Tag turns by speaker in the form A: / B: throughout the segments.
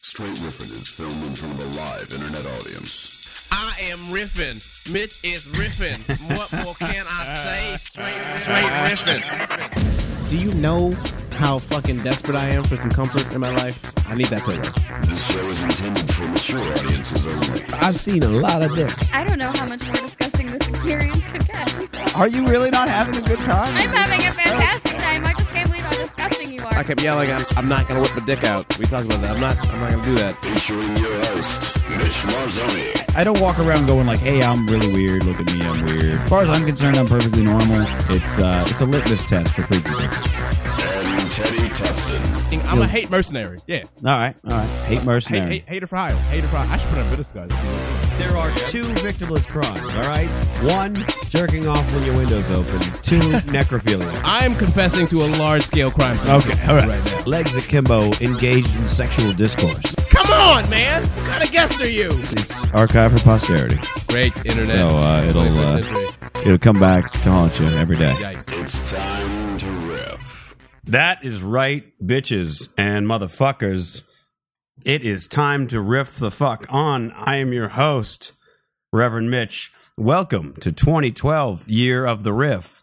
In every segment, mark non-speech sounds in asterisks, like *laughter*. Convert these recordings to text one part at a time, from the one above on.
A: Straight Riffin is filmed in front of a live internet audience.
B: I am riffing. Mitch is riffing. what more can I say? Straight,
C: Uh,
B: straight riffing.
D: Do you know how fucking desperate I am for some comfort in my life? I need that pillow.
A: This show is intended for mature audiences only.
D: I've seen a lot of dick.
E: I don't know how much more disgusting this experience could get.
F: Are you really not having a good time?
E: I'm having a fantastic time. I just can't believe how disgusting you
D: I
E: are.
D: kept yelling, I'm, I'm not gonna whip my dick out. We talked about that. I'm not. I'm not gonna do that.
A: Featuring your host, Mitch Marzoni.
F: I don't walk around going like, "Hey, I'm really weird. Look at me, I'm weird." As far as I'm concerned, I'm perfectly normal. It's uh, it's a litmus test for freakiness.
A: And Teddy Tuxton.
C: I'm a hate mercenary. Yeah.
F: All right, all right. Hate
C: Hate,
F: mercenary.
C: hate, hater for hire. Hater for hire. I should put on British guys.
F: There are two victimless crimes. All right, one jerking off when your window's open. *laughs* Two necrophilia.
C: I am confessing to a large scale crime.
F: Okay, all right. Legs akimbo, engaged in sexual discourse.
C: Come on, man. What kind of guest are you?
F: It's archived for posterity.
C: Great internet.
F: So, uh, it'll,
C: 21st
F: uh,
C: century.
F: It'll come back to haunt you every day.
C: Yikes.
A: It's time to riff.
G: That is right, bitches and motherfuckers. It is time to riff the fuck on. I am your host, Reverend Mitch. Welcome to 2012, Year of the Riff.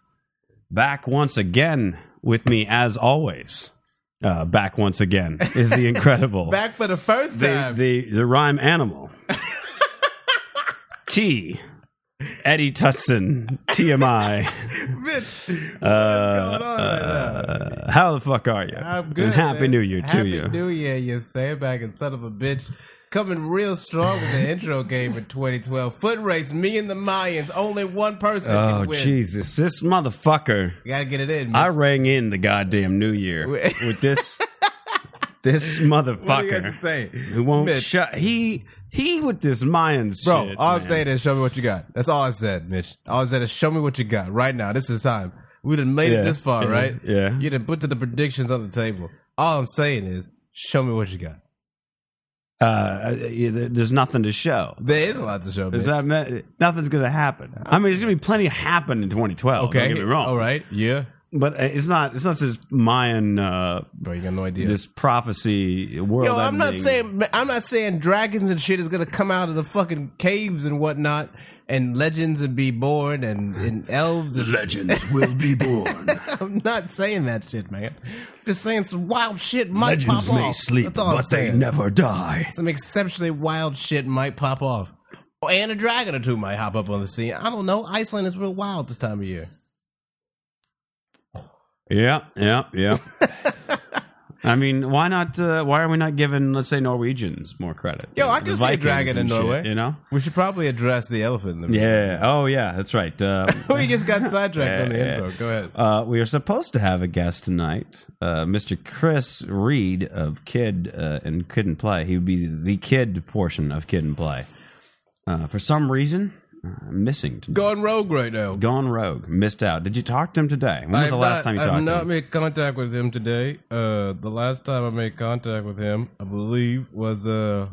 G: Back once again with me, as always. Uh, back once again
C: *laughs*
G: is the incredible
C: Back for the first
G: the,
C: time.
G: the the rhyme animal.
C: *laughs*
G: T. Eddie Tutson.
C: *laughs*
G: TMI.
C: Mitch,
G: Uh,
C: going on right
G: uh, how the fuck are you?
C: I'm good.
G: And happy
C: man.
G: New Year to
C: happy
G: you.
C: New Year, you sandbag and son of a bitch. Coming real strong with
G: *laughs*
C: the intro game in 2012. Foot race, me and the Mayans. Only one person
G: oh
C: can win.
G: Jesus! This motherfucker.
C: You gotta get it in.
G: I
C: Mitch.
G: rang in the goddamn
C: *laughs*
G: New Year
C: Wait.
G: with this this
C: What do you have to
G: motherfucker
C: say?
G: who won't
C: Mitch,
G: shut. He he with this Mayan shit.
C: Bro, all I'm
G: man.
C: saying is show me what you got. That's all I said, Mitch. All I said is show me what you got right now. This is time. We done made
G: Yeah.
C: it this far,
G: Yeah.
C: right?
G: Yeah.
C: You done put to the predictions on the table. All I'm saying is show me what you got.
G: uh, yeah, there- there's nothing to show.
C: There is a lot to show, Mitch.
G: Is that meant, nothing's going to happen? I mean, there's going to be plenty happen in
C: okay.
G: 2012. Okay, don't get me wrong.
C: All right. Yeah.
G: but uh, it's not. It's not this Mayan, uh,
C: Bro, you got no idea.
G: this prophecy world.
C: Yo, I'm not
G: ending.
C: saying I'm not saying dragons and shit is gonna come out of the fucking caves and whatnot, and legends and be born and, and elves and *laughs*
A: Legends will be born.
C: I'm not saying that shit, man. I'm just saying some wild shit might pop off. That's all I'm saying.
G: die.
C: Some exceptionally wild shit might pop off. Oh, and a dragon or two might hop up on the scene. I don't know. Iceland is real wild this time of year.
G: Yeah, yeah,
C: *laughs*
G: yeah. I mean, why not? Uh, why are we not giving, let's say, Norwegians more credit?
C: Yo, I
G: The
C: can see a
G: Vikings
C: dragon in
G: and shit,
C: Norway.
G: you know?
C: We should probably address the elephant in the room.
G: Yeah. Oh, yeah. That's right. Uh,
C: *laughs* we just got sidetracked on the
G: Yeah.
C: intro. Go ahead.
G: Uh, we are supposed to have a guest tonight, uh, Mr. Chris Reed of Kid uh, and Kid and Play. He would be the kid portion of Kid and Play. Uh, for some reason, uh, missing. Tonight.
C: Going rogue right now.
G: Gone rogue. Missed out. Did you talk to him today? When was the
C: I've
G: last
C: not-
G: time you
C: I've
G: talked to
C: not
G: him?
C: made contact with him today. Uh, the last time I made contact with him, I believe, was uh,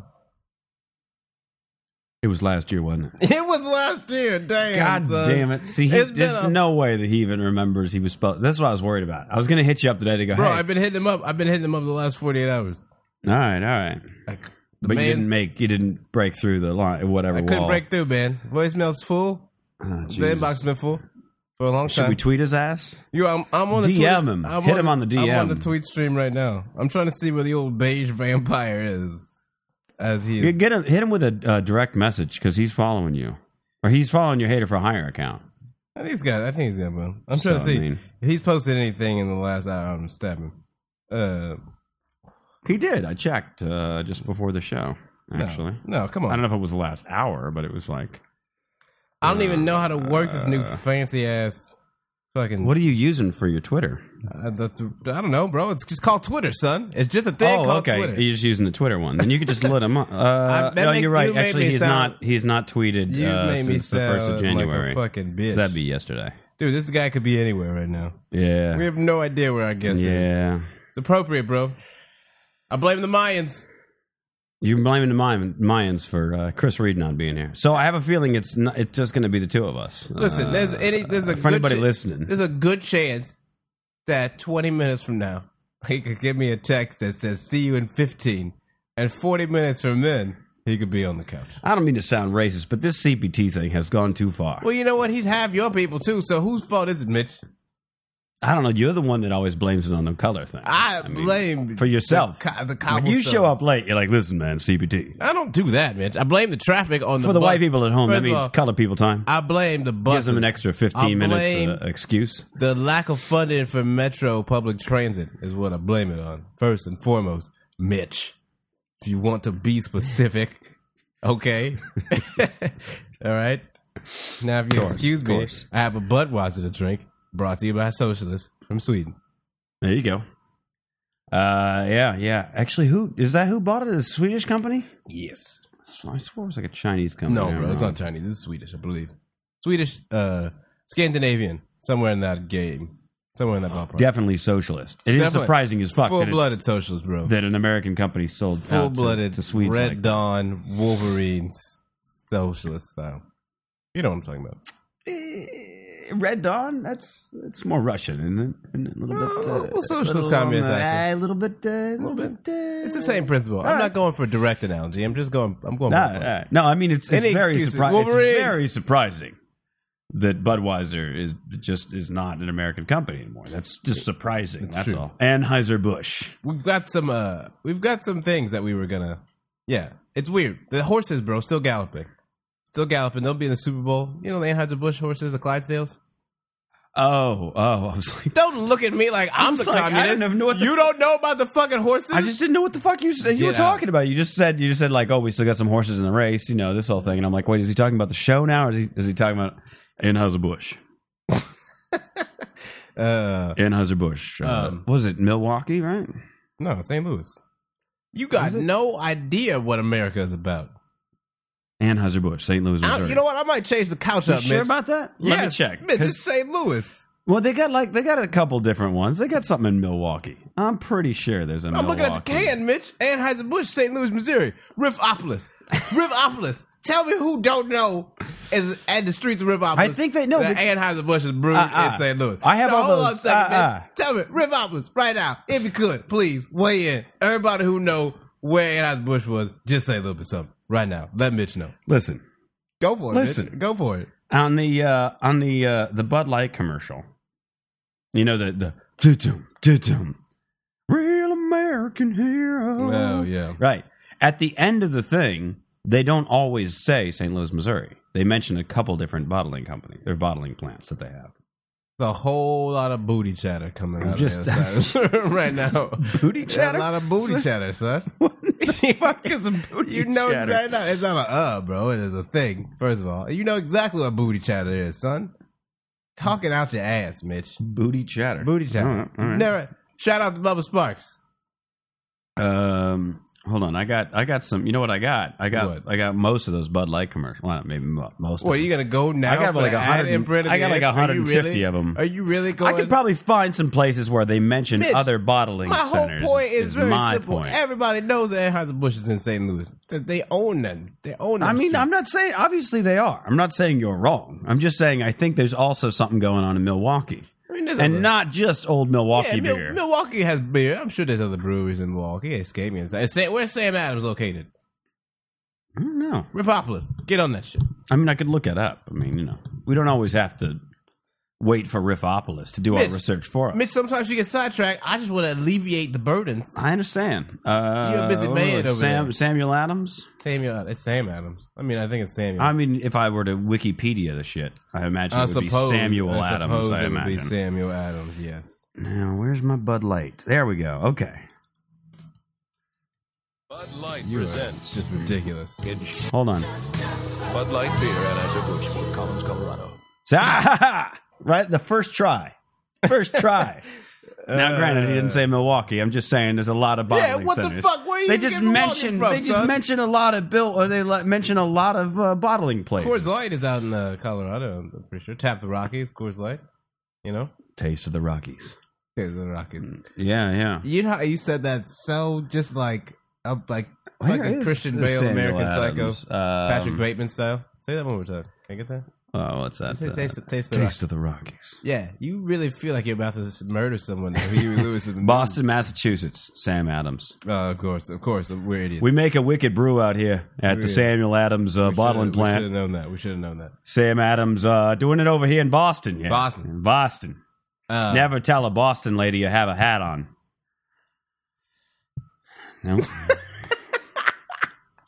C: *laughs*
G: It was last year, wasn't it?
C: it was last year. Damn,
G: God
C: son.
G: damn it! See, he,
C: uh, It's
G: there's
C: been a-
G: no way that he even remembers he was spelled. That's what I was worried about. I was gonna hit you up today to go,
C: bro.
G: hey,
C: I've been hitting him up. I've been hitting him up the last forty eight hours.
G: all right, all right.
C: Like, the
G: But
C: man,
G: you didn't make, you didn't break through the line, whatever.
C: I couldn't
G: wall.
C: break through, man. Voicemail's full.
G: Oh,
C: The
G: Jesus.
C: inbox been full for a long
G: Should
C: time.
G: we tweet his ass?
C: Yo, I'm, I'm on the
G: DM
C: Twitter-
G: him.
C: I'm
G: Hit him on the
C: I'm on
G: DM.
C: the tweet stream right now. I'm trying to see where the old beige *laughs* vampire is, as he
G: Get-
C: is.
G: Get him, hit him with a uh, direct message because he's following you, or he's following your hater for hire account.
C: I think he's got. I think he's got one. I'm trying to
G: So,
C: see.
G: I mean-
C: if he's posted anything in the last hour. I'm stabbing. Uh,
G: He did. I checked uh, just before the show.
C: no.
G: Actually,
C: no, come on.
G: I don't know if it was the last hour, but it was like,
C: even know how to work this new
G: Uh,
C: fancy ass fucking.
G: what are you using for your Twitter?
C: I, that's- I don't know, bro. It's just called Twitter, son. It's just a thing
G: oh,
C: called
G: okay.
C: Twitter.
G: You're just using the Twitter one. Then you
C: *laughs*
G: could just let him. Up. Uh,
C: that
G: no,
C: makes-
G: you're right.
C: you made
G: Actually,
C: me
G: he's
C: sound-
G: not. He's not tweeted
C: You
G: uh,
C: made
G: since
C: me
G: the
C: sound
G: first of
C: like
G: January.
C: a fucking bitch.
G: so that'd be yesterday.
C: Dude, this guy could be anywhere right now.
G: Yeah.
C: We have no idea where our guest is.
G: yeah.
C: It's appropriate, bro. I blame the Mayans.
G: You're blaming the Mayan- Mayans for uh, Chris Reed not being here. So I have a feeling it's not, it's just going to be the two of us. Uh,
C: Listen, there's any there's a
G: for
C: good
G: anybody
C: cha-
G: listening.
C: There's a good chance *laughs* that 20 minutes from now he could give me a text that says "See you in 15," and 40 minutes for men, he could be on the couch.
G: I don't mean to sound racist, but this CPT thing has gone too far.
C: Well, you know what? He's half your people too. So whose fault is it, Mitch?
G: I don't know. You're the one that always blames it on the color thing.
C: I,
G: mean,
C: blame
G: for yourself.
C: The, co- the
G: When you show up
C: cobblestones.
G: late, you're like, "Listen, man, CPT."
C: I don't do that, Mitch. I blame the traffic on the
G: For the
C: bus.
G: white people at home,
C: First
G: that
C: of
G: means
C: all,
G: color people time.
C: I blame the bus.
G: Gives them an extra 15
C: blame
G: minutes uh, excuse.
C: The lack of funding for Metro public transit is what I blame it on. First and foremost, Mitch. If you want to be specific, *laughs* okay. *laughs* All right. Now, if you
G: Course,
C: excuse me,
G: course.
C: I have a Budweiser to drink, brought to you by Socialists from Sweden.
G: There you go. Uh, yeah, yeah. Actually, who is that? Who bought it? A Swedish company?
C: Yes.
G: I swore it was like a Chinese company.
C: No,
G: I'm
C: bro, it's
G: wrong.
C: not Chinese. It's Swedish, I believe. Swedish, uh, Scandinavian, somewhere in that game, somewhere in that ballpark.
G: Definitely socialist. It is
C: Definitely.
G: surprising as fuck. that it's-
C: Full-blooded socialist, bro.
G: that an American company sold
C: full blooded
G: out to, to Swedes.
C: Red
G: like that.
C: Dawn Wolverines socialist style. You know what I'm talking about.
G: Eh, Red Dawn. That's it's more Russian and, and a little bit
C: Uh,
G: uh,
C: well, socialist
G: a little on
C: communist
G: the-
C: action.
G: A little bit. Uh, a little bit. uh,
C: It's the same principle. I'm not going for a direct analogy. I'm just going. I'm going.
G: No,
C: for-
G: no, eh, no, I mean it's, it's
C: Any
G: very
C: excuses.
G: surprising. It's
C: Wolverines.
G: very surprising that Budweiser is just is not an American company anymore. That's just surprising. That's,
C: true.
G: all. Anheuser Busch.
C: We've got some. Uh, we've got some things that we were gonna. Yeah, it's weird. The horses, bro, still galloping, still galloping. They'll be in the Super Bowl. You know the Anheuser Busch horses, the Clydesdales.
G: Oh, oh, I was like,
C: Don't look at me like I'm,
G: I'm
C: the
G: sorry, I
C: communist.
G: didn't even know what the-
C: you don't know about the fucking horses.
G: I just didn't know what the fuck you said. You were
C: Get out.
G: talking about. You just said you just said like, oh, we still got some horses in the race. You know this whole thing, and I'm like, wait, is he talking about the show now, or is he is he talking about Anheuser Busch?
C: Uh,
G: Anheuser Busch. Uh,
C: Um,
G: was it Milwaukee? Right?
C: no, St. Louis. You got
G: Is it?
C: no idea what America is about.
G: Anheuser Busch, St. Louis,
C: I,
G: Missouri.
C: you know what? I might change the couch
G: You
C: up,
G: sure
C: Mitch.
G: about that? Let me
C: Yes,
G: check.
C: Mitch,
G: 'cause-
C: it's St. Louis.
G: Well, they got like they got a couple different ones. They got something in Milwaukee. I'm pretty sure there's a.
C: I'm looking at the can, Mitch. Anheuser-Busch, St. Louis, Missouri. Riffopolis.
G: *laughs*
C: Riffopolis. Tell me who don't know is at the streets of Riffopolis.
G: I think they know.
C: that
G: but-
C: Anheuser-Busch is brewed
G: Uh-uh.
C: in St. Louis.
G: I have
C: no,
G: all
C: hold on a
G: those,
C: second, Mitch.
G: uh-uh.
C: Tell me, Riffopolis, right now, if you could, please weigh in. Everybody who know where Anheuser-Busch was, just say a little bit something right now. Let Mitch know.
G: Listen
C: Go for it.
G: Listen.
C: Mitch. go for it.
G: on the uh, on the uh, the Bud Light commercial. You know the the doo-dum, doo-dum. real American hero.
C: Oh yeah.
G: Right at the end of the thing, they don't always say St. Louis, Missouri. They mention a couple different bottling companies, their bottling plants that they have.
C: It's a whole lot of booty chatter coming out
G: Just-
C: of the other *laughs* side right now.
G: Booty
C: There's
G: chatter?
C: A lot of booty chatter, son.
G: *laughs* What the fuck is a
C: *laughs*
G: booty
C: You know
G: chatter?
C: exactly. no, It's not a uh, bro. It is a thing. First of all, you know exactly what booty chatter is, son. Talking out your ass, Mitch.
G: Booty chatter.
C: Booty chatter.
G: All right, all right.
C: Never. Shout out to Bubba Sparks.
G: Um, hold on. I got I got some. You know what I got? I got
C: What?
G: I got most of those Bud Light commercials. Well, maybe mo- most.
C: What are
G: of
C: you
G: them.
C: gonna go now?
G: I got
C: for
G: like
C: the ad
G: 100
C: imprint at
G: I
C: the
G: got like
C: end? Are you
G: 150
C: really-
G: of 'em.
C: Are you really going?
G: I could probably find some places where they mention
C: Mitch,
G: other bottling
C: My whole
G: centers.
C: point is, very
G: my
C: simple.
G: point.
C: Everybody knows that Anheuser Busch is in St. Louis. That they own that. They own.
G: I
C: them
G: mean, I'm
C: streets.
G: not saying obviously they are. I'm not saying you're wrong. I'm just saying I think there's also something going on in Milwaukee,
C: I mean, there's
G: and
C: other-
G: not just old Milwaukee
C: yeah, Mil-
G: beer.
C: Milwaukee has beer. I'm sure there's other breweries in Milwaukee. It's me. It's Sam, where's Sam Adams located?
G: I don't know.
C: Riffopolis. Get on that shit.
G: I mean, I could look it up. I mean, you know, we don't always have to wait for Riffopolis to do
C: Mitch,
G: our research for us.
C: Mitch, sometimes you get sidetracked. I just want to alleviate the burdens.
G: I understand. Uh,
C: You're a busy
G: what
C: man
G: was it,
C: over
G: Sam,
C: there.
G: Samuel Adams.
C: Samuel, it's Sam Adams. I mean, I think it's Samuel.
G: I mean, if I were to Wikipedia the shit, I imagine it would be Samuel
C: I
G: Adams.
C: suppose
G: I
C: it would be
G: imagine.
C: Samuel Adams. Yes.
G: now, where's my Bud Light? There we go. Okay,
A: Bud Light
C: You are
A: presents
C: just ridiculous.
G: hold on.
A: Bud Light Beer and Anheuser Busch, Fort Collins, Colorado.
G: So, *laughs* ah, ha, ha. right, the first try, first try. *laughs* Uh, now, granted, he didn't say Milwaukee. I'm just saying, there's a lot of
C: Yeah,
G: bottling
C: what the
G: centers.
C: fuck? Where are you
G: They
C: even
G: just
C: getting Milwaukee
G: mentioned.
C: from,
G: They just
C: son?
G: mentioned a lot of bill, or they le- mention a lot of uh, bottling places.
C: Coors Light is out in uh, Colorado. I'm pretty sure. Tap the Rockies. Coors Light. You know,
G: Taste of the Rockies.
C: Tap the Rockies.
G: Mm. Yeah, yeah.
C: You know how you said that so just like up like
G: Where
C: fucking
G: is
C: Christian
G: the
C: Bale,
G: Samuel
C: American
G: Adams?
C: Psycho,
G: Um,
C: Patrick Bateman style. Say that one more time. Can I get that?
G: Oh, what's that?
C: Taste,
G: uh,
C: taste, taste the
G: Taste of the Rockies.
C: Yeah, you really feel like you're about to s- murder someone. there. Huey Lewis
G: *laughs*
C: in the
G: Boston, Massachusetts. Sam Adams.
C: movie. Uh, of course, of course, we're idiots.
G: We make a wicked brew out here at the
C: Yeah.
G: Samuel Adams uh,
C: We
G: bottling
C: should've- We should
G: plant.
C: have known that. We should have known that.
G: Sam Adams uh, doing it over here in Boston. Yeah.
C: Boston.
G: Boston.
C: Uh,
G: Never tell a Boston lady you have a hat on.
C: *laughs*
G: No. I've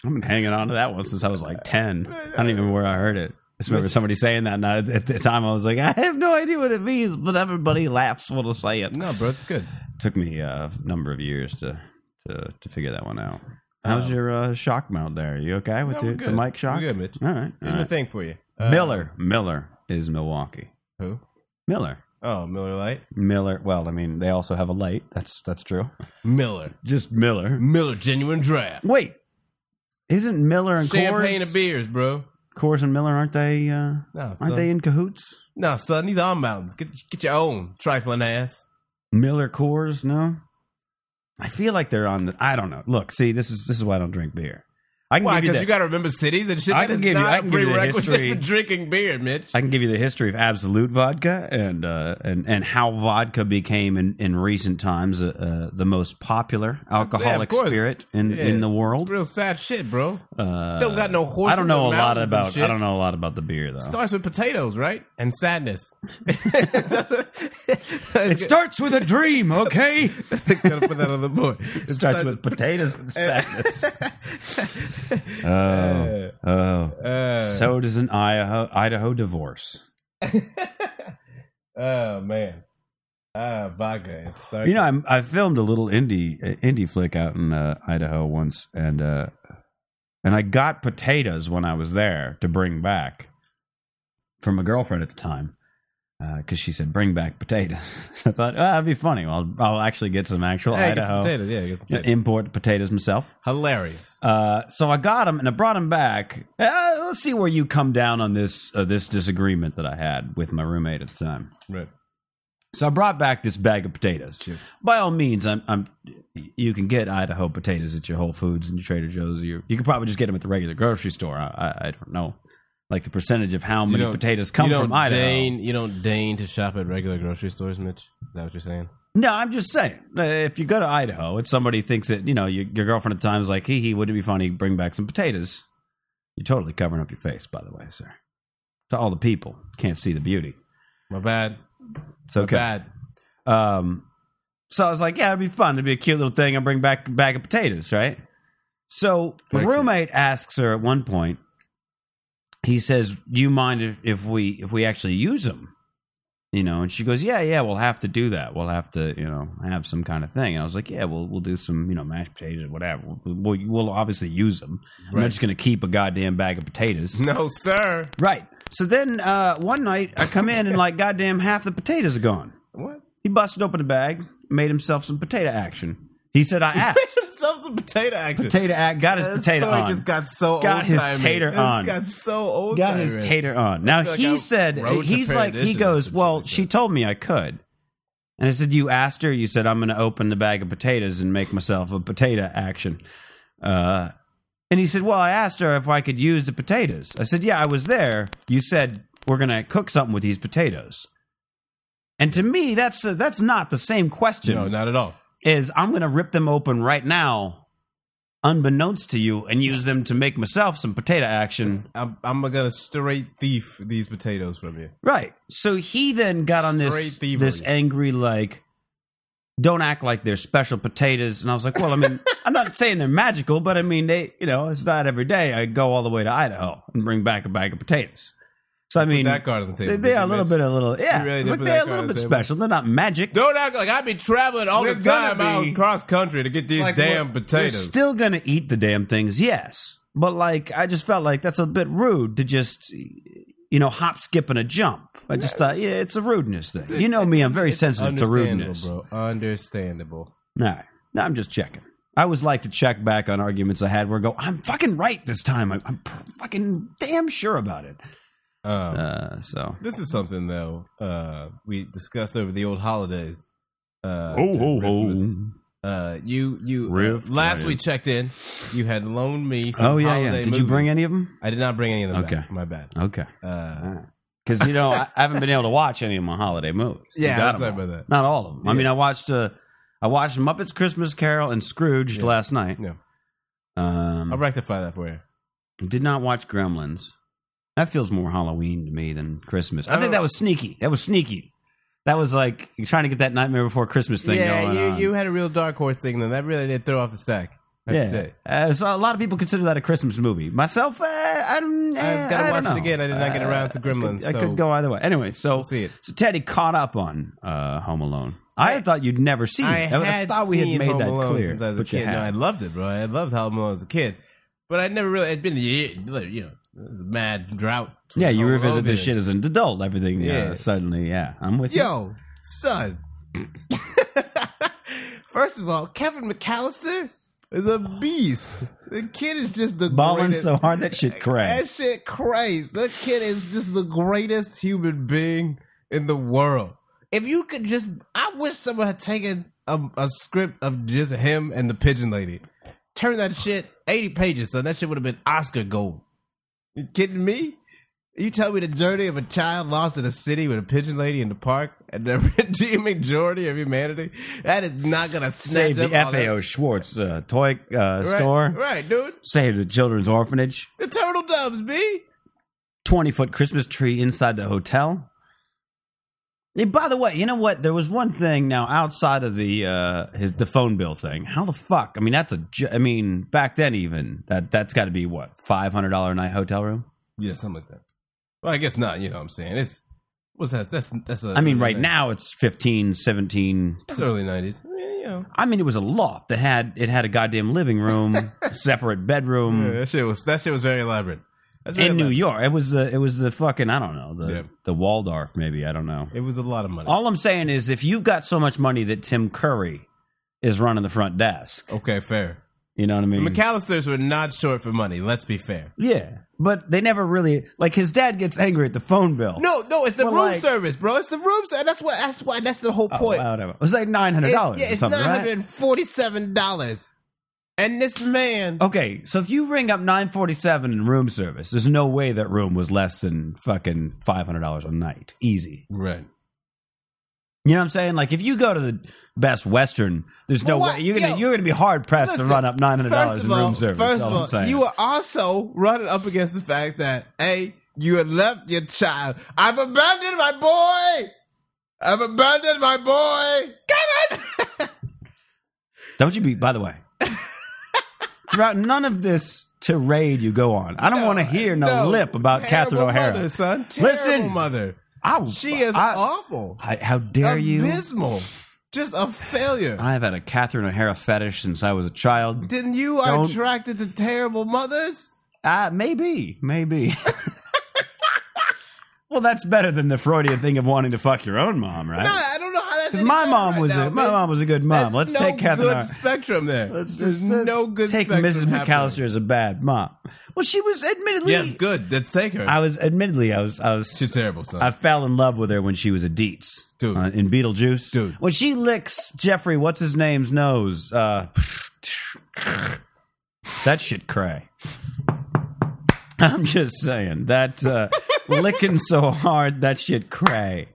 G: been hanging on to that one since I was like 10. I don't even know where I heard it. I just remember somebody saying that, and I, at the time I was like, I have no idea what it means, but everybody laughs when I say it.
C: No, bro, it's good.
G: Took me uh, a number of years to, to, to figure that one out. How's your uh, shock mount there? You okay with
C: Um, No, we're
G: the, the
C: good.
G: mic shock?
C: We're good, Mitch.
G: All right. all
C: Here's my
G: right.
C: thing uh, for you.
G: Miller. Miller is Milwaukee.
C: Who?
G: Miller.
C: Oh, Miller Light.
G: Miller. Well, I mean, they also have a light. That's that's true. *laughs*
C: Miller.
G: Just Miller.
C: Miller Genuine Draft.
G: Wait, isn't Miller and
C: Champagne
G: Coors,
C: and beers, bro.
G: Coors and Miller aren't they? Uh,
C: No, son.
G: aren't they in cahoots?
C: No, son. These are mountains. Get get your own trifling ass.
G: Miller Coors, no. I feel like they're on the. I don't know. Look, see, this is this is why I don't drink beer. I can
C: Why?
G: give you
C: Because
G: the,
C: you got to remember cities and shit.
G: I
C: That
G: can
C: is
G: give you- I
C: not
G: can give you the
C: prerequisite
G: history.
C: for drinking beer, Mitch.
G: I can give you the history of Absolute Vodka and uh, and and how vodka became in, in recent times uh, uh, the most popular
C: Yeah, of
G: alcoholic
C: course.
G: spirit in,
C: Yeah,
G: in the world.
C: It's real sad shit, bro.
G: Uh,
C: Don't got no horses
G: I don't know a
C: and
G: lot
C: mountains and
G: about. I
C: shit.
G: don't know a lot about the beer though.
C: Starts with potatoes, right? And sadness. *laughs* it
G: *laughs* It starts with
C: *laughs*
G: a dream, okay? it
C: Gotta put that on the board. It
G: starts with potatoes
C: *laughs*
G: and sadness. oh, oh.
C: Uh,
G: So does an Idaho Idaho divorce.
C: oh man. Ah, vodka. It starts.
G: You know, I'm, I filmed a little indie uh, indie flick out in uh, Idaho once, and uh, and I got potatoes when I was there to bring back from a girlfriend at the time because she said bring back potatoes. *laughs* I thought oh, that'd be funny. Well, I'll, I'll actually get some actual
C: Hey, get some
G: Idaho
C: potatoes. Yeah, get some potatoes.
G: import potatoes myself.
C: Hilarious.
G: Uh, so I got him and I brought him back. Uh, let's see where you come down on this uh, this disagreement that I had with my roommate at the time.
C: Right.
G: So I brought back this bag of potatoes.
C: Yes.
G: By all means, I'm, I'm you can get Idaho potatoes at your Whole Foods and your Trader Joe's. or Your, you can probably just get them at the regular grocery store. I, I, I don't know, like the percentage of how many
C: don't-
G: potatoes come
C: you don't
G: from Idaho.
C: Deign, you don't deign to shop at regular grocery stores, Mitch. Is that what you're saying?
G: No, I'm just saying. uh, If you go to Idaho and somebody thinks that, you know, your, your girlfriend at the time is like, hee hee, wouldn't it be funny? Bring back some potatoes. You're totally covering up your face, by the way, sir. To all the people. Can't see the beauty.
C: My bad.
G: It's okay.
C: Bad.
G: Um, so I was like, yeah, it'd be fun. It'd be a cute little thing. I'll bring back a bag of potatoes, right? So my
C: Very cute.
G: roommate asks her at one point, he says, Do you mind if, if we if we actually use them? you know and she goes yeah yeah we'll have to do that we'll have to you know have some kind of thing and i was like yeah we'll we'll do some you know mashed potatoes whatever we'll, we'll obviously use them i'm not
C: Right.
G: just going to keep a goddamn bag of potatoes
C: No, sir.
G: right so then uh, one night i come in and like goddamn half the potatoes are gone
C: What?
G: he busted open the bag made himself some potato action he said i asked
C: *laughs* Some some potato action.
G: potato act got his
C: This
G: potato
C: story
G: on
C: just got so
G: Got
C: old
G: his
C: timey.
G: tater
C: This
G: on.
C: got so old.
G: got his tater on. Now
C: feel like
G: he
C: I
G: said
C: rode to
G: he's like he
C: perdition or
G: goes,
C: something
G: "Well,
C: like
G: she
C: that."
G: told me I could." And I said, "You asked her. You said I'm going to open the bag of potatoes and make myself a potato action." Uh, and he said, "Well, I asked her if I could use the potatoes." I said, "Yeah, I was there. You said we're going to cook something with these potatoes." And to me, that's uh, that's not the same question
C: No, not at all.
G: is I'm going to rip them open right now, unbeknownst to you, and use them to make myself some potato action.
C: I'm, I'm gonna straight thief these potatoes from you.
G: Right. So he then got on this
C: Straight thievery.
G: this angry like don't act like they're special potatoes and I was like, "Well,
C: *laughs*
G: I mean, I'm not saying they're magical, but I mean they, you know, it's not every day I go all the way to Idaho and bring back a bag of potatoes." So I mean,
C: that card on the table,
G: They, they
C: did
G: are a
C: you,
G: little
C: Mitch?
G: bit a little yeah.
C: You really
G: It's
C: did
G: like
C: put
G: they're
C: that
G: a little
C: card on
G: bit
C: the table.
G: special. They're not magic.
C: Don't act like I be traveling all
G: We're
C: the
G: gonna
C: time out
G: be-
C: cross country to get these
G: Like,
C: damn
G: we're-
C: potatoes.
G: We're still gonna eat the damn things, yes. But like, I just felt like that's a bit rude to just, you know, hop, skip, and a jump. I just thought, yeah, it's a rudeness thing. You know me, I'm very sensitive to
C: Understandable,
G: rudeness.
C: bro. Understandable.
G: All right. No, I'm just checking. I always like to check back on arguments I had where I go, I'm fucking right this time. I'm, I'm pr- fucking damn sure about it.
C: Um,
G: Uh, so.
C: this is something though uh, we discussed over the old holidays. Uh,
G: Oh,
C: during
G: oh,
C: Christmas.
G: oh.
C: Uh, you you uh,
G: Riff
C: last we
G: Ryan.
C: checked in, you had loaned me. Some
G: Oh yeah, yeah.
C: holiday
G: Did you bring
C: movies.
G: any of them?
C: I did not bring any of them.
G: Okay.
C: back. my bad.
G: Okay.
C: Uh,
G: Because you know I, I haven't been able to watch any of my holiday movies. You
C: Yeah, I'm
G: got 'em
C: sorry
G: all.
C: about that.
G: Not all of them. I mean, I watched uh, I watched Muppets Christmas Carol and Scrooge
C: Yeah.
G: last night.
C: Yeah.
G: Um,
C: I'll rectify that for you.
G: Did not watch Gremlins. That feels more Halloween to me than Christmas. I,
C: I
G: think
C: don't-
G: that was sneaky. That was sneaky. That was like you're trying to get that Nightmare Before Christmas thing
C: yeah,
G: going
C: you,
G: on.
C: you had a real dark horse thing, then that really did throw off the stack. I have to
G: yeah.
C: say.
G: Uh, so a lot of people consider that a Christmas movie. Myself, uh, I don't.
C: I've gotta
G: I don't
C: watch it
G: know. Uh,
C: again. I did not get around to
G: I could-
C: Gremlins,
G: I could,
C: so-
G: go either way. Anyway, so
C: Don't see it.
G: So Teddy caught up on uh, Home Alone. I, had thought you'd never seen
C: I
G: it.
C: had
G: I thought we had
C: seen
G: made
C: Home
G: that
C: Alone
G: clear.
C: since I was a
G: but you
C: kid. No, I
G: had.
C: loved it, bro. I loved Home Alone as a kid, but I never really. It's been a year, you know, the mad drought.
G: yeah, you
C: Home
G: revisit
C: Alone
G: this
C: did.
G: shit as an adult. Everything yeah.
C: Yeah.
G: suddenly, yeah. I'm with you.
C: Yo, son. *laughs* First of all, Kevin McAllister is a beast. The kid is just the
G: Balling
C: greatest-
G: so hard that shit
C: That
G: crashed.
C: shit crazy. That kid is just the greatest human being in the world. If you could just, I wish someone had taken a, a script of just him and the pigeon lady. Turn that shit eighty pages, son. That shit would have been Oscar gold. You kidding me? You tell me the journey of a child lost in a city with a pigeon lady in the park and the *laughs* redeeming majority of humanity? That is not gonna snatch
G: Save the
C: up all that-
G: FAO Schwartz uh, toy uh,
C: Right,
G: store.
C: right, dude?
G: Save the children's orphanage.
C: The turtle doves, me.
G: 20 foot Christmas tree inside the hotel. And by the way, you know what? There was one thing now outside of the uh, his the phone bill thing. How the fuck? I mean, that's a. ju- I mean, back then even that that's got to be what five hundred dollar a night hotel room.
C: Yeah, something like that. Well, I guess not. You know what I'm saying? It's what's that? That's that's. A
G: I mean, right now it's 15, 17.
C: It's early '90s. I mean, you know,
G: I mean, it was a loft that had it had a goddamn living room, a separate bedroom
C: yeah, that shit was that shit was very elaborate. That's very
G: in New
C: elaborate.
G: York. It was the it was the fucking I don't know the
C: Yeah.
G: the Waldorf maybe I don't know.
C: it was a lot of money.
G: All I'm saying is, if you've got so much money that Tim Curry is running the front desk,
C: okay, fair.
G: you know what I
C: The
G: mean?
C: McAllisters were not short for money. Let's be fair.
G: yeah, but they never really like his dad gets angry at the phone bill.
C: No, no, it's the
G: But,
C: room
G: like-
C: service, bro. It's the room service. That's what. That's why. That's the whole
G: Oh,
C: point.
G: wow, whatever. It was like nine
C: It-
G: hundred dollars.
C: yeah, it's
G: something,
C: nine
G: right?
C: hundred and forty-seven dollars, and this man.
G: Okay, so if you ring up nine forty-seven in room service, there's no way that room was less than fucking five hundred dollars a night, easy.
C: Right.
G: You know what I'm saying? Like if you go to the Best Western, there's no
C: Well, what-
G: way you're gonna
C: yo,
G: you're gonna be hard pressed to
C: listen,
G: run up nine hundred dollars
C: First
G: in
C: of
G: room
C: all,
G: service.
C: first
G: all
C: of
G: I'm
C: all,
G: saying.
C: you are also running up against the fact that a you had left your child. I've abandoned my boy. I've abandoned my boy. Damn it!
G: Don't you be, by
C: *laughs*
G: the way. throughout none of this tirade you go on, I don't want to hear no, lip about
C: terrible
G: Catherine O'Hara.
C: Mother, son. Terrible
G: Listen.
C: mother.
G: I will-
C: She is
G: I-
C: awful.
G: I- how dare you?
C: Abysmal. Just a failure.
G: I've had a Catherine O'Hara fetish since I was a child.
C: Didn't you are
G: Don't-
C: attracted to terrible mothers?
G: Uh, maybe,
C: *laughs*
G: maybe. *laughs* well, that's better than the Freudian thing of wanting to fuck your own mom,
C: No,
G: right?
C: I don't know how that's
G: Because my
C: any
G: mom
C: better
G: was
C: right
G: a,
C: now,
G: my
C: man.
G: mom was a good mom.
C: There's
G: Let's
C: no
G: take Catherine.
C: good
G: O'Hara-
C: spectrum there.
G: Let's
C: There's
G: just let's
C: no good
G: take
C: spectrum
G: Mrs.
C: happening.
G: McAllister as a bad mom. Well, she was admittedly.
C: Yeah, it's good. Let's take her.
G: I was admittedly I was I was
C: She's terrible, son.
G: I fell in love with her when she was a Dietz.
C: Dude.
G: Uh, in Beetlejuice.
C: Dude.
G: When she licks Jeffrey, what's his name's nose? Uh, that shit cray. I'm just saying. That
C: *laughs*
G: uh, licking so hard, that shit cray.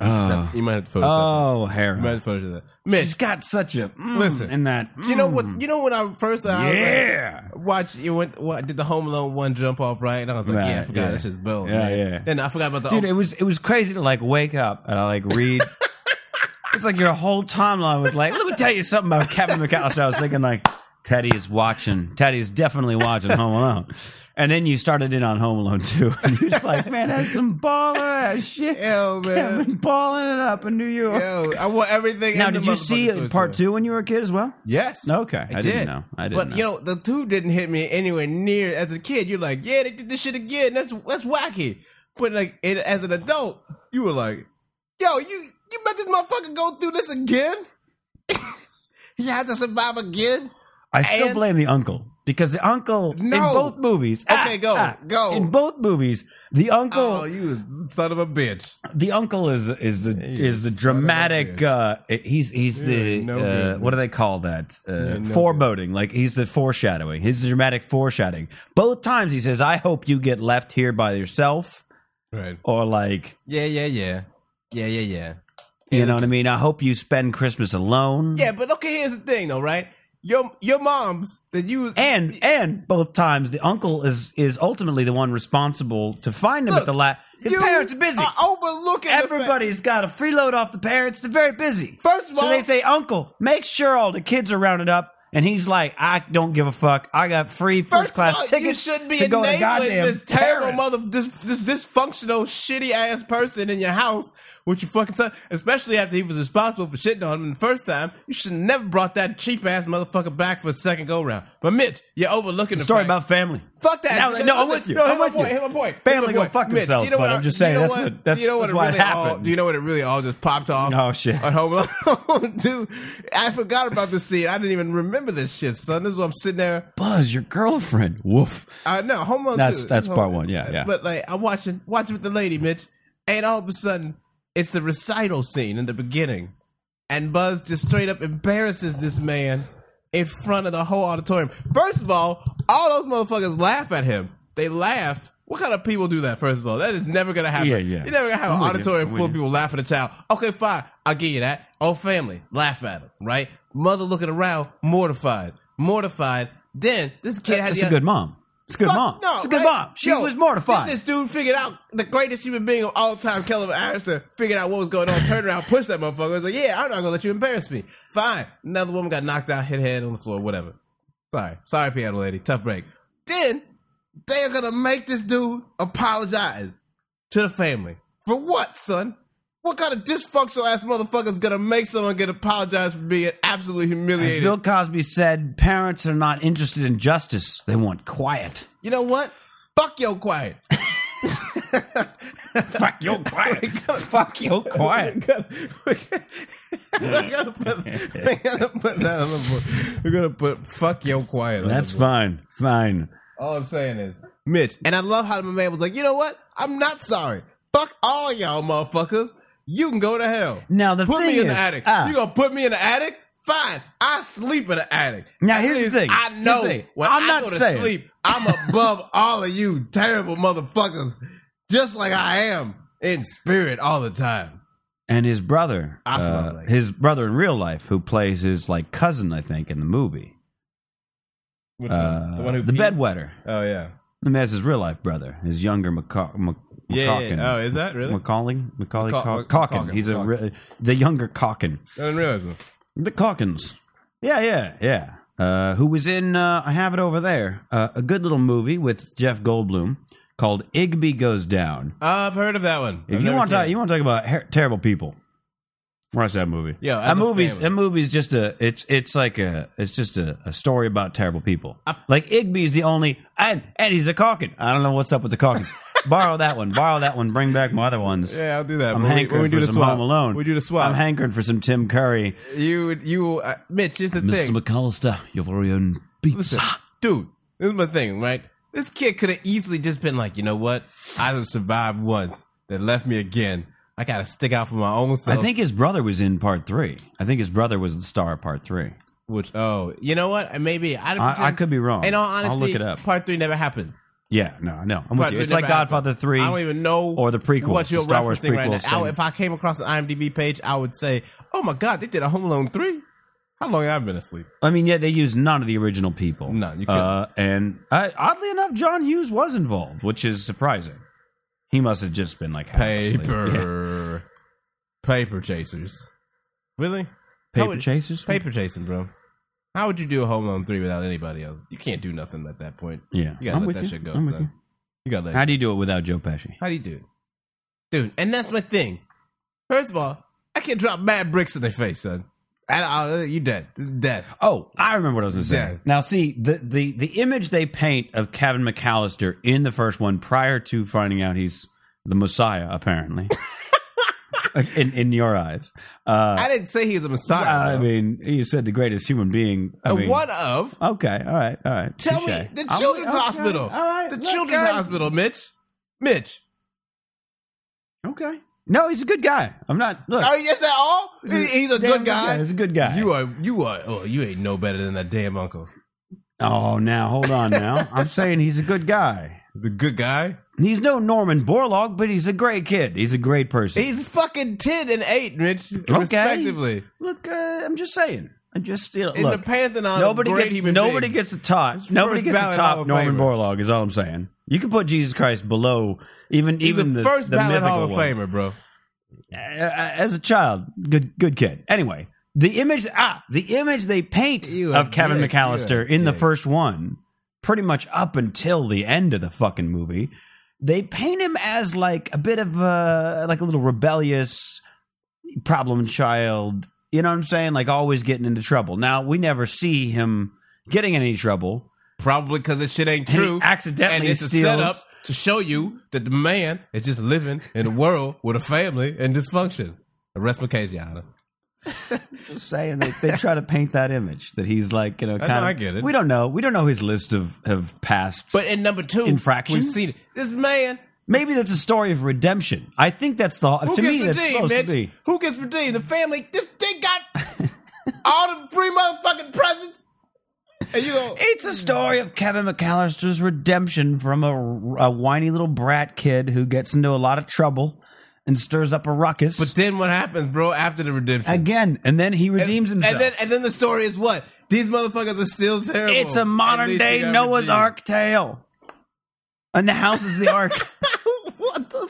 G: Oh,
C: you might have to Photoshop.
G: oh
C: you might
G: Hera.
C: have to Photoshop that.
G: She's
C: Mitch,
G: got such a mm
C: Listen.
G: in that.
C: you know
G: mm.
C: what? You know when I first I was like,
G: yeah.
C: watch you went what, did the Home Alone one jump off right, and I was like, yeah, I
G: Right,
C: forgot
G: yeah.
C: that's just Bill.
G: Yeah,
C: man.
G: yeah.
C: Then I forgot about the
G: dude
C: oh,
G: it was it was crazy to like wake up and i like
C: *laughs*
G: read it's like your whole timeline was like let me tell you something about
C: *laughs*
G: captain mcallister i was thinking like teddy is watching teddy is definitely watching home alone and then you started in on home alone too *laughs* and you're just like man that's some baller
C: *laughs*
G: ass shit
C: Yo,
G: I've *laughs*
C: man.
G: been balling it up in new york
C: Yo, I want everything.
G: now
C: in the
G: did you see
C: motherfucking
G: part
C: Toy Story.
G: two when you were a kid as well
C: Yes.
G: Okay, I didn't
C: did.
G: know. I didn't
C: but
G: know.
C: you know, the two didn't hit me anywhere near. As a kid, you're like, yeah, they did this shit again. That's that's wacky. But like, it, as an adult, you were like, yo, you you let this motherfucker go through this *laughs* again? he had to survive again.
G: i still
C: And-
G: blame the uncle because the uncle in
C: No.
G: both movies. ah,
C: Okay, go, go.
G: In both movies, the uncle
C: Oh, you son of a bitch!
G: the uncle is is the
C: You
G: is the
C: son of a
G: dramatic
C: bitch.
G: uh he's he's the
C: You're no
G: uh,
C: good.
G: what do they call that uh,
C: You're no
G: foreboding like he's the foreshadowing he's the dramatic foreshadowing both times he says i hope you get left here by yourself
C: Right?
G: or like
C: Yeah, yeah, yeah, yeah, yeah, yeah.
G: you know what i mean i hope you spend christmas alone
C: Yeah, but okay, here's the thing, though, right? Your your mom's that you
G: and and both times the uncle is is ultimately the one responsible to find him at
C: Look,
G: the last his
C: you
G: parents are busy
C: are overlooking the fact-
G: Everybody's got a freeload off the parents. They're very busy.
C: First of
G: so
C: all-
G: they say, Uncle, make sure all the kids are rounded up. And he's like, I don't give a fuck. I got free first
C: First
G: class
C: of all,
G: tickets.
C: you should be
G: to go to
C: enabling
G: goddamn
C: this terrible
G: Paris."
C: mother, this this dysfunctional, shitty ass person in your house with your fucking son. Especially after he was responsible for shitting on him the first time. You should have never brought that cheap ass motherfucker back for a second go round. But Mitch, you're overlooking the
G: Story
C: fact-
G: about family.
C: *laughs* Fuck that.
G: No, no, I'm with you.
C: No,
G: I'm
C: here's my
G: with you.
C: point, here's my point.
G: Family
C: Here's my
G: go
C: point.
G: fuck
C: Mitch,
G: themselves,
C: you know
G: but
C: what-
G: I'm just
C: do you
G: saying,
C: know
G: that's what-
C: do you know what
G: that's- that's
C: it
G: why it
C: really all-
G: happened.
C: do you know what it really all just popped off?
G: Oh, shit.
C: On Home Alone, *laughs* dude. I forgot about this scene. I didn't even remember this shit, son. This is why I'm sitting there.
G: Buzz, your girlfriend. Woof.
C: I know Home Alone.
G: That's-
C: 2.
G: that's
C: Home-
G: part one, yeah, yeah.
C: But like I'm watching watching with the lady, Mitch, and all of a sudden it's the recital scene in the beginning, and Buzz just straight up embarrasses this man in front of the whole auditorium. First of all, all those motherfuckers laugh at him. They laugh. What kind of people do that? First of all, that is never gonna happen.
G: Yeah, yeah.
C: You're never gonna have an
G: I'm with you.
C: auditorium
G: I'm
C: full
G: with
C: of
G: you.
C: people laughing at a child. Okay, fine. I'll give you that. Whole family laugh at him, right? Mother looking around, mortified, mortified. Then this kid had
G: That's
C: the
G: a good mom. It's a good
C: Fuck
G: mom.
C: No,
G: it's a good
C: right?
G: mom. She
C: Yo,
G: was mortified.
C: then This dude figured out the greatest human being of all time, Kelvin Harrison, figured out what was going on, turned around, pushed that motherfucker. was like, yeah, I'm not gonna let you embarrass me. Fine. Another woman got knocked out, hit head on the floor, whatever. Sorry, sorry, piano lady. Tough break. Then they are gonna make this dude apologize to the family for what, son? What kind of dysfunctional ass motherfucker is gonna make someone get apologized for being absolutely
G: As
C: humiliated?
G: Bill Cosby said, parents are not interested in justice. They want quiet.
C: you know what? Fuck your quiet. *laughs*
G: Fuck your quiet. *laughs*
C: *laughs*
G: Fuck your quiet.
C: we gotta put, we gotta put that on the board. We're gonna put fuck yo quiet. On
G: That's
C: the board.
G: fine. Fine.
C: All I'm saying is, Mitch, and I love how my man was like, you know what? I'm not sorry. Fuck all y'all motherfuckers. You can go to hell.
G: Now, the
C: put
G: thing
C: me in
G: is-
C: the attic.
G: ah.
C: you gonna put me in the attic? Fine. I sleep in the attic.
G: Now,
C: At
G: here's the
C: least
G: thing.
C: I
G: Here's the
C: know
G: thing.
C: when
G: I'm
C: I
G: not
C: go to
G: saying-
C: sleep, I'm
G: *laughs*
C: above all of you terrible motherfuckers, just like I am in spirit all the time.
G: and his brother,
C: I smell
G: uh,
C: like-
G: his brother in real life, who plays his like cousin, I think, in the movie,
C: Which
G: uh, the bedwetter.
C: Oh yeah.
G: I mean, that's his real life brother, his younger Maca- Mac-
C: Yeah, yeah,
G: McCawkin.
C: yeah. Oh, is that really?
G: Macaulay, Macaulay,
C: Maca-
G: Caw-
C: Mac-
G: Calkin.
C: Calkin,
G: He's a
C: Calkin.
G: re- the younger Calkin,
C: I didn't realize that.
G: the Calkins. Yeah, yeah, yeah. Uh, who was in? Uh, I have it over there. Uh, a good little movie with Jeff Goldblum called Igby Goes Down.
C: I've heard of that one.
G: If
C: I've
G: you
C: never
G: want to
C: seen
G: talk,
C: it.
G: you want to talk about her- terrible people. Watch that movie.
C: Yeah, as
G: that
C: a
G: movie's
C: family.
G: that movie's just a it's it's like a it's just a, a story about terrible people.
C: I-
G: like Igby's the only and and he's a Calkin. I don't know what's up with
C: *laughs*
G: the Calkins. borrow that one. Borrow that one. Bring back my other ones.
C: yeah, I'll do that.
G: I'm
C: When we-
G: hankering
C: when we do the
G: for some
C: swap.
G: Home Alone.
C: We do the swap.
G: I'm hankering for some Tim Curry,
C: you, would- you, uh, Mitch. Here's the
G: Mr.
C: thing,
G: McAllister, your very own pizza.
C: Listen, dude. This is my thing, right? This kid could have easily just been like, you know what? I have survived once. That left me again. I gotta stick out for my own self.
G: I think his brother was in part three. I think his brother was the star of part three.
C: Which, oh, you know what? And Maybe I,
G: I, I could be wrong.
C: In all honesty,
G: I'll look it up.
C: Part three never happened.
G: Yeah, no, no. I'm with
C: Part
G: you.
C: three
G: It's like
C: never happened.
G: Godfather three.
C: I don't even know
G: or the prequels,
C: What you're
G: the Star Wars
C: referencing right
G: prequels,
C: now? I,
G: so-
C: if I came across the IMDb page, I would say, "Oh my God, they did a Home Alone three. How long have I been asleep?
G: I mean, yeah, they used none of the original people.
C: None, you can't.
G: Uh, and uh, oddly enough, John Hughes was involved, which is surprising. He must have just been like half asleep. Yeah.
C: Paper, *laughs* paper chasers. Really? How
G: paper
C: would-
G: chasers,
C: Paper chasing, bro. How would you do a Home Alone three without anybody else? You can't do nothing at that point.
G: Yeah,
C: You gotta
G: I'm
C: let
G: with
C: that
G: you.
C: shit go,
G: I'm with
C: son.
G: you.
C: You got to
G: How do you do it without Joe Pesci?
C: How do you do it? Dude, and that's my thing. First of all, I can drop mad bricks in their face, son. And uh, you dead. Dead.
G: Oh, I remember what I was going to say.
C: Yeah.
G: Now, see the, the the image they paint of
C: *laughs*
G: Kevin McAllister in the first one, prior to finding out he's the Messiah, apparently, in in your eyes. Uh,
C: I didn't say he's a Messiah.
G: I
C: though.
G: mean, you said the greatest human being. I mean,
C: One of.
G: Okay, all right, all right.
C: Tell
G: touche.
C: me the
G: I'll-
C: children's
G: okay,
C: hospital.
G: All right,
C: the
G: look,
C: children's
G: guys,
C: hospital, Mitch. Mitch.
G: Okay. No, he's a good guy. I'm not. Look,
C: Oh, yes, at all? He- He's a
G: damn
C: good guy.
G: He's a good guy.
C: You are, you are, oh, you ain't no better than that damn uncle.
G: Oh, now hold
C: *laughs*
G: on. Now I'm saying he's a good guy.
C: The good guy.
G: He's no Norman Borlaug, but he's a great kid. He's a great person.
C: He's fucking ten and eight, Mitch, respectively.
G: look, uh, I'm just saying. I just you know,
C: In the
G: look.
C: pantheon,
G: Nobody
C: of great
G: gets
C: human
G: nobody
C: beings.
G: gets the top.
C: His
G: Nobody
C: first
G: gets the
C: ballot Hall
G: top.
C: of
G: Norman
C: Famer.
G: Borlaug is all I'm saying. You can put Jesus Christ below even
C: He's
G: even
C: a
G: the
C: first
G: the
C: ballot
G: mythical
C: Hall of
G: one.
C: Famer, bro.
G: as a child, good good kid. Anyway, the image ah the image they paint
C: You a
G: of Kevin
C: dick.
G: McAllister
C: You a
G: in the
C: dick.
G: first one, pretty much up until the end of the fucking movie, they paint him as like a bit of a like a little rebellious problem child. You know what I'm saying? Like always getting into trouble. Now we never see him getting in any trouble.
C: Probably because this shit ain't
G: And he
C: true.
G: accidentally
C: and it's
G: steals-
C: a setup to show you that the man is just living in a world with a family and dysfunction. Arrest my case, Your Honor.
G: just saying *laughs* they, they try to paint that image that he's like you know
C: know,
G: kind of
C: I get it.
G: we don't know we don't know his list of of past
C: But in number two,
G: Infractions?
C: we've seen it. this man
G: Maybe that's a story of redemption. I think that's the
C: who
G: to me
C: gets
G: that's
C: redeemed,
G: supposed
C: Mitch.
G: to be.
C: Who gets redeemed? The family. This thing
G: *laughs*
C: got all the free motherfucking presents, and you go.
G: *laughs* It's a story of Kevin McAllister's redemption from a, a whiny little brat kid who gets into a lot of trouble and stirs up a ruckus.
C: But then what happens, bro? After the redemption,
G: again, and then he
C: and,
G: redeems himself.
C: and then and then the story is what these motherfuckers are still terrible.
G: it's a
C: And
G: modern
C: they
G: day
C: should have
G: Noah's
C: redeemed.
G: Ark tale, and the house is the Ark.
C: *laughs* what the?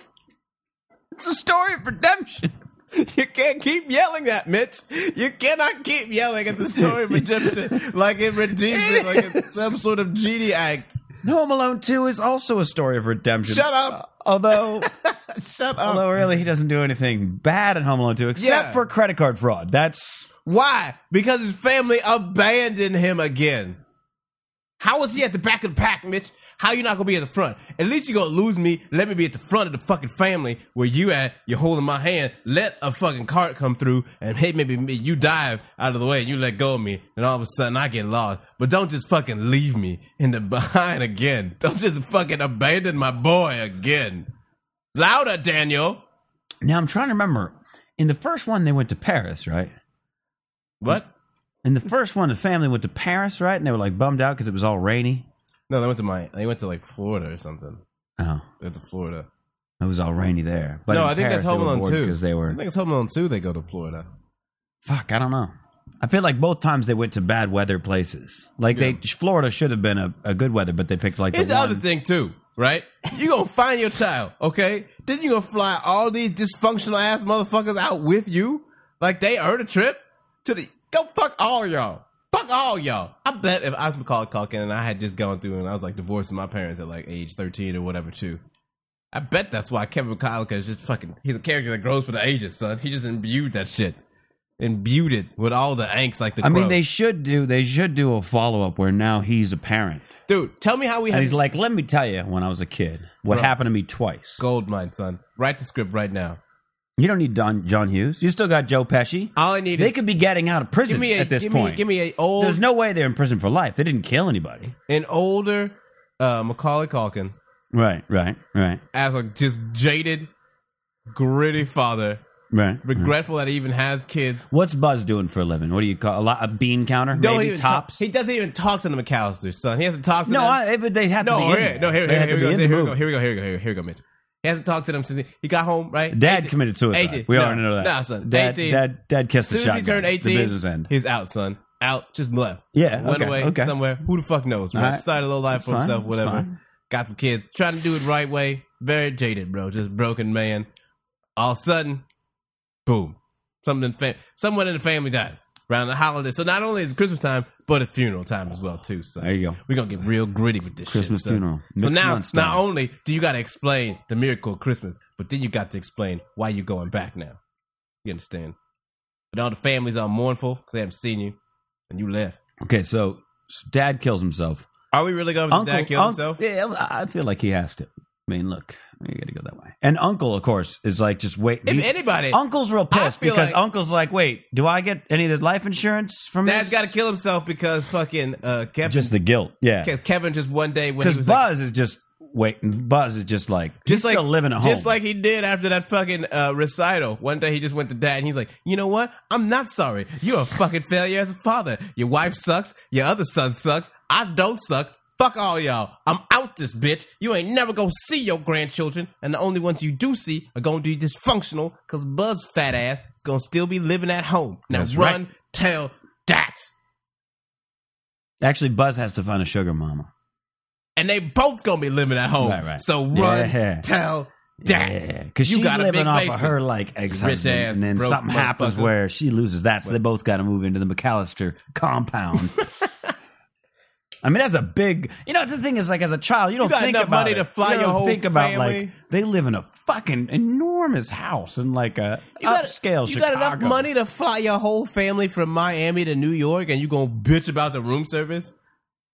G: *laughs* it's a story of redemption.
C: You can't keep yelling that, Mitch. You cannot keep yelling at the story
G: *laughs*
C: of redemption like it redeems it, like it's some sort of genie act.
G: Home Alone Two is also a story of redemption. Uh,
C: Shut up.
G: Although.
C: *laughs* Shut up.
G: Although really, he doesn't do anything bad in Home Alone 2, except
C: Yeah.
G: for credit card fraud. That's
C: Why? Because his family abandoned him again. How is he at the back of the pack, Mitch? How you not gonna be at the front? At least you gonna lose me. Let me be at the front of the fucking family where you at. You're holding my hand. Let a fucking cart come through and hey, maybe me- you dive out of the way and you let go of me, and all of a sudden I get lost. But don't just fucking leave me in the *laughs* behind again. Don't just fucking abandon my boy again. Louder, Daniel.
G: now I'm trying to remember. In the first one, they went to Paris, right?
C: What?
G: In the first one, the family went to Paris, right? And they were like bummed out because it was all rainy.
C: No, they went to my. They went to like Florida or something.
G: Oh,
C: They went to Florida.
G: it was all rainy there. But
C: no,
G: in
C: I think
G: Paris,
C: that's Home
G: they were
C: Alone
G: bored
C: two
G: because they were
C: I think it's Home Alone two. They go to Florida.
G: fuck. I don't know. I feel like both times they went to bad weather places. Like they, Florida should have been a, a good weather, but they picked like
C: It's
G: the
C: the
G: one.
C: other thing too, right? You gonna find your child, okay? Then you gonna fly all these dysfunctional ass motherfuckers out with you, like they earned a trip to the go fuck all y'all, fuck all y'all. I bet if I was Macaulay Culkin and I had just gone through and I was like divorcing my parents at like age thirteen or whatever too. I bet that's why Kevin McCullough is just fucking. He's a character that grows for the ages, son. He just imbued that shit, imbued it with all the angst, like the.
G: I mean,
C: crow.
G: they should do. They should do a follow up where now he's a parent.
C: dude, tell me how we
G: And
C: have
G: he's like, let me tell you, when I was a kid, what
C: Bro.
G: happened to me twice.
C: gold mine, son. Write the script right now.
G: You don't need Don, John Hughes. You still got Joe Pesci.
C: All I need
G: They
C: is
G: could be getting out of prison
C: give me a,
G: at this
C: give
G: point.
C: Me, give me a old,
G: There's no way they're in prison for life. They didn't kill anybody.
C: an older uh, Macaulay Culkin
G: Right, right, right,
C: as a just jaded, gritty father,
G: right.
C: regretful that he even has kids.
G: What's Buzz doing for a living? What do you call a, lot, a bean counter?
C: Don't
G: Maybe
C: even
G: tops.
C: Talk, he doesn't even talk to the McAllisters, son. He hasn't talked to
G: no,
C: them.
G: I, eh, but they have
C: no,
G: to be.
C: here,
G: in
C: no,
G: there.
C: here,
G: They
C: here,
G: have
C: here,
G: to be
C: we
G: in
C: go,
G: the
C: here, we
G: movie.
C: go, here we go, here we go, here we go, here we go, Mitch. He hasn't talked to them since he, he got home, right?
G: Dad
C: 18
G: committed suicide.
C: 18
G: we
C: no,
G: already know that.
C: Nah, son.
G: Dad,
C: 18.
G: Dad, dad kissed
C: as
G: the
C: soon as he
G: shotgun,
C: turned
G: The
C: 18,
G: business end.
C: he's out, son. Out, just left.
G: Yeah,
C: Went
G: okay,
C: away
G: okay.
C: somewhere. Who the fuck knows, right?
G: All right.
C: Started a little life
G: It's
C: for
G: fine,
C: himself,
G: it's
C: whatever.
G: fine.
C: Got some kids. Trying to do it right way. Very jaded, bro. Just broken man. All of a sudden, boom. Something fam- someone in the family dies around the holiday. So not only is it Christmas time, but it's funeral time as well, too, son.
G: There you go.
C: We're gonna get real gritty with this
G: Christmas
C: shit, son.
G: funeral.
C: So
G: Mixed
C: now,
G: month style.
C: not only do you got to explain the miracle of Christmas, but then you got to explain why you're going back now. You understand? And all the families are mournful because they haven't seen you, and you left.
G: Okay, so dad kills himself.
C: Are we really going to Oh, dad kill
G: un-
C: himself?
G: Yeah, I feel like he has to. I mean, look, you got to go that way. And Uncle, of course, is like just wait.
C: If
G: he-
C: anybody,
G: Uncle's real pissed
C: feel
G: because
C: like-
G: Uncle's like, wait, do I get any of the life insurance from
C: Dad's
G: this?
C: got to kill himself because fucking uh, Kevin.
G: Just the guilt, yeah.
C: because Kevin just one day when he
G: Because
C: was
G: Buzz
C: like,
G: is just wait. Buzz is just like just
C: just like
G: still living at home.
C: just like he did after that fucking uh, recital. One day he just went to dad and he's like, "You know what? I'm not sorry. You're a fucking failure as a father. Your wife sucks. Your other son sucks. I don't suck. Fuck all y'all. I'm out this bitch. You ain't never gonna see your grandchildren, and the only ones you do see are gonna be dysfunctional because Buzz fat ass is gonna still be living at home. Now
G: That's
C: run, tell that,
G: actually, Buzz has to find a sugar mama.
C: and they both gonna be living at home.
G: Right, right.
C: So run,
G: Yeah.
C: tell that.
G: because
C: You
G: she's
C: got a
G: living
C: big
G: off of
C: basement.
G: her like ex husband,
C: Rich-ass,
G: and then
C: broke
G: something happens
C: motherfucker.
G: where she loses that, so they both got to move into the McAllister compound. *laughs* I mean, that's a big. You know, the thing is, like, as a child, you don't
C: got
G: think
C: enough
G: about
C: money
G: it.
C: to fly
G: you
C: your
G: don't
C: whole
G: think about like
C: family.
G: they live in a fucking enormous house in like a
C: got-
G: upscale
C: You
G: Chicago.
C: got enough money to fly your whole family from Miami to New York, and you gonna bitch about the room service?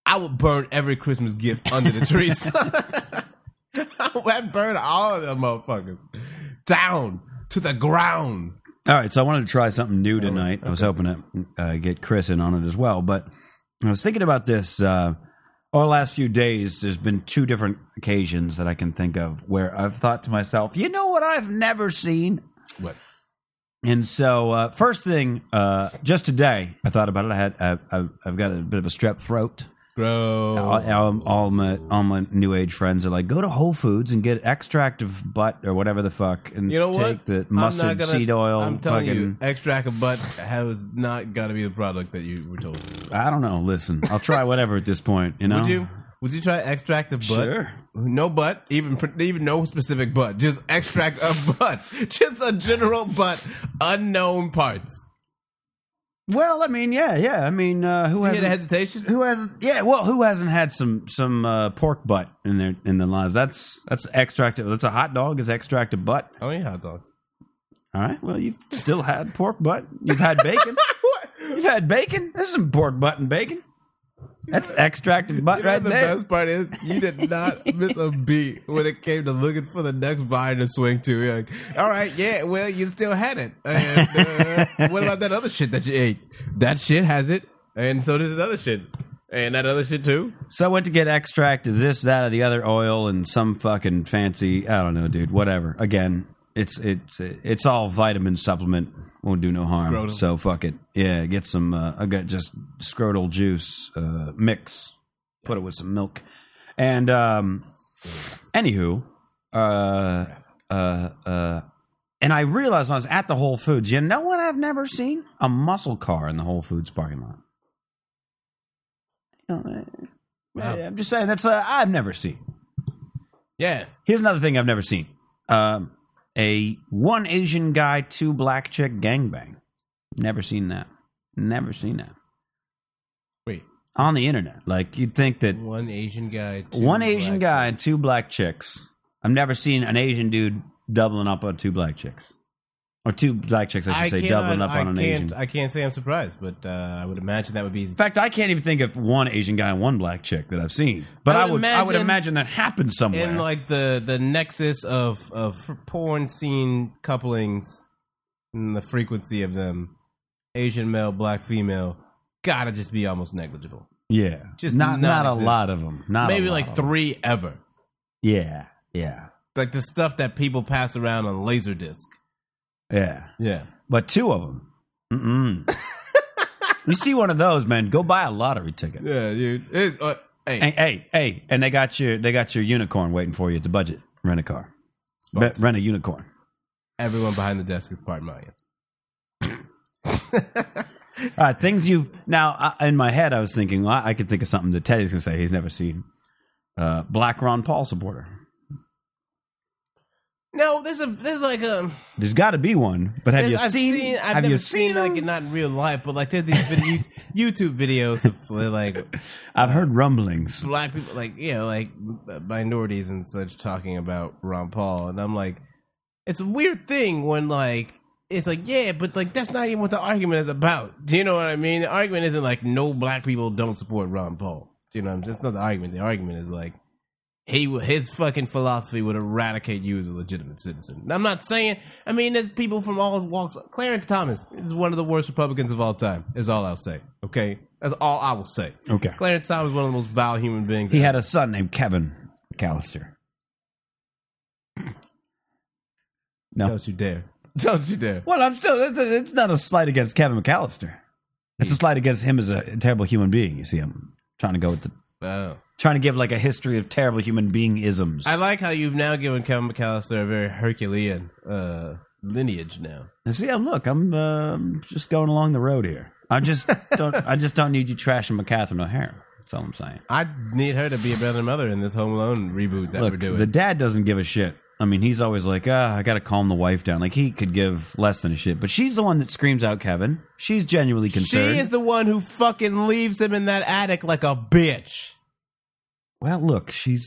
C: I would burn every Christmas gift under the *laughs*
G: *laughs*
C: trees. I would burn all of them motherfuckers down to the ground.
G: All right, so I wanted to try something
C: Oh,
G: new tonight. I was hoping to uh, get Chris in on it as well, but I was thinking about this. Uh, over the last few days, there's been two different occasions that I can think of where I've thought to myself, you know what I've never seen?
C: What?
G: And so, uh, first thing, uh, just today, I thought about it. I had, I, I've, I've got a bit of a strep throat.
C: Bro,
G: All, all, all my all my new age friends are like, go to Whole Foods and get extract of butt or whatever the fuck, and
C: you know
G: take
C: what?
G: the
C: I'm not
G: mustard
C: gonna-
G: seed oil.
C: I'm telling
G: fucking,
C: you, extract of butt has not got to be the product that you were told.
G: I don't know. Listen, I'll try whatever at this point. You know,
C: *laughs* Would you? Would you try extract of butt?
G: Sure.
C: No butt, even even no specific butt, just extract of *laughs* butt, just a general butt, unknown parts.
G: Well, I mean, yeah, yeah. I mean, uh, who
C: You hear the
G: hasn't?
C: hesitation?
G: Who hasn't? Yeah, well, who hasn't had some some uh, pork butt in their in their lives? That's that's extracted. That's a hot dog is extracted butt.
C: I mean Oh, hot dogs.
G: All right. Well, you've still had pork butt. You've had
C: *laughs*
G: bacon. You've had bacon. There's some pork butt and bacon. That's extracted butt
C: You know
G: right
C: the
G: there.
C: best part is you did
G: *laughs*
C: not miss a beat when it came to looking for the next vine to swing to. You're like, all right, yeah, well, you still had it. And, uh, what about that other shit that you ate? That shit has it, and so does this other shit, and that other shit too.
G: So I went to get extract of this, that, or the other oil, and some fucking fancy. I don't know, dude. Whatever. Again, it's it's it's all vitamin supplement. Won't do no harm.
C: Scrotum.
G: So fuck it. Yeah, get some. Uh, I got just scrotal juice uh, mix. Put it with some milk. And um, anywho, uh, uh, uh, and I realized when I was at the Whole Foods. You know what I've never seen? A muscle car in the Whole Foods parking lot. You know, eh,
C: Wow.
G: I'm just saying that's uh, I've never seen.
C: Yeah,
G: Here's another thing I've never seen: um, a one Asian guy, two black chick gangbang. Never seen that. Never seen that
C: wait,
G: on the internet. Like you'd think that
C: one Asian guy,
G: one Asian guy and two black chicks. I've never seen an Asian dude doubling up on two black chicks, or two black chicks. I should say
C: cannot-
G: doubling up
C: I
G: on an
C: can't,
G: Asian.
C: I can't say I'm surprised, but uh, I would imagine that would be.
G: In fact, I can't even think of one Asian guy and one black chick that I've seen. But I would, I would, imagine, that happened somewhere.
C: in like the the nexus of of porn scene couplings and the frequency of them, Asian male, black female, gotta just be almost negligible.
G: yeah,
C: just
G: not not a
C: non-existent.
G: lot of them. Not a
C: Maybe
G: lot
C: like
G: of 'em.
C: three ever,
G: Yeah, yeah,
C: like the stuff that people pass around on laserdisc.
G: yeah.
C: Yeah,
G: But two of them.
C: *laughs*
G: Mm-mm. you see one of those, man? Go buy a lottery ticket.
C: yeah, dude. It, uh, hey,
G: And, hey, hey, and they got your they got your unicorn waiting for you at the budget. Rent a car. Be-
C: sponsor.
G: rent a unicorn.
C: everyone behind the desk is part Mayan.
G: All right, things you now I, in my head, I was thinking well, I could think of something that Teddy's gonna say he's never seen. Uh, black Ron Paul supporter.
C: No, there's a there's like um, a
G: There's got to be one, but have you
C: I've
G: seen?
C: I've
G: have
C: never
G: you
C: seen,
G: seen?
C: like
G: him?
C: not in real life, but like there's these vid- *laughs* YouTube videos of like
G: I've heard rumblings.
C: black people, like you know, like minorities and such, talking about Ron Paul, and I'm like, it's a weird thing when like it's like yeah, but like that's not even what the argument is about. Do you know what I mean? The argument isn't like no black people don't support Ron Paul. Do you know? what I'm That's not the argument. The argument is like he w- his fucking philosophy would eradicate you as a legitimate citizen. And I'm not saying. I mean, there's people from all walks. Clarence Thomas is one of the worst Republicans of all time. Is all I'll say. Okay, that's all I will say.
G: Okay.
C: Clarence Thomas is one of the most vile human beings.
G: He had a son named Kevin McAllister. No.
C: Don't you dare! *laughs* Don't you dare!
G: Well, I'm still. It's, it's not a slight against Kevin McAllister. It's a slight against him as a terrible human being. You see, I'm trying to go with the
C: Oh.
G: trying to give like a history of terrible human being isms.
C: I like how you've now given Kevin McAllister a very Herculean uh, lineage now.
G: see, I'm look. I'm um just going along the road here. I
C: *laughs*
G: just don't. I just don't need you trashing McCatherine O'Hara. That's all I'm saying.
C: I need her to be a better mother in this Home Alone reboot that we're
G: Look,
C: doing.
G: the dad doesn't give a shit. I mean, he's always like, ah, I got to calm the wife down. Like he could give less than a shit, but she's the one that screams out, Kevin. She's genuinely concerned.
C: She is the one who fucking leaves him in that attic like a bitch.
G: well, look, she's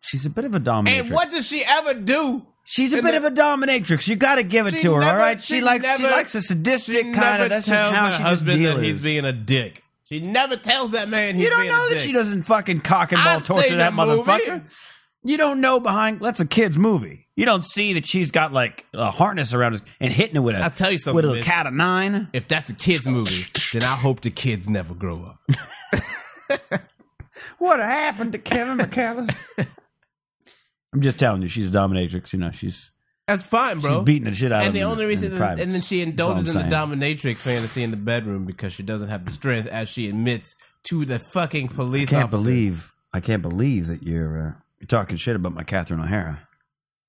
G: she's a bit of a dominatrix.
C: And what does she ever do?
G: She's a
C: And
G: bit
C: the-
G: of a dominatrix. You got to give it
C: She
G: to her, all
C: never-
G: right? She,
C: she
G: likes she
C: never-
G: likes a
C: She
G: sadistic kind
C: never
G: of. That's
C: tells
G: just how
C: her
G: she just
C: husband
G: deal
C: that he's
G: is.
C: being a dick. She never tells that man he's
G: you don't
C: being
G: know
C: a
G: that
C: dick.
G: she doesn't fucking cock and ball
C: I've
G: torture
C: seen
G: that
C: the movie.
G: motherfucker. You don't know behind. That's a kid's movie. You don't see that she's got like a harness around her and hitting it with a.
C: I'll tell you something,
G: With a
C: bitch.
G: cat of nine.
C: If that's a kids movie, then I hope the kids never grow up.
G: What happened to Kevin McAllister? *laughs* I'm just telling you, she's a dominatrix. You know, she's
C: That's fine, bro.
G: she's beating the shit out of
C: and the
G: him
C: only
G: in-
C: reason,
G: in
C: and,
G: private.
C: then she
G: That's all
C: indulges in
G: I'm
C: the
G: saying.
C: dominatrix fantasy in the bedroom because she doesn't have the strength, as she admits to the fucking police.
G: I can't
C: officers.
G: believe I can't believe that you're uh, you're talking shit about my Catherine O'Hara.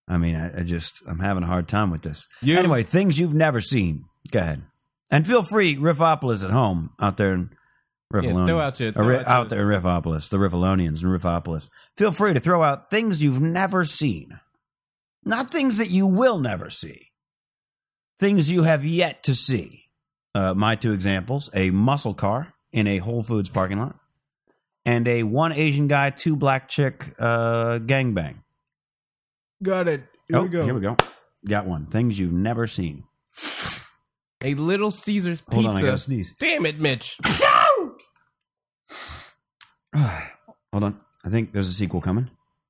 G: I mean, I, I just I'm having a hard time with this.
C: You-
G: Anyway, things you've never seen. Go ahead and feel free, Riffopolis at home out there in Riffalonia,
C: throw out your-
G: or
C: throw
G: Ri-
C: out your-
G: out there in Riffopolis, the Riffalonians in Riffopolis. Feel free to throw out things you've never seen, not things that you will never see, things you have yet to see. Uh, my two examples: a muscle car in a Whole Foods parking lot and a one Asian guy, two black chick uh, gangbang.
C: Got it.
G: oh, here we go. Got one. Things you've never seen.
C: A Little Caesars pizza.
G: Hold on, I gotta sneeze.
C: Damn it, Mitch.
G: *sighs* Hold on. I think there's a sequel coming.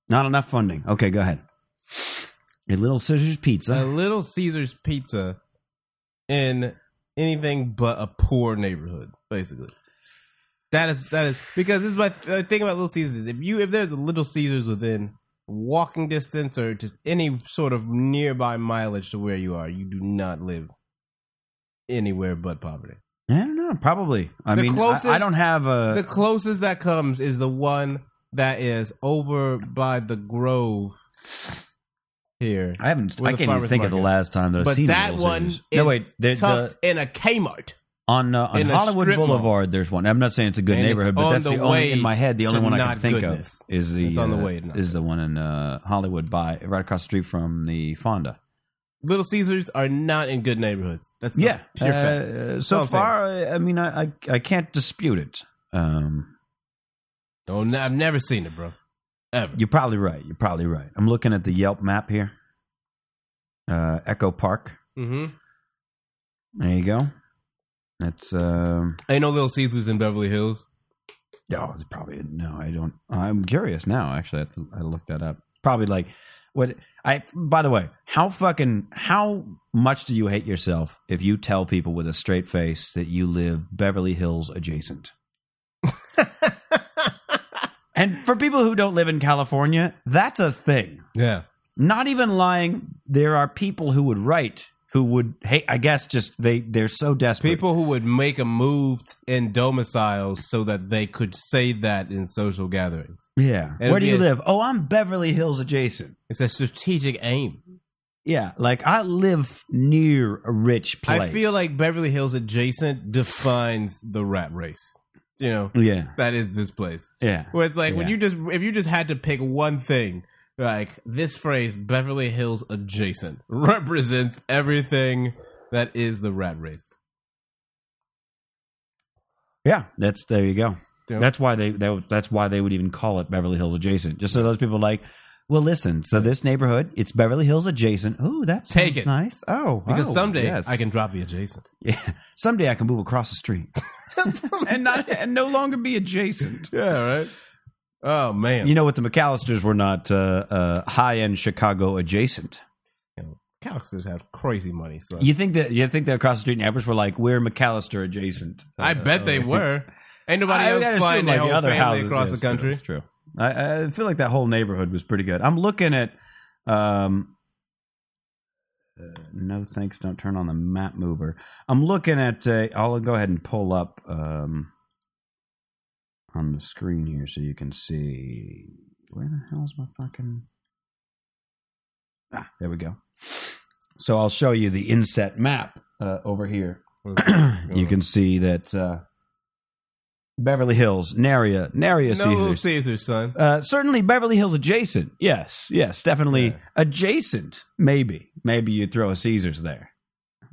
G: Not enough funding. Okay, go ahead. A Little Scissors
C: a
G: Pizza.
C: Little Caesars pizza in anything but a poor neighborhood, basically. That is that is because this is my the thing about Little Caesars. is If you if there's a Little Caesars within walking distance or just any sort of nearby mileage to where you are, you do not live anywhere but poverty.
G: I don't know. Probably. I
C: The
G: mean, I-
C: closest-
G: I, don't have a.
C: the closest that comes is the one that is over by the Grove here.
G: I haven't.
C: Or
G: I
C: the
G: can't even
C: farmer's
G: think of the
C: market.
G: last time that I've
C: but
G: seen a
C: that
G: Little
C: one
G: Scissors.
C: is
G: No, wait. There's the,
C: tucked in a Kmart.
G: on uh, on
C: in a
G: Hollywood
C: strip mall.
G: Boulevard. There's one. I'm not saying it's a good
C: And it's
G: neighborhood, but
C: on
G: that's
C: the
G: the, only
C: way
G: in my head. The
C: to
G: only one I can
C: not
G: think
C: goodness.
G: of is the
C: It's on the
G: uh,
C: way to not
G: is the one in uh, Hollywood by right across the street from the Fonda.
C: Little Caesars are not in good neighborhoods. That's a
G: yeah,
C: pure
G: uh,
C: fact.
G: uh,
C: all
G: so
C: I'm saying.
G: far, I, I mean, I, I I can't dispute it. Um,
C: Oh, no, I've never seen it, bro. Ever.
G: you're probably right. You're probably right. I'm looking at the Yelp map here. Uh, Echo Park.
C: mm-hmm.
G: There you go. That's um,
C: Ain't no Little Caesars in Beverly Hills.
G: No, it's probably no. I don't. I'm curious now. Actually, I, have to- I looked that up. Probably like what I. By the way, how fucking how much do you hate yourself if you tell people with a straight face that you live Beverly Hills adjacent? and for people who don't live in California, that's a thing.
C: Yeah.
G: Not even lying. There are people who would write who would hate. I guess just they they're so desperate.
C: People who would make a move in domiciles so that they could say that in social gatherings.
G: Yeah.
C: It'd
G: Where do
C: be
G: you
C: a-
G: live? Oh, I'm Beverly Hills adjacent.
C: It's a strategic aim.
G: Yeah, like I live near a rich place.
C: I feel like Beverly Hills adjacent defines the rat race. You know,
G: yeah,
C: that is this place.
G: yeah.
C: Where it's like when
G: Yeah.
C: you just if you just had to pick one thing, like this phrase Beverly Hills adjacent *laughs* represents everything that is the rat race.
G: Yeah, that's there you go.
C: Yeah.
G: That's why they, they that's why they would even call it Beverly Hills adjacent. Just so those people like, well, listen. So this neighborhood, it's Beverly Hills adjacent. Ooh, that's
C: Take it.
G: nice. Oh,
C: Because
G: oh,
C: someday
G: yes.
C: I can drop the adjacent.
G: Yeah, someday I
C: *laughs*
G: can move across the street and not and no longer be adjacent.
C: Yeah, right. Oh man,
G: You know what? The McAllisters were not uh, uh, high end Chicago adjacent.
C: Calixers have crazy money, son.
G: You think that you think that across the street in Amherst were like we're McAllister adjacent? Uh,
C: I bet they were. Ain't nobody
G: I
C: else
G: gotta
C: flying
G: assume,
C: their
G: like,
C: whole family across
G: yes,
C: the country.
G: That's true. I, I feel like that whole neighborhood was pretty good. I'm looking at. Um, uh, no thanks. Don't turn on the map mover. I'm looking at. Uh, I'll go ahead and pull up um, on the screen here so you can see. Where the hell's my fucking? Ah, there we go. So I'll show you the inset map uh, over here. *clears throat* you can see that uh, Beverly Hills, Naria, Naria
C: No little
G: Caesars.
C: Caesar, son.
G: Uh, certainly Beverly Hills adjacent. Yes, yes, definitely
C: Yeah.
G: adjacent. Maybe, maybe you throw a Caesars there.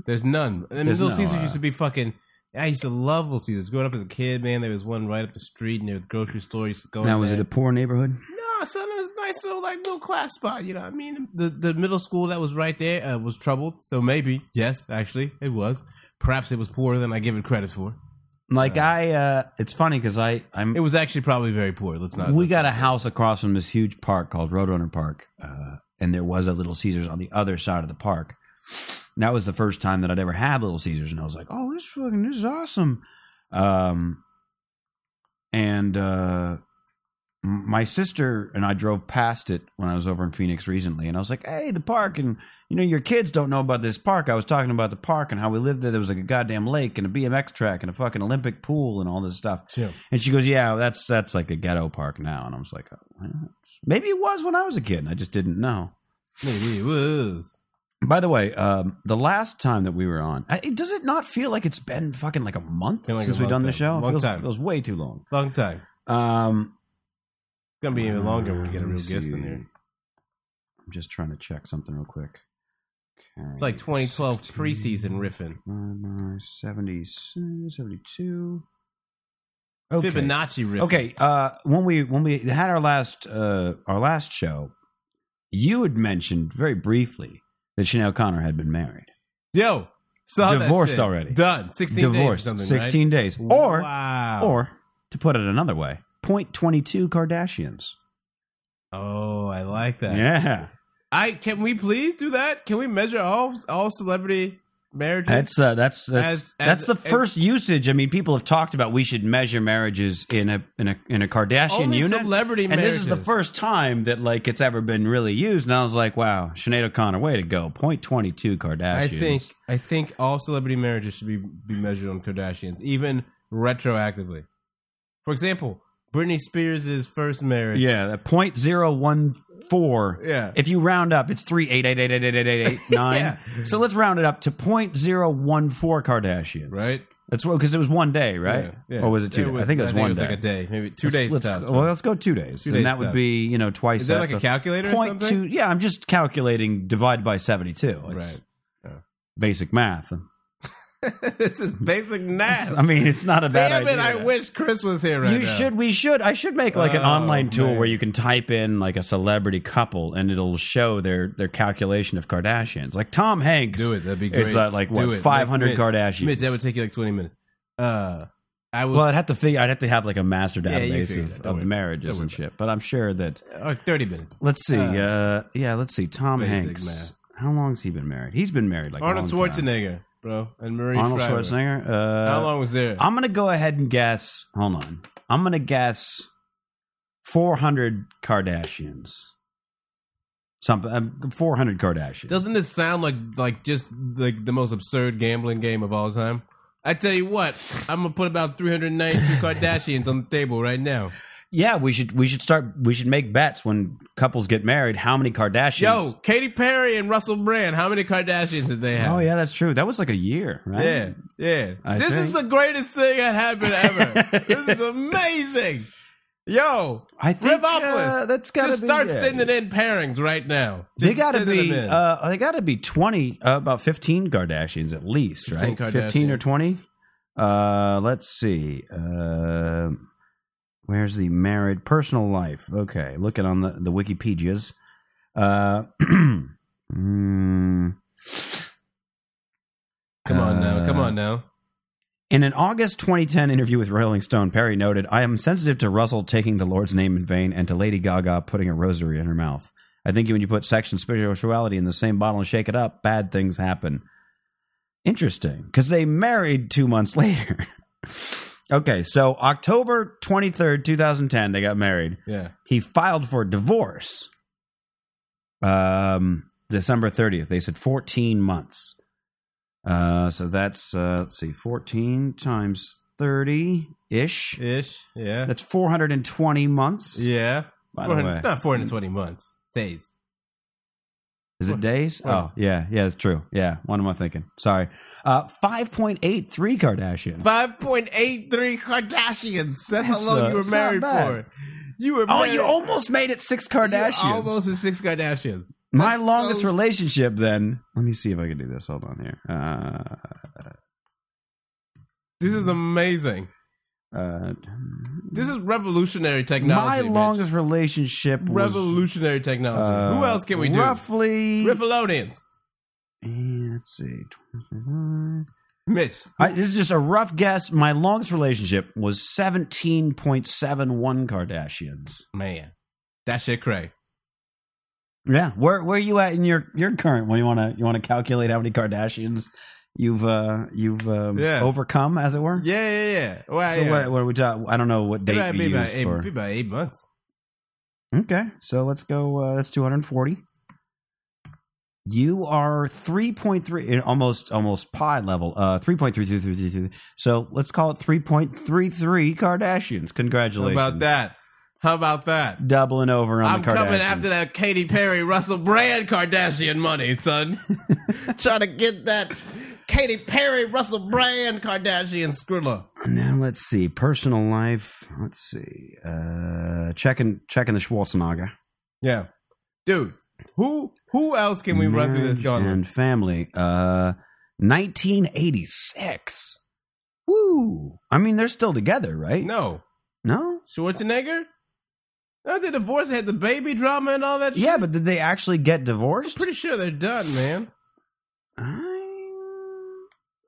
C: There's none. I mean,
G: There's
C: Little
G: no,
C: Caesars
G: uh,
C: used to be fucking. I used to love Little Caesars. Growing up as a kid, man, there was one right up the street near the grocery store. I used to go.
G: now,
C: in
G: was
C: there.
G: it a poor neighborhood?
C: No, son, it was a nice little like middle class spot. You know, what I mean, the the middle school that was right there uh, was troubled. So maybe, yes, actually, it was. Perhaps it was poorer than I give it credit for.
G: Like I, uh, it's funny because I, I'm.
C: It was actually probably very poor. Let's not.
G: we got a house across from this huge park called Roadrunner Park, uh, and there was a Little Caesars on the other side of the park. And that was the first time that I'd ever had Little Caesars, and I was like, "Oh, this fucking this is awesome." Um, and uh, m- my sister and I drove past it when I was over in Phoenix recently, and I was like, "Hey, the park!" And you know, your kids don't know about this park. I was talking about the park and how we lived there. There was like a goddamn lake and a BMX track and a fucking Olympic pool and all this stuff.
C: Jim.
G: And she goes, "Yeah, that's that's like a ghetto park now." And I was like, oh, well, that's- "Maybe it was when I was a kid, and I just didn't know."
C: Maybe it was.
G: By the way, um, the last time that we were on, I, does it not feel like it's been fucking like a month
C: Been like a
G: since we've
C: long
G: done the
C: time.
G: show? It
C: Long
G: feels,
C: time.
G: feels way too long.
C: Long time.
G: Um,
C: It's gonna be even longer when we get a
G: let me
C: real guest
G: see.
C: in there.
G: I'm just trying to check something real quick. Okay,
C: It's like 2012 preseason riffing.
G: Uh, 70, 72. Okay.
C: Fibonacci riffing.
G: Okay, uh, when we when we had our last uh, our last show, you had mentioned very briefly that Chanel Connor had been married,
C: Yo, saw that
G: Divorced
C: shit.
G: already.
C: Done. 16 days or
G: divorced,
C: something, right?
G: sixteen days, or
C: wow.
G: or to put it another way, point twenty two Kardashians.
C: Oh, I like that.
G: Yeah,
C: I can we please do that? Can we measure all all celebrity marriages?
G: that's uh, that's that's
C: As- as-
G: that's the
C: as-
G: first usage. I mean, people have talked about we should measure marriages in a in a in a Kardashian
C: Only
G: unit.
C: celebrity
G: and this is the
C: marriages.
G: first time that like it's ever been really used, and I was like, "Wow, Sinead O'Connor, way to go!" Point twenty two Kardashians.
C: I think I think all celebrity marriages should be be measured on Kardashians, even retroactively. For example, Britney Spears' first marriage.
G: Yeah, that point zero one four.
C: Yeah.
G: If you round up, it's three eight eight eight eight eight
C: *laughs*
G: eight eight eight nine.
C: Yeah.
G: So let's round it up to point zero one four Kardashians.
C: Right?
G: That's what because it was one day, right?
C: Yeah, yeah.
G: Or was it two? days? I think it was one day.
C: like a day, maybe 2
G: Let's-
C: days.
G: Let's,
C: tops,
G: well,
C: but-
G: let's go two days,
C: Two
G: and
C: days
G: that would
C: tops.
G: be you know twice.
C: is that like
G: so
C: a calculator or
G: point
C: something?
G: two? Yeah, I'm just calculating divide by seventy two.
C: Right.
G: Basic math.
C: *laughs* this is basic math.
G: I mean, it's not a bad
C: Damn it!
G: idea.
C: I wish Chris was here right
G: You
C: now.
G: should. We should. I should make like an
C: Oh,
G: online tool
C: man.
G: where you can type in like a celebrity couple, and it'll show their their calculation of Kardashians. Like Tom Hanks.
C: do it. That'd be great.
G: It's uh, like
C: Do
G: what
C: it.
G: five hundred
C: Mitch,
G: Kardashians.
C: Mitch, that would take you like twenty minutes. Uh, I was
G: well, I'd have to figure. I'd have to have like a master
C: Yeah, you
G: database
C: figure that.
G: of,
C: Don't
G: of the
C: worry.
G: marriages
C: Don't worry
G: and shit. But I'm sure that.
C: or thirty minutes.
G: Let's see. Uh,
C: Uh,
G: yeah, let's see. Tom
C: basic
G: Hanks.
C: math.
G: How long's he been married? He's been married like a
C: Arnold
G: long time.
C: Schwarzenegger, bro, and Marie
G: Arnold
C: Shriver.
G: Schwarzenegger.
C: How
G: Uh,
C: long was there?
G: I'm gonna go ahead and guess. Hold on. I'm gonna guess 400 Kardashians. Something. Um, 400 Kardashians.
C: Doesn't this sound like like just like the most absurd gambling game of all time? I tell you what, I'm gonna put about
G: *laughs*
C: 392 Kardashians on the table right now.
G: yeah, we should we should start. We should make bets when couples get married. How many Kardashians?
C: Yo, Katy Perry and Russell Brand. How many Kardashians did they have?
G: Oh yeah, that's true. That was like a year, right?
C: Yeah, yeah.
G: I
C: this
G: think-
C: is the greatest thing that happened
G: *laughs*
C: ever. this is amazing. Yo,
G: I think
C: Rivopolis,
G: uh, that's gotta
C: just
G: be,
C: start
G: yeah.
C: sending in pairings right now. Just
G: They gotta
C: sending
G: be.
C: them in.
G: Uh, they gotta be 20, uh, about 15 Kardashians at least,
C: 15
G: right? 15 or
C: Kardashians.
G: 20. Uh, let's see. Uh, where's the married personal life? Okay, look at on the the Wikipedia's. Uh, *clears throat* uh,
C: come on now, come on now.
G: In an August 2010 interview with Rolling Stone, Perry noted, I am sensitive to Russell taking the Lord's name in vain and to Lady Gaga putting a rosary in her mouth. I think when you put sex and spirituality in the same bottle and shake it up, bad things happen. Interesting, because they married two months *laughs* later. okay, so October 23rd, 2010, they got married.
C: Yeah.
G: He filed for divorce. Um, December 30th. They said 14 months. Uh, so that's uh, let's see, 14 times 30 ish.
C: Ish. Yeah.
G: That's 420 months.
C: yeah.
G: By the
C: 400
G: way.
C: Not 420 months. Days.
G: Is it days? Oh, yeah, yeah, that's true. Yeah, what am I thinking? Sorry. Uh, 5.83 Kardashians.
C: 5.83 Kardashians. That's how
G: That's,
C: long
G: uh,
C: you were
G: it's not
C: married
G: bad.
C: for. You were
G: Oh,
C: married.
G: you almost made it six Kardashians.
C: You almost with six Kardashians.
G: My
C: That's
G: longest
C: so-
G: relationship, then. Let me see if I can do this. Hold on here. Uh,
C: This is amazing.
G: uh,
C: This is revolutionary
G: my
C: technology. Mitch.
G: longest relationship was
C: revolutionary technology.
G: uh,
C: Who else can we do?
G: Roughly.
C: Riffalonians.
G: And let's see. 25.
C: Mitch.
G: I, this is just a rough guess. My longest relationship was 17.71 Kardashians.
C: Man. That shit cray.
G: Yeah. Where where are you at in your your current one? You wanna you wanna calculate how many Kardashians you've uh you've um,
C: Yeah.
G: overcome, as it were?
C: Yeah, yeah, yeah. Well,
G: So
C: yeah.
G: what, what are we talking? I don't know what
C: Be
G: date
C: about,
G: we
C: be, about
G: use
C: eight,
G: for.
C: be about eight months.
G: Okay, so let's go. Uh, that's two hundred forty. You are three point three, eh, almost almost pi level. Uh, three point three three three three three. So let's call it three point three three Kardashians.
C: How
G: Congratulations
C: about that? How about that?
G: Doubling over on
C: I'm
G: the Kardashians.
C: coming after that Katy Perry, Russell Brand, Kardashian money, son. *laughs* Trying to get that Katy Perry, Russell Brand, Kardashian scribbler.
G: Now let's see. Personal life. Let's see. Uh, checking checking the Schwarzenegger.
C: Yeah, dude. Who who else can we run through this
G: Marriage
C: gauntlet?
G: and family. Uh, 1986. Woo! I mean, they're still together, right?
C: No,
G: No?
C: Schwarzenegger. No, they divorced, had the baby drama and all that.
G: Yeah,
C: shit?
G: but did they actually get divorced?
C: pretty sure they're done, man.
G: I'm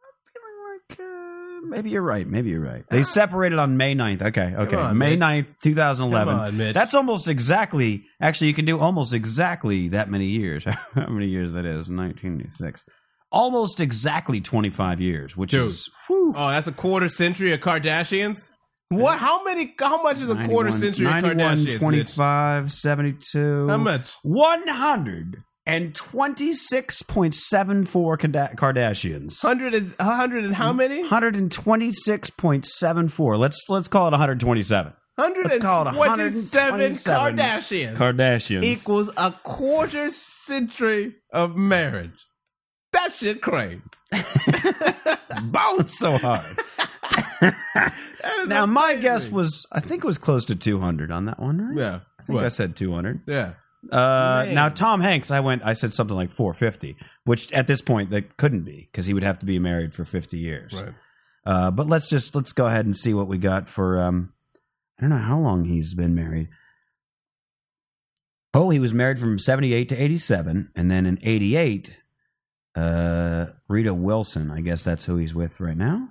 G: I'm feeling like uh, maybe you're right. Maybe you're right. They separated on May 9th. Okay, okay.
C: Ah. on,
G: May
C: Mitch.
G: 9th, 2011.
C: Come on, Mitch.
G: That's almost exactly, actually, you can do almost exactly that many years. *laughs* How many years that is? 1986. Almost exactly 25 years, which
C: Dude.
G: is. Whew,
C: Oh, that's a quarter century of Kardashians. What? How many? How much is a quarter
G: 91,
C: century of
G: 91,
C: Kardashians? Mitch?
G: 25, 72.
C: How much?
G: 126.74 Kada- Kardashians.
C: Hundred and hundred and how many?
G: 126.74. Let's let's call it 127. Let's call it
C: 127
G: 127
C: Kardashians
G: Kardashians.
C: equals a quarter century of marriage. That shit crazy.
G: Ballin' so *laughs* hard. now my guess was I think it was close to 200 on that one, right?
C: Yeah.
G: I think I
C: What?
G: said 200.
C: Yeah.
G: Uh,
C: Man.
G: now Tom Hanks, I went I said something like 450, which at this point that couldn't be cuz he would have to be married for 50 years.
C: Right.
G: Uh, but let's just let's go ahead and see what we got for um I don't know how long he's been married. Oh, he was married from 78 to 87 and then in 88 uh Rita Wilson, I guess that's who he's with right now.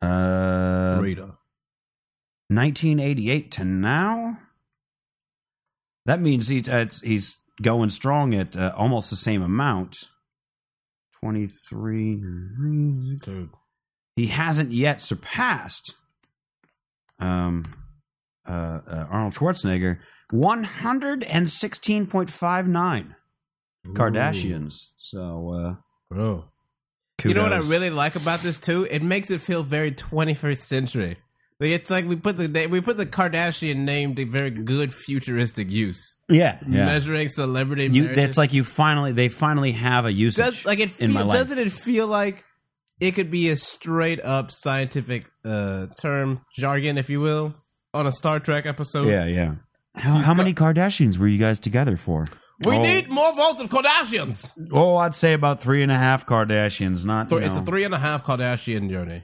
G: Uh
C: Rita.
G: 1988 to now. That means he's uh, he's going strong at uh, almost the same amount. 23 he hasn't yet surpassed um, uh, uh, Arnold Schwarzenegger 116.59 Kardashians. So, uh,
C: Bro. You know what I
G: kudos.
C: really like about this too? It makes it feel very 21st century. Like it's like we put the na- we put the Kardashian name to very good futuristic use.
G: yeah, yeah.
C: Measuring celebrity
G: You,
C: marriages.
G: it's like you finally they finally have a usage.
C: Does like it feel,
G: in my life.
C: doesn't it feel like it could be a straight up scientific uh term jargon, if you will, on a Star Trek episode?
G: yeah, yeah. How, how many Kardashians were you guys together for?
C: We
G: Oh.
C: need more votes of Kardashians.
G: Oh, I'd say about three and a half Kardashians. Not
C: So
G: you
C: It's a
G: know. *laughs*
C: three and a half Kardashian journey.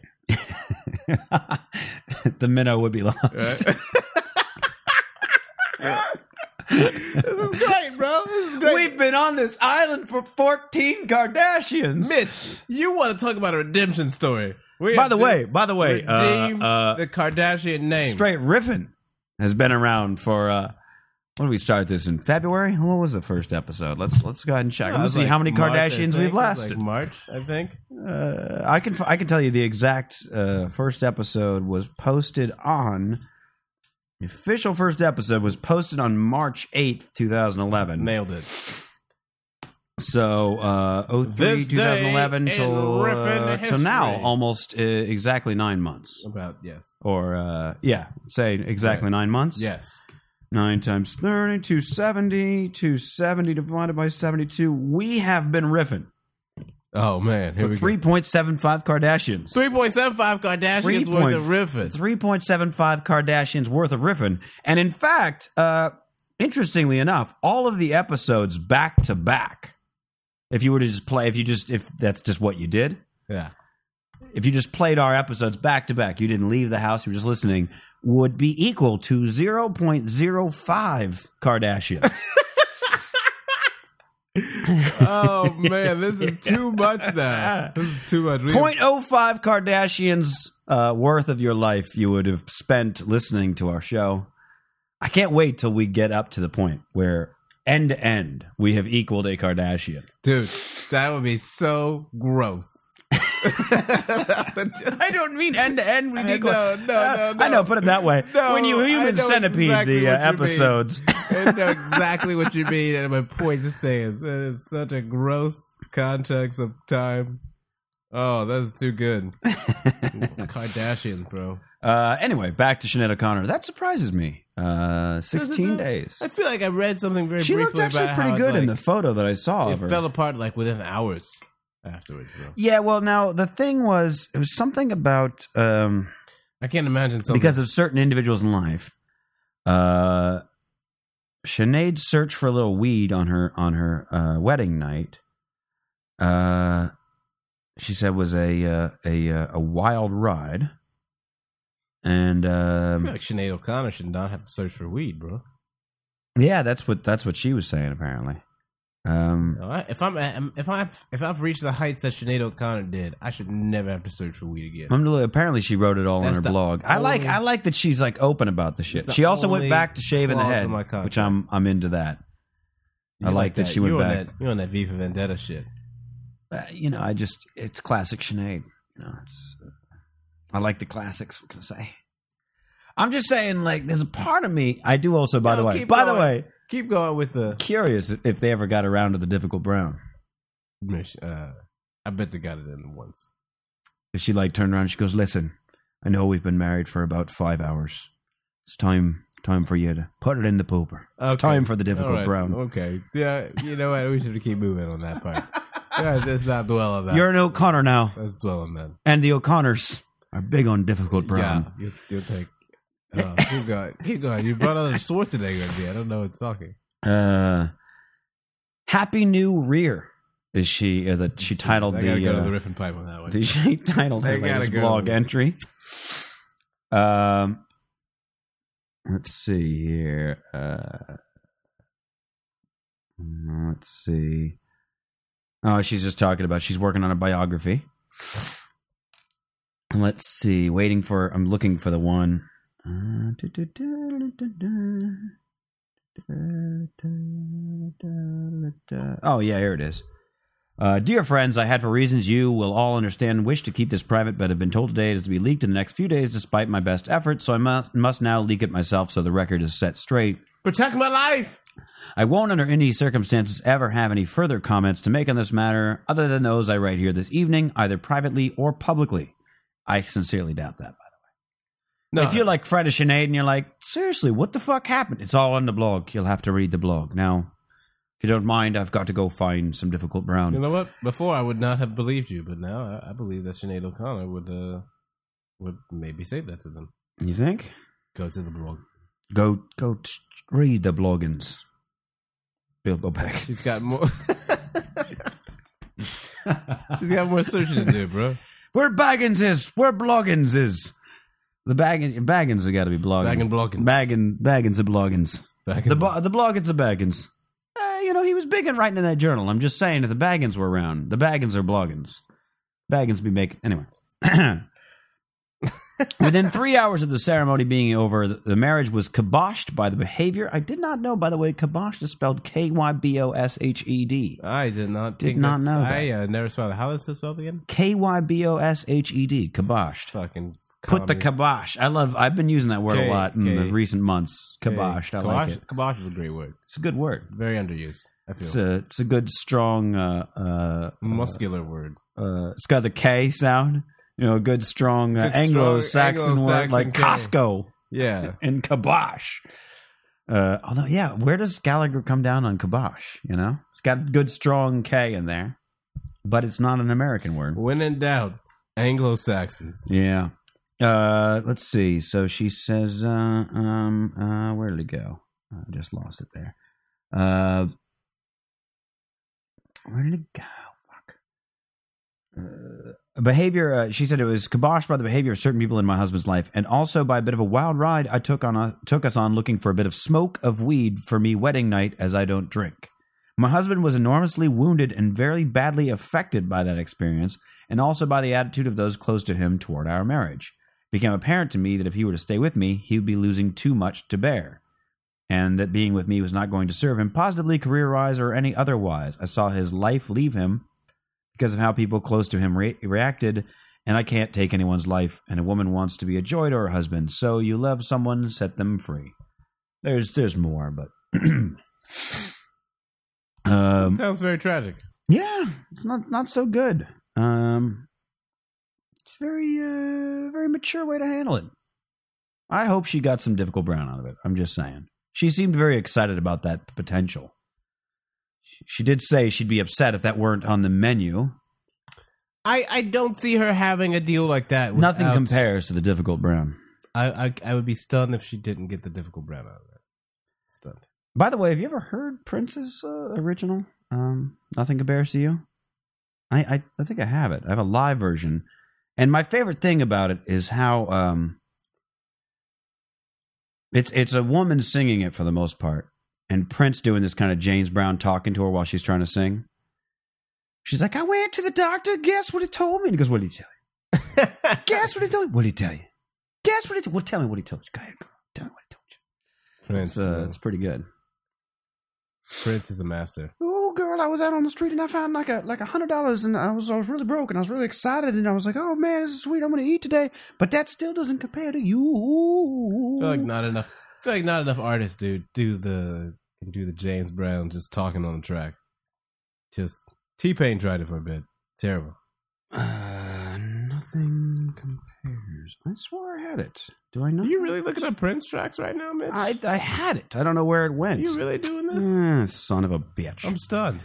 G: the minnow would be lost.
C: This is great, bro. This is great.
G: We've been on this island for 14 Kardashians.
C: Mitch, you want to talk about a redemption story? We
G: By
C: have
G: the
C: to
G: way, by the way, uh,
C: redeem
G: uh,
C: the Kardashian name.
G: Straight Riffin has been around for uh when did we start this in February? What was the first episode? Let's let's go ahead and check.
C: I
G: Let's
C: was
G: see
C: like
G: how many
C: March, I
G: Kardashians
C: think.
G: we've
C: It was
G: lasted.
C: Like March, I think.
G: uh, I can I can tell you the exact uh, first episode was posted on the official first episode was posted on March eighth, two thousand eleven.
C: Nailed it.
G: So, uh, 03,
C: This day
G: 2011
C: in
G: till, uh,
C: Riffin
G: till now,
C: history.
G: almost uh, exactly nine months.
C: About yes,
G: Or, uh, yeah, say exactly
C: Right.
G: nine months.
C: yes.
G: 9 times 30, 270, 270 divided by 72. We have been riffing
C: Oh man, here
G: for
C: we
G: 3.75 Kardashians.
C: go. Three point seven five Kardashians worth of riffing.
G: 3.75 Kardashians worth of riffing. And in fact, uh, interestingly enough, all of the episodes back to back, if you were to just play, if you just, if that's just what you did, *laughs*
C: Yeah,
G: if you just played our episodes back to back, you didn't leave the house, you were just listening, would be equal to 0.05 Kardashians.
C: oh man, this is too much
G: *laughs*
C: now. This is too much. We-
G: 0.05 Kardashians uh, worth of your life you would have spent listening to our show. I can't wait till we get up to the point where end to end we have equaled a Kardashian.
C: dude, that would be so gross. *laughs*
G: I don't mean end to end. *laughs*
C: I know, no, no, no.
G: I know. Put it that way.
C: No,
G: when you
C: I
G: human
C: know
G: centipede
C: exactly
G: the uh,
C: what you mean.
G: episodes,
C: I know exactly what you mean, and my point stands. It is such a gross context of time. Oh, that is too good.
G: *laughs*
C: Kardashians, bro.
G: Uh, anyway, back to Sinead O'Connor. That surprises me. Uh,
C: Does it,
G: Sixteen
C: though?
G: days.
C: I feel like I read something very
G: She
C: briefly
G: looked actually
C: about
G: pretty
C: how
G: good
C: like,
G: in the photo that I saw of her.
C: It fell apart like within hours afterwards, bro.
G: yeah, well, now the thing was, it was something about um,
C: I can't imagine something.
G: because of certain individuals in life. Uh, Sinead's search for a little weed on her on her uh, wedding night. Uh, she said was a uh, a uh, a wild ride, and
C: I
G: um,
C: feel like Sinead O'Connor should not have to search for weed, bro.
G: Yeah, that's what that's what she was saying apparently. Um,
C: No, I- If I'm if I if I've reached the heights that Sinead O'Connor did, I should never have to search for weed again.
G: I'm really- apparently she wrote it all on
C: That's
G: her
C: the
G: blog. I like
C: only-
G: I like that she's like open about the shit.
C: the
G: she also went
C: only
G: back to shaving the
C: clause
G: head,
C: in my contract.
G: which I'm I'm into that.
C: You
G: I like that she went
C: you on
G: back.
C: That, you on that V for Vendetta shit?
G: Uh, you know, I just it's classic Sinead. You know, it's, uh, I like the classics. What can I say? I'm just saying, like, there's a part of me. I do also, by
C: No,
G: the way,
C: keep
G: by the
C: going.
G: way,
C: Keep going with the.
G: curious if they ever got around to the difficult brown.
C: Uh, I bet they got it in once.
G: And she like turned around and she goes, Listen, I know we've been married for about five hours. It's time time for you to put it in the pooper.
C: Okay.
G: It's time for the
C: All
G: difficult
C: right,
G: brown.
C: Okay. Yeah. You know what? We should keep moving on that part.
G: *laughs*
C: Yeah, let's not dwell on that.
G: You're an O'Connor now,
C: let's dwell on that.
G: and the O'Connors are big on difficult brown.
C: Yeah. You, you'll take.
G: *laughs*
C: Uh, keep going. Keep going. You brought out a Schwarzenegger idea. I don't know what's talking.
G: Uh Happy New Rear is she uh, that she titled
C: I gotta
G: the,
C: go
G: uh,
C: to the riff and pipe on that one.
G: the she titled
C: I
G: her
C: gotta
G: latest
C: go.
G: blog entry. Um, let's see here. Uh, let's see. Oh, she's just talking about she's working on a biography. And Let's see. Waiting for. I'm looking for the one. Uh, Oh yeah, here it is. Uh, dear friends, I had for reasons you will all understand wish to keep this private, but have been told today it is to be leaked in the next few days despite my best efforts, so I must, must now leak it myself so the record is set straight.
C: Protect my life.
G: I won't, under any circumstances, ever have any further comments to make on this matter other than those I write here this evening, either privately or publicly. I sincerely doubt that.
C: No.
G: If you're like Fred or Sinead and you're like, seriously, what the fuck happened? It's all on the blog. You'll have to read the blog. Now, if you don't mind, I've got to go find some difficult brown.
C: You know what? Before I would not have believed you, but now I, I believe that Sinead O'Connor would uh, would maybe say that to them.
G: you think?
C: Go to the blog.
G: Go go t- read the bloggins. Bilbo Baggins.
C: She's
G: *laughs*
C: got more. *laughs* She's got more searching to do, bro.
G: Where Baggins is? Where Bloggins is? The Baggins, Baggins have got to be blogging.
C: Baggin' Bloggins.
G: Baggin, Baggins are bloggins.
C: Back in
G: The, bo- the blog, it's the Baggins. Uh, you know, he was big in writing in that journal. I'm just saying, if the Baggins were around, the Baggins are bloggins. Baggins be making.
C: *laughs*
G: Anyway. Within three hours of the ceremony being over, the- the marriage was kiboshed by the behavior. I did not know, by the way, kiboshed is spelled K Y B O S H E D.
C: I did not
G: Did
C: think
G: not
C: that's-
G: know
C: I uh, never spelled it. How is this spelled again?
G: K Y B O S H E D, kiboshed.
C: Fucking
G: Put the
C: commies.
G: kibosh. I love. I've been using that word
C: K-
G: a lot in
C: K-
G: the recent months. Kiboshed. I like
C: Kibosh-
G: it.
C: Kibosh is a great word.
G: It's a good word.
C: Very underused. I feel
G: It's a it's a good strong. Uh, uh,
C: muscular word.
G: uh, it's got the K sound. You know, a good strong uh,
C: Good strong
G: Anglo-Saxon word
C: Anglo-Saxon
G: like
C: K.
G: Costco
C: Yeah,
G: and kibosh. Uh, although, yeah, where does Gallagher come down on kibosh? You know, it's got a good strong K in there, but it's not an American word.
C: when in doubt, Anglo Saxons.
G: Yeah. Uh, let's see. So she says, uh, um, uh, where did it go? I just lost it there. Uh, where did it go? Fuck. Uh, behavior. Uh, she said it was kiboshed by the behavior of certain people in my husband's life, and also by a bit of a wild ride I took on uh took us on looking for a bit of smoke of weed for me wedding night, as I don't drink. My husband was enormously wounded and very badly affected by that experience and also by the attitude of those close to him toward our marriage. It became apparent to me that if he were to stay with me, he would be losing too much to bear, and that being with me was not going to serve him positively, career wise, or any otherwise. I saw his life leave him because of how people close to him re- reacted, and I can't take anyone's life, and a woman wants to be a joy to her husband, so you love someone, set them free. There's there's more, but *clears throat* um,
C: Sounds very tragic.
G: yeah, it's not not so good. Um, it's very uh, very mature way to handle it. I hope she got some difficult brown out of it. I'm just saying. She seemed very excited about that potential. She did say she'd be upset if that weren't on the menu.
C: I, I don't see her having a deal like that.
G: Nothing
C: without-
G: compares to the difficult brown.
C: I, I I would be stunned if she didn't get the difficult brown out of it. Stunned.
G: By the way, have you ever heard Prince's uh, original? Um, Nothing compares to you. I, I I think I have it. I have a live version, and my favorite thing about it is how um, it's it's a woman singing it for the most part, and Prince doing this kind of James Brown talking to her while she's trying to sing. She's like, "I went to the doctor. Guess what he told me?" And he goes, "What did he tell *laughs* you? Guess what he told you? What did he tell you? Guess what he told? Well, tell me what he told you. Go ahead, girl. Tell me what he told you."
C: Prince,
G: It's uh, it's pretty good.
C: Prince is a master.
G: oh girl, I was out on the street and I found like a like a hundred dollars and I was I was really broke and I was really excited and I was like, oh man, this is sweet, I'm gonna eat today. But that still doesn't compare to you.
C: I feel like not enough. I feel like not enough artists do do the can do the James Brown just talking on the track. Just T Pain tried it for a bit. Terrible.
G: uh, nothing compares. I swore I had it. Do I not?
C: Are you really looking at Prince tracks right now, Mitch?
G: I I had it. I don't know where it went.
C: you really doing this?
G: Eh, son of a bitch.
C: I'm stunned.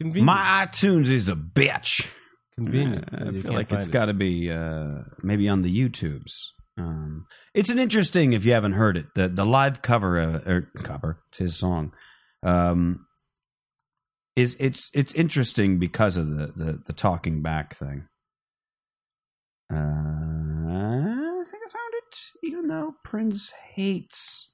C: Convenient.
G: My iTunes is a bitch.
C: Convenient.
G: Yeah, I
C: You
G: feel
C: can't
G: like
C: find
G: it's
C: it.
G: got to be uh, maybe on the YouTubes. Um, it's an interesting if you haven't heard it. The the live cover uh, or cover, it's his song. Um, is it's it's interesting because of the the, the talking back thing. Uh, I think I found it. Even though Prince hates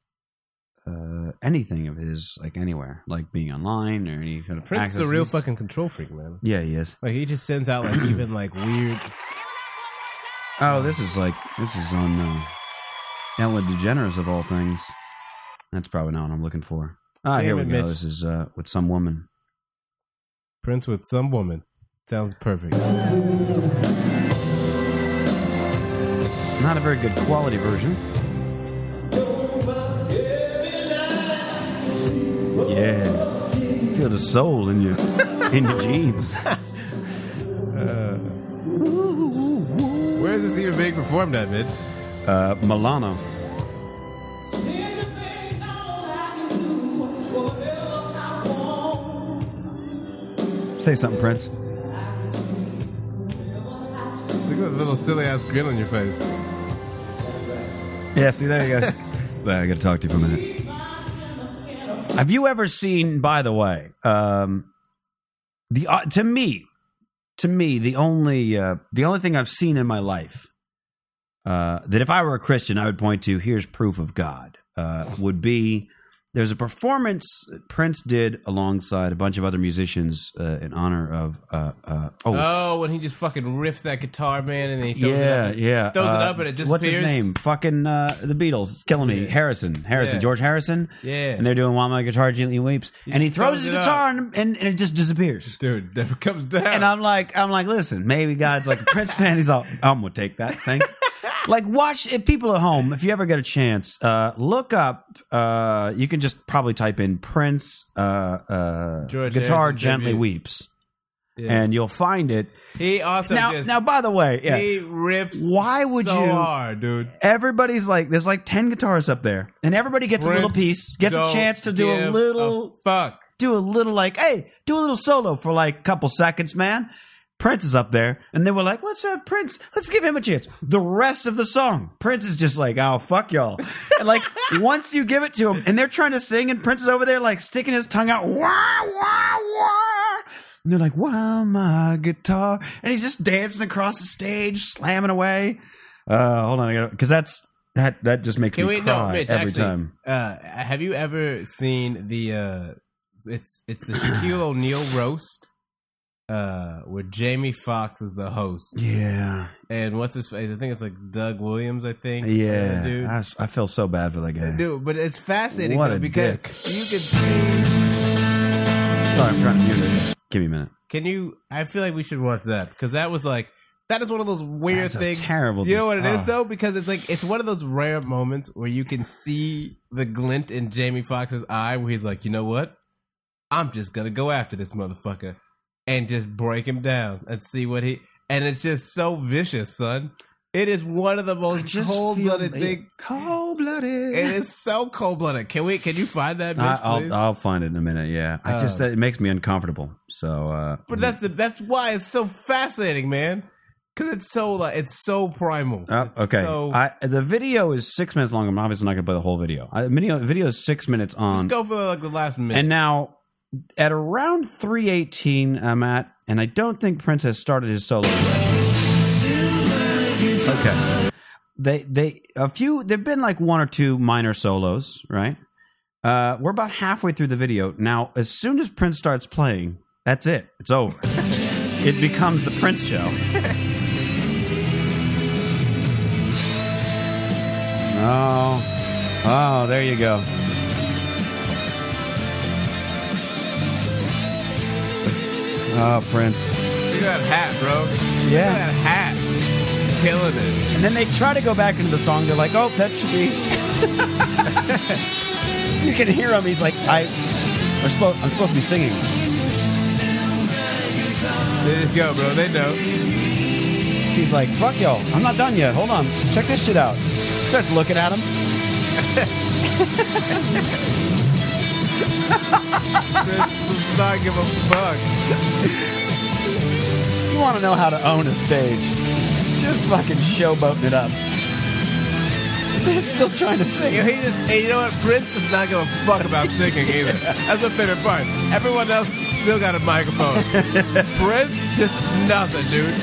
G: uh, anything of his, like anywhere, like being online or any kind of
C: Prince is a
G: access
C: real
G: is-
C: fucking control freak, man.
G: Yeah, he is.
C: Like he just sends out like even like weird.
G: Oh, this is like this is on uh, Ellen DeGeneres of all things. That's probably not what I'm looking for. Ah,
C: Damn
G: here we
C: it,
G: go.
C: Mitch.
G: This is uh, with some woman.
C: Prince with some woman sounds perfect.
G: Not a very good quality version. Yeah, feel the soul in your *laughs* in your jeans.
C: Where is this even being performed at, Mitch?
G: Uh, Milano. Say something, Prince.
C: Look at the little silly ass grin on your face.
G: Yeah, see, there you go. *laughs* Well, I got to talk to you for a minute. Have you ever seen, by the way, um, the uh, to me, to me, the only uh, the only thing I've seen in my life uh, that if I were a Christian, I would point to here's proof of God uh, would be There's a performance that Prince did alongside a bunch of other musicians uh, in honor of. Uh, uh, oh,
C: Oh, when he just fucking riffs that guitar, man, and then he throws
G: yeah,
C: it up.
G: yeah.
C: Throws it
G: Uh,
C: up and it disappears.
G: What's his name? Fucking uh, the Beatles. It's killing me.
C: Yeah.
G: Harrison. Harrison.
C: Yeah.
G: George Harrison.
C: Yeah.
G: And they're doing "While My Guitar Gently Weeps," and he throws
C: throws
G: his
C: it up.
G: guitar and, and and it just disappears.
C: Dude, never comes down.
G: And I'm like, I'm like, listen, maybe God's like a Prince fan. He's all, I'm gonna take that
C: *laughs*
G: thing. like, watch if people at home, if you ever get a chance, uh, look up. Uh, you can just probably type in Prince uh, uh,
C: George
G: guitar
C: Harrison
G: gently
C: tribute.
G: weeps,
C: Yeah.
G: and you'll find it.
C: he also
G: now,
C: just
G: now, by the way, yeah,
C: he riffs.
G: Why would
C: so
G: you-
C: hard, dude?
G: everybody's like, there's like ten guitars up there, and everybody gets a
C: Prince
G: little piece, gets a
C: don't
G: chance to do a
C: give
G: little
C: a fuck.
G: do a little like, hey, do a little solo for like a couple seconds, man. Prince is up there, and then we're like, let's have Prince, let's give him a chance. The rest of the song, Prince is just like, oh fuck y'all, and
C: *laughs*
G: like once you give it to him, and they're trying to sing, and Prince is over there like sticking his tongue out, wah wah wah. And they're like, wow, my guitar, and he's just dancing across the stage, slamming away. Uh, hold on, because that's that that just makes
C: Can
G: me
C: we
G: cry
C: no, Mitch?
G: every
C: actually,
G: time.
C: Uh, have you ever seen the? Uh, it's it's the
G: *clears throat*
C: Shaquille O'Neal roast, uh, where Jamie Foxx is the host,
G: Yeah,
C: and what's his face? I think it's like Doug Williams. I think.
G: yeah,
C: uh, dude.
G: I, I feel so bad for that guy.
C: Dude, but it's fascinating
G: What
C: though
G: a
C: because
G: dick.
C: you can see.
G: Sorry, I'm trying to mute it. Give me a minute.
C: Can you? I feel like we should watch that because that was like that is one of those weird
G: That's a
C: things.
G: terrible
C: You know what it is
G: oh.
C: though, because it's like it's one of those rare moments where you can see the glint in Jamie Foxx's eye, where he's like, you know what, I'm just gonna go after this motherfucker and just break him down and see what he. And it's just so vicious, son. It is one of the most cold blooded things.
G: Cold blooded.
C: It is so cold blooded. Can we? Can you find that? Mitch, please?
G: I'll I'll find it in a minute. Yeah, I just
C: Oh.
G: it makes me uncomfortable. So, uh,
C: But that's the, that's why it's so fascinating, man. Because it's so like it's so primal.
G: oh,
C: It's
G: okay.
C: so-
G: I, the video is six minutes long. I'm obviously not going to play the whole video. I, video video is six minutes on.
C: just go for like the last minute.
G: And now, at around 318, I'm at, and I don't think Prince has started his solo yet. Okay. They, they, a few, there've been like one or two minor solos, right? Uh, we're about halfway through the video. Now, as soon as Prince starts playing, that's it. It's over. it becomes the Prince show. oh, oh, there you go. Oh, Prince.
C: Look at that hat, bro. Look
G: Yeah.
C: at that hat, killing it.
G: And then they try to go back into the song. They're like, oh, that should be. *laughs* you can hear him. He's like, I, I'm supposed, I'm supposed to be singing.
C: They just go, bro. They know.
G: He's like, fuck yo, I'm not done yet. Hold on. Check this shit out. Starts looking at him.
C: They do not give a fuck.
G: You want to know how to own a stage. Just fucking showboating it up. *laughs* They're still trying to sing.
C: You know, he just, and you know what? Prince does not give a fuck
G: *laughs*
C: about singing either. That's the favorite part. Everyone else still got a
G: *laughs*
C: microphone. Prince just nothing, dude.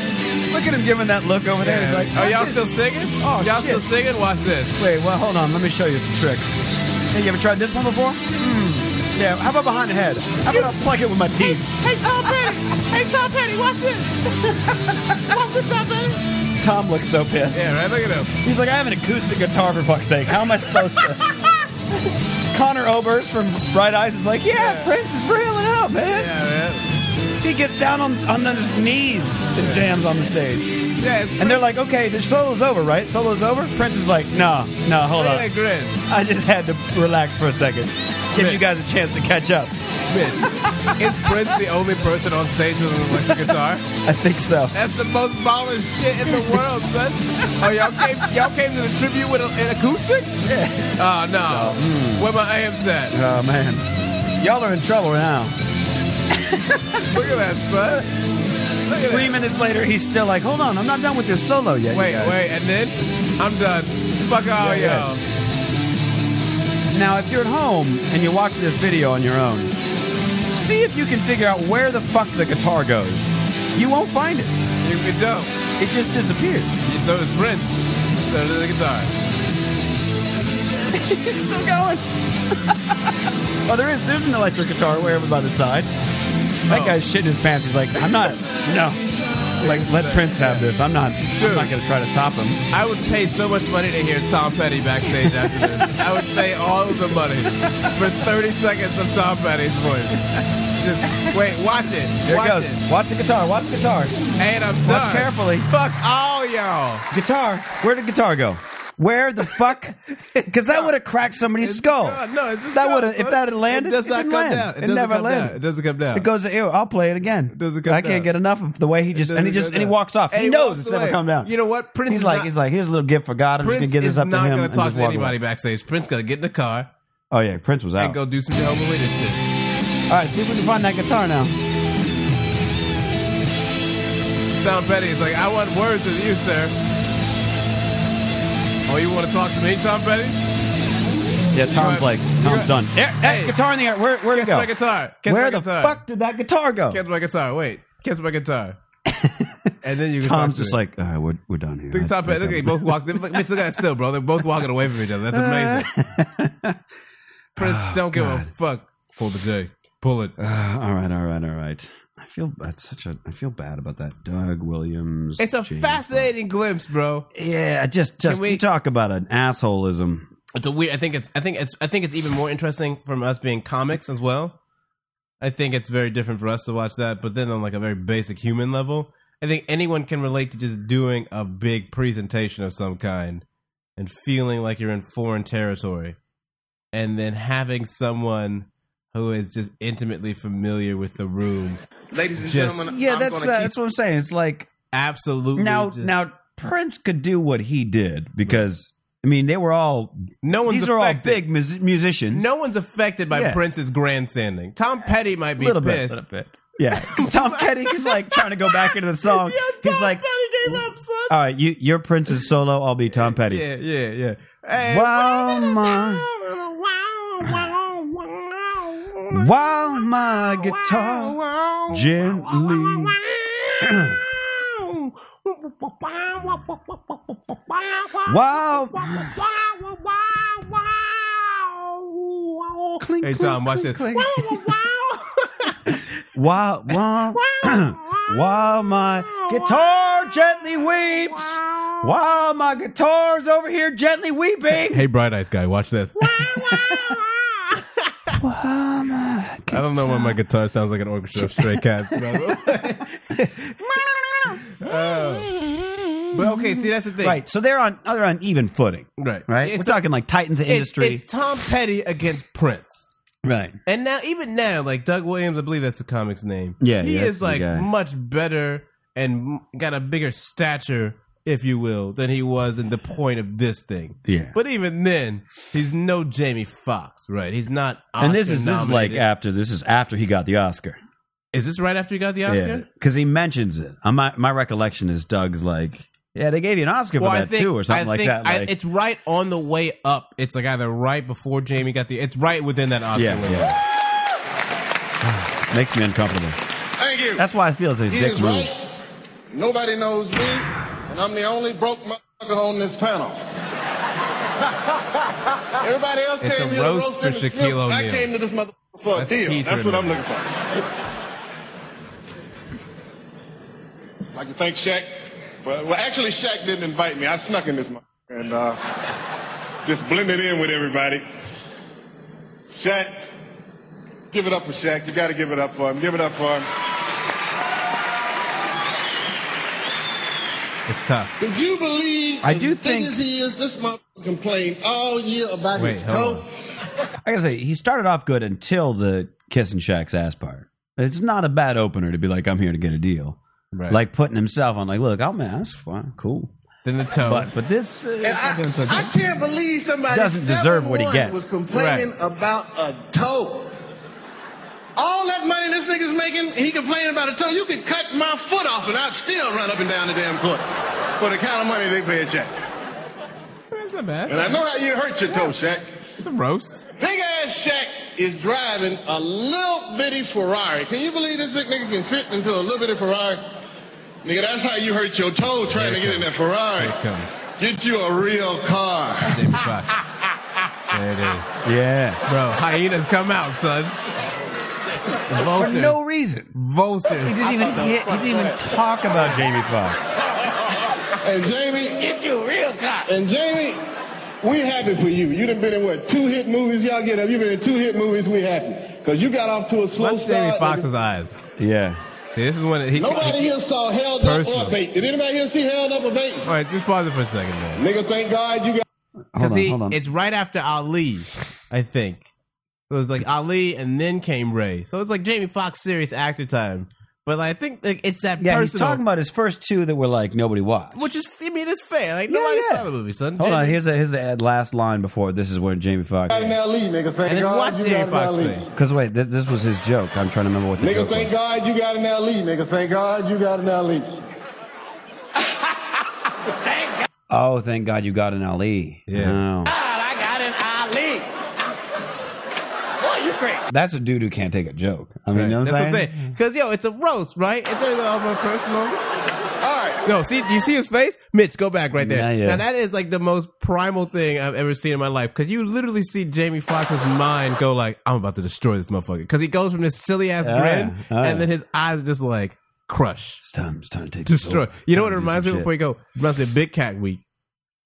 G: Look at him giving that look over there. He's like,
C: Are y'all
G: "What's
C: still
G: this?"
C: singing?
G: Oh,
C: y'all
G: shit.
C: still singing? Watch this.
G: Wait, well, hold on. Let me show you some tricks. Hey, you ever tried this one before? Hmm. Yeah, how about behind the head? How about I plug it with my teeth?
C: Hey Tom Petty! Hey Tom Petty, watch this! watch this, *laughs* Tom Petty!
G: Tom looks so pissed.
C: Yeah, right, look at him.
G: He's like, I have an acoustic guitar for fuck's sake. How am I supposed to? Connor Oberst from Bright Eyes is like, yeah, Prince is brilliant out, man.
C: Yeah, man.
G: He gets down on, on his knees and jams on the stage.
C: Yeah, it's
G: And they're like, okay, the solo's over, right? Solo's over? Prince is like, no, no, hold
C: look
G: on.
C: at that grin.
G: I just had to relax for a second. Give
C: Mitch.
G: you guys a chance to catch up.
C: Bitch. Is Prince the only person on stage with an electric guitar?
G: I think so.
C: That's the most baller shit in the world, son. Oh, y'all came y'all came to the tribute with a, an acoustic? Yeah. Oh no.
G: Hmm.
C: Where my amps at?
G: Oh, man. Y'all are in trouble now.
C: Look at that, son. Look at
G: Three
C: that.
G: minutes later, he's still like, hold on, I'm not done with this solo yet. you
C: Wait,
G: guys."
C: wait, and then I'm done. Fuck all
G: Yeah,
C: y'all.
G: Now, if you're at home and you watch this video on your own, see if you can figure out where the fuck the guitar goes. You won't find it.
C: You can don't.
G: It just disappears.
C: So does Prince. So does the guitar.
G: He's still going. *laughs* Oh, there is. There's an electric guitar way over by the side.
C: Oh.
G: That guy's shitting his pants. He's like, I'm not. No. Like, let Prince have this. I'm not. I'm not gonna try to top him.
C: I would pay so much money to hear Tom Petty backstage after this. I would pay all of the money for 30 seconds of Tom Petty's voice. Just wait, watch it.
G: Here
C: watch
G: it goes.
C: it.
G: Watch the guitar. Watch the guitar.
C: And I'm
G: Watch
C: done.
G: carefully.
C: Fuck all y'all.
G: Guitar. Where did guitar go? Where the fuck? Because that would have cracked somebody's skull.
C: gone. No, it's just
G: that
C: gone,
G: would have. If
C: bud.
G: that had landed,
C: it does not
G: didn't
C: come
G: land.
C: down. It,
G: It,
C: doesn't
G: never
C: come down.
G: landed.
C: It doesn't come down.
G: It goes, ew, I'll play it again.
C: Doesn't come
G: I can't
C: down.
G: get enough of the way he just, and he
C: doesn't
G: just,
C: come
G: and he
C: down.
G: walks off.
C: And
G: he
C: he
G: knows
C: walks
G: it's
C: away.
G: never come down.
C: You know what? Prince
G: he's
C: is
G: like,
C: not-
G: he's like, here's a little gift for God. I'm
C: Prince
G: just gonna give this
C: is
G: up
C: not
G: to him.
C: gonna
G: and
C: talk
G: just
C: to
G: walk
C: anybody
G: away.
C: backstage. Prince gonna get in the car
G: Oh yeah, Prince was
C: and
G: out.
C: go do some Jehovah's Witness shit.
G: All right, see if we can find that guitar now.
C: Tom Petty is like, I want words with you, sir. Oh, you want to talk to me, Tom Petty?
G: Yeah, Tom's
C: have-
G: like,
C: you
G: Tom's
C: have-
G: done. There, that
C: Hey.
G: guitar in the air. Where, where'd it
C: Catch
G: go?
C: my guitar. Catch
G: Where
C: my
G: the
C: guitar.
G: fuck did that guitar go?
C: Catch my guitar. Wait. Catch my
G: *laughs*
C: guitar. and then you can talk
G: Tom's
C: to
G: just
C: me.
G: like, all right, we're, we're done here.
C: Think
G: I-
C: Tom Petty. Look, they both walked. Look, Mitch, look at that still, bro. They're both walking away from each other. That's amazing.
G: *laughs*
C: Prince,
G: Oh,
C: don't give a fuck. Pull the J. Pull it.
G: Uh, *sighs* all right, all right, all right. I feel that's such a. I feel bad about that. Doug Williams.
C: It's a
G: James
C: fascinating glimpse, bro.
G: Bond. Yeah, just just
C: Can we-
G: you talk about an assholism.
C: It's a weird. I think it's. I think it's. I think it's even more interesting from us being comics as well. I think it's very different for us to watch that, but then on like a very basic human level, I think anyone can relate to just doing a big presentation of some kind and feeling like you're in foreign territory, and then having someone who is just intimately familiar with the room
B: Ladies and
C: Just-
B: gentlemen,
G: Yeah,
B: I'm
G: that's
B: gonna
G: uh,
B: keep
G: that's what I'm saying. It's like
C: absolutely
G: now
C: just-
G: now Prince could do what he did because I mean they were all
C: no one's
G: these are all
C: affected.
G: big mus- musicians.
C: No one's affected by
G: Yeah.
C: Prince's grandstanding. Tom Petty might be
G: little bit,
C: pissed.
G: little bit. Yeah, *laughs* 'Cause Tom Petty is like trying to go back into the *laughs* song. He's like, all right, you your Prince is solo. I'll be Tom Petty.
C: Yeah, yeah, yeah. Hey,
G: Wow, my. While my guitar gently. While Clink,
C: Hey, Tom, watch this.
G: While, while, while my guitar gently weeps. While my guitar's over here gently weeping.
C: Hey, bright eyes guy, watch this.
G: While my
C: I don't know why my guitar sounds like an orchestra of stray cats. brother. *laughs* Uh, but okay, see that's the thing,
G: Right, so they're on they're on even footing,
C: Right,
G: right?
C: It's,
G: We're talking like titans of
C: it's-
G: industry,
C: it's Tom Petty against Prince.
G: right?
C: And now, even now, like Doug Williams, I believe that's the comic's name.
G: Yeah,
C: he
G: yeah, that's
C: is
G: the
C: like
G: guy.
C: much better and m- got a bigger stature, if you will, than he was in the point of this thing.
G: Yeah.
C: But even then, he's no Jamie Foxx, right? He's not. Oscar
G: and this is this is like uh,
C: nominated.
G: after this is after he got the Oscar.
C: is this right after he got the Oscar?
G: because he mentions it. Uh, my my recollection is Doug's like, yeah, they gave you an Oscar for that too, or
C: I
G: something like
C: think
G: that.
C: I-
G: like-
C: it's right on the way up. It's like either right before Jamie got the. It's right within that Oscar
G: yeah,
C: window.
G: yeah. Makes me uncomfortable.
H: Thank you.
G: That's why I feel it's a
H: he
G: dick
H: is
G: move.
H: right. Nobody knows me, and I'm the only broke motherfucker on
C: *laughs*
H: this panel. Everybody else
C: It's
H: came
C: a
H: here
C: roast
H: to roast and
C: for
H: to
C: Shaquille
H: sniff, and I
C: O'Neal.
H: came to this motherfucker for
C: That's
H: a
C: key
H: deal.
C: to
H: That's what I'm
C: remember.
H: looking for. I'd like to thank Shaq. For, well, actually, Shaq didn't invite me. I snuck in this motherfucker and uh, just blended in with everybody. Shaq, give it up for Shaq. You got to give it up for him. Give it up for him.
C: It's tough.
H: Would you believe
G: I
H: as
G: do
H: big
G: think-
H: as he is, this motherfucker complained all year about
C: Wait,
H: his
C: hold
H: coat.
G: I gotta say, he started off good until the kissing Shaq's ass part. It's not a bad opener to be like, I'm here to get a deal.
C: Right.
G: Like putting himself on, like, look, oh man, that's fine, cool.
C: Then the toe.
G: But but this, uh,
H: And
G: it's
H: I,
G: okay.
H: I can't believe somebody
G: Doesn't deserve what he
H: 7'1"
G: gets.
H: was complaining about a toe. All that money this nigga's making, he complaining about a toe. You could cut my foot off and I'd still run up and down the damn court for the kind of money they pay Shaq.
C: that's not bad.
H: And I know how you hurt your toe, Shaq.
C: It's a roast.
H: Big ass Shaq is driving a little bitty Ferrari. Can you believe this big nigga can fit into a little bitty Ferrari? Nigga, that's how you hurt your toe trying to get in that Ferrari.
C: Here it comes.
H: Get you a real car.
C: Jamie Foxx. There it is.
G: Yeah.
C: Bro, hyenas come out, son.
G: For
C: Vultures.
G: no reason. He
C: vultures.
G: didn't even hit, he didn't even talk about Jamie Foxx.
H: And Jamie, get you real cop. And Jamie, we happy for you. You done been in what two hit movies? Y'all get up. You been in two hit movies. We happy because you got off to a slow
C: Watch
H: start.
C: Jamie Foxx's eyes.
G: Yeah.
C: See, this is when he.
H: Nobody
C: he
H: here saw Held Up
C: Personal.
H: or Bait. Did anybody here see Held Up or Bait?
C: all right, just pause it for a second, man.
H: Nigga, thank God you got.
C: Because
F: Hold on,
C: he,
F: hold on.
C: it's right after Ali, I think. So it's like Ali, and then came Ray. So it's like Jamie Foxx serious actor time. But like, I think like, it's that
G: Yeah, he's
C: personal,
G: talking about his first two that were like nobody watched.
C: which is I mean, it's fair. Like nobody
G: yeah.
C: saw the movie, son.
G: Hold on,
C: Jamie-
G: here's the, here's the last line before this is when Jamie Foxx.
H: an LE, E. nigga. Thank
C: and then
H: God
C: watch
H: you
C: Jamie Foxx
H: got an LE.
C: thing.
G: Because wait, this, this was his joke. I'm trying to remember what the
H: Nigga,
G: joke
H: thank
G: was.
H: God you got an LE. Nigga, thank God you got E. an LE.
G: Oh, thank God you got an Ali.
C: Yeah.
G: Oh. That's a dude who can't take a joke. I mean, you know what
C: That's what
G: I'm
C: I'm
G: saying?
C: saying. Because yo, it's a roast, right? It's all my personal.
H: All right.
C: No, see, do you see his face? Mitch, go back right there.
G: Yeah, yeah.
C: Now that is like the most primal thing I've ever seen in my life because you literally see Jamie Foxx's mind go like, "I'm about to destroy this motherfucker," because he goes from this silly ass
G: Yeah,
C: grin
G: yeah.
C: and then his eyes just like crush,
G: It's time. It's time to take this
C: destroy.
G: over.
C: You know what it
G: Time to do
C: reminds me
G: some
C: of before
G: shit.
C: you go? It reminds me of Big Cat Week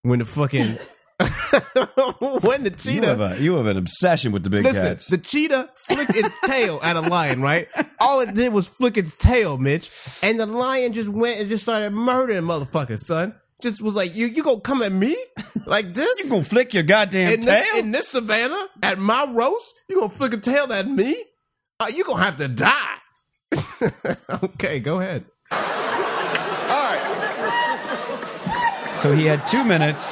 C: when the
G: *laughs*
C: fucking *laughs* when the
G: You have,
C: cheetah.
G: a, you have an obsession with the big
C: Listen,
G: cats.
C: the cheetah flicked its tail at a lion, right? All it did was flick its tail, Mitch, and the lion just went and just started murdering motherfuckers, son. Just was like, you you gonna come at me like this?
G: you gonna flick your goddamn
C: in
G: tail?
C: this in this savannah at my roast? You gonna flick a tail at me? Uh, you gonna have to die. *laughs* okay, go ahead.
H: All right.
G: so he had two minutes.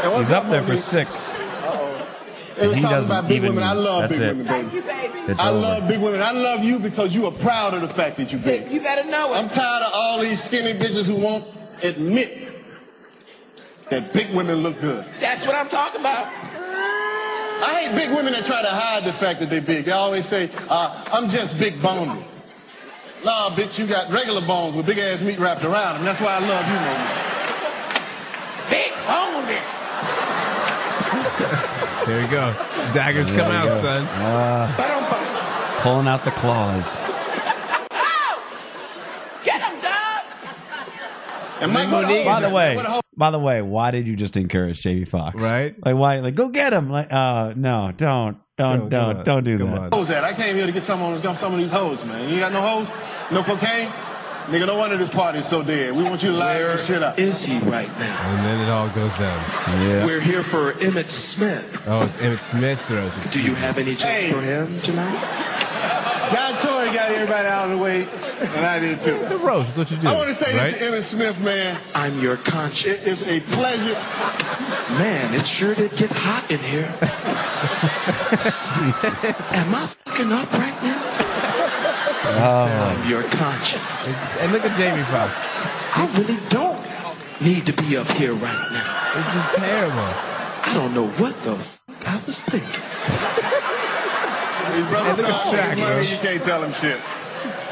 H: And what's
G: He's up there for
H: homie?
G: six.
H: It was
G: he
H: talking
G: doesn't
H: about big
G: even-
H: women. I love
G: that's
H: big
G: it.
H: women, baby.
G: It's
H: I
G: over.
H: love big women. I love you because you are proud of the fact that you big. You better know it. I'm tired of all these skinny bitches who won't admit that big women look good.
I: That's what I'm talking about.
H: I hate big women that try to hide the fact that they're big. They always say, uh, I'm just big boned. Nah, bitch, you got regular bones with big ass meat wrapped around them. That's why I love you, man.
I: Big bonus.
C: There you go. Daggers come out, son.
I: Ba-dum-bum.
G: Pulling out the claws.
I: Oh! Get him, dog.
H: And Mike,
G: By the way, by the way, why did you just encourage Jamie Foxx?
C: Right?
G: Like why? Like go get him. Like uh no, don't,
C: No,
G: don't,
C: Oh, come
G: don't,
C: on.
G: don't do
C: Come
G: that.
C: on.
H: hoes at? I came here to get some on got some of these hoes, man. You got no hoes? No cocaine? Nigga, no wonder this party's so dead. We want you to light this shit up.
J: Is he right now?
C: And then it all goes down.
G: Yeah.
J: We're here for Emmett Smith.
C: Oh, it's Emmett Smith's roast. It's-
J: Do you have any jokes
H: Hey.
J: for him tonight?
H: John Tory got everybody out of the way, and I did too.
C: It's a roast. It's what you do.
H: I want to say
C: right?
H: this to Emmett Smith, man.
J: I'm your
H: It
J: conscience.
H: is a pleasure.
J: Man, it sure did get hot in here. Am I fucking up right now? I'm your conscience.
C: And look at Jamie Foxx.
J: I really don't need to be up here right now.
C: It's just terrible.
J: I don't know what the f- I was thinking.
H: His brother
C: Hey, look at
H: Saul,
C: Shaq,
H: it's
C: bro.
H: money, you can't tell him shit.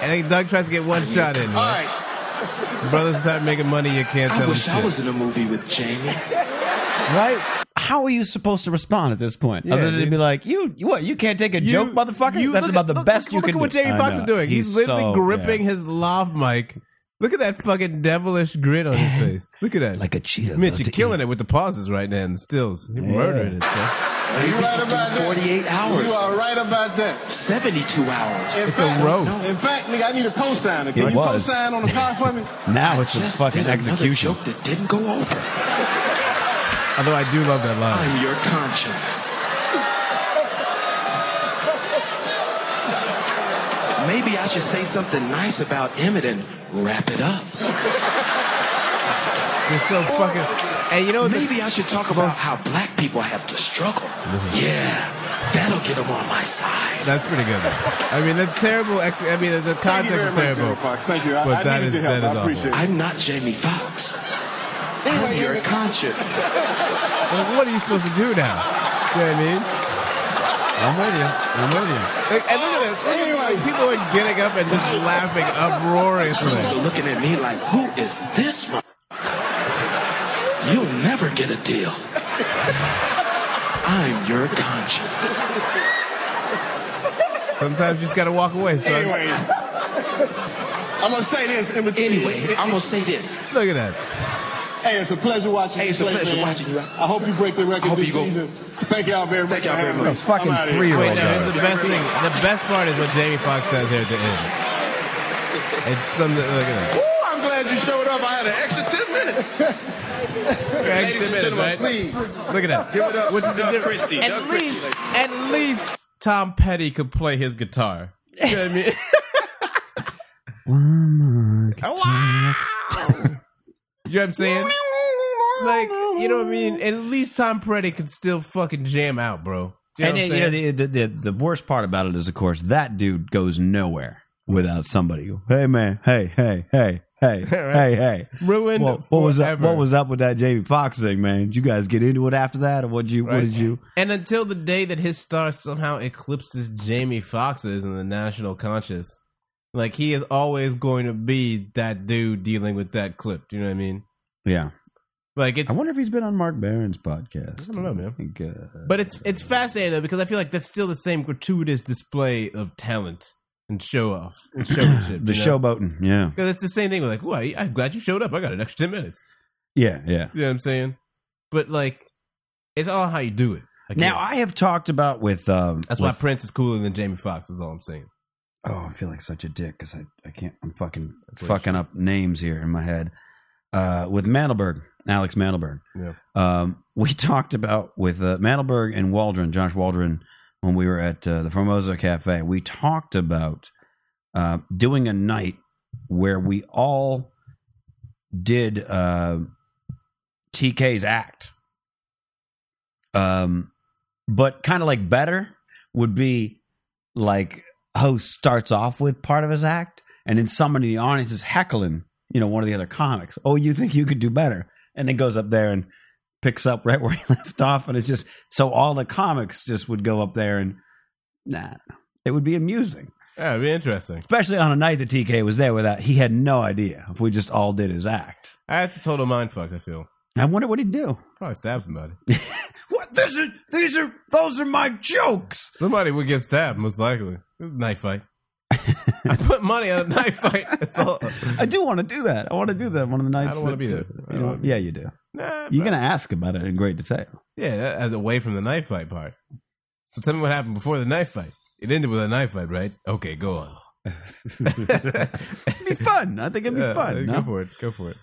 C: And then Doug tries to get one shot in.
H: All
C: Right?
H: right.
C: Brothers start making money, you can't
J: I
C: tell
J: wish I
C: them
J: was in a movie with Jamie.
G: Right? How are you supposed to respond at this point?
C: Yeah,
G: Other than to
C: dude.
G: be like, you, you what? You can't take a joke, motherfucker.
C: you-
G: That's
C: look
G: about
C: at-
G: the
C: look-
G: best
C: look,
G: you
C: look
G: can
C: at
G: do.
C: what Jamie
G: I
C: Fox is
G: know.
C: doing. He's, literally
G: so-
C: gripping
G: yeah.
C: his lav mic. Look at that fucking devilish grin on
G: *laughs*
C: his face. Look at that.
G: like a cheetah.
C: Mitch, you're killing it with the pauses right now and stills. You're murdering it, son.
J: Maybe
H: You right
J: we
H: about
J: do
H: that.
J: 48
H: You
J: hours,
H: are right about that.
J: 72 hours.
H: In
C: It's a roast.
H: In fact, nigga, I need a cosigner. Can
G: It
H: you
G: was.
H: cosign on the car for *laughs* me?
G: Now it's a
J: Just
G: fucking
J: did another
G: execution.
J: joke that didn't go over.
C: Although I do love that line.
J: I'm your conscience. Maybe I should say something nice about Emmett and wrap it up.
C: It's so fucking. And you know what? Oh, the-
J: Maybe I should talk about how black people have to struggle. Yeah, that'll get them on my side.
C: That's pretty good. I mean, that's terrible. Ex- I mean, the
H: Thank
C: context
H: you very
C: is
H: much, General
C: terrible.
H: Fox. Thank you. I,
C: But
H: I
C: that
H: needed
C: is-
H: your
C: that
H: help.
C: is
H: I
C: awful.
H: appreciate it.
J: I'm not Jamie Foxx. I'm your conscience.
C: Well, what are you supposed to do now? You know what I mean?
G: I'm with you. I'm with you.
C: Like, and look at this. Look at this. People are getting up and just laughing uproariously.
J: People are looking at me like, who is this? motherfucker? You'll never get a deal. I'm your conscience.
C: Sometimes you just gotta walk away. So
H: Anyway, *laughs* I'm gonna say this in between.
J: Anyway, I'm gonna say this.
C: look at that.
H: Hey, it's a pleasure watching
J: Hey,
H: you
J: it's a
H: play,
J: pleasure
H: man.
J: watching you.
H: I hope you break the record
J: I hope
H: this
J: you go-
H: season. Thank y'all very much.
J: Thank y'all
H: for
J: very
H: having me.
J: much.
F: A fucking
H: I'm outta here.
F: three-year-old.
C: Wait, no, here's the best thing. The best part is what Jamie Foxx says here at the end. It's something. Look at that.
H: Woo, I'm glad you showed up. I had an extra 10 minutes.
C: Ladies and gentlemen,
H: Please.
C: Look at that.
H: Give it up
C: What
H: for
C: did you
H: Doug
C: do?
H: Christie.
C: At
H: Doug
C: least, at least Tom Petty could play his guitar. You know what I mean?
G: *laughs*
C: Wow. you know what I'm saying? Like, you know what I mean? At least Tom Petty could still fucking jam out, bro. You know
G: and
C: what I'm
G: you know
C: saying?
G: the, the the the worst part about it is, of course, that dude goes nowhere without somebody. Hey man, hey hey hey
C: *laughs*
G: hey hey hey.
C: ruined
G: What, what was up?
C: forever.
G: What was up with that Jamie Foxx thing, man? Did you guys get into it after that, or what? You what
C: Right.
G: did you?
C: And until the day that his star somehow eclipses Jamie Foxx's in the national conscious, like he is always going to be that dude dealing with that clip. Do you know what I mean?
G: Yeah,
C: Like it's,
G: I wonder if he's been on Mark Barron's podcast.
C: I don't know, man.
G: think, uh,
C: but it's it's fascinating though because I feel like that's still the same gratuitous display of talent and show off,
G: *clears throat*
C: and showmanship.
G: the
C: you know?
G: showboating. Yeah,
C: Because it's the same thing. We're like, "Why? I'm glad you showed up. I got an extra ten minutes."
G: yeah, yeah.
C: You know what I'm saying? But like, it's all how you do it. guess.
G: Now I have talked about with. Um,
C: that's why
G: with,
C: Prince is cooler than Jamie Foxx. Is all I'm saying.
G: Oh, I feel like such a dick because I, I can't. I'm fucking
C: That's what
G: fucking up names here in my head. Uh, with Mandelberg, Alex Mandelberg.
C: Yeah.
G: Um, we *laughs* talked about with uh, Mandelberg and Waldron, Josh Waldron, when we were at uh, the Formosa Cafe. We talked about uh, doing a night where we all did uh, TK's act. Um, but kind of like better would be like host starts off with part of his act, and then somebody in the audience is heckling, you know, one of the other comics. Oh, you think you could do better? And then goes up there and picks up right *laughs* where he left off, and it's just so all the comics just would go up there and nah, it would be amusing,
C: Yeah, it'd be interesting.
G: especially on a night that TK was there without he had no idea if we just all did his act.
C: That's a total mind fuck. I feel
G: I wonder what he'd do.
C: probably stab somebody.
G: What? This is, these are those are my jokes.
C: Somebody would get stabbed most likely. Knife
G: *laughs*
C: fight. I put money on a knife fight. That's all.
G: I do want to do that. I want to do that one of the nights.
C: don't wanna
G: that-
C: be there. I
G: You
C: don't
G: know,
C: wanna be
G: yeah, you do.
C: Nah,
G: You're
C: but-
G: gonna ask about it in great detail.
C: yeah, that- as away from the knife fight part. So tell me what happened before the knife fight. It ended with a knife fight, right? Okay, go
G: *laughs*
C: on. *laughs*
G: It'd be fun. I think it'd be
C: Yeah,
G: fun.
C: Uh, Go
G: no?
C: for it. Go for it.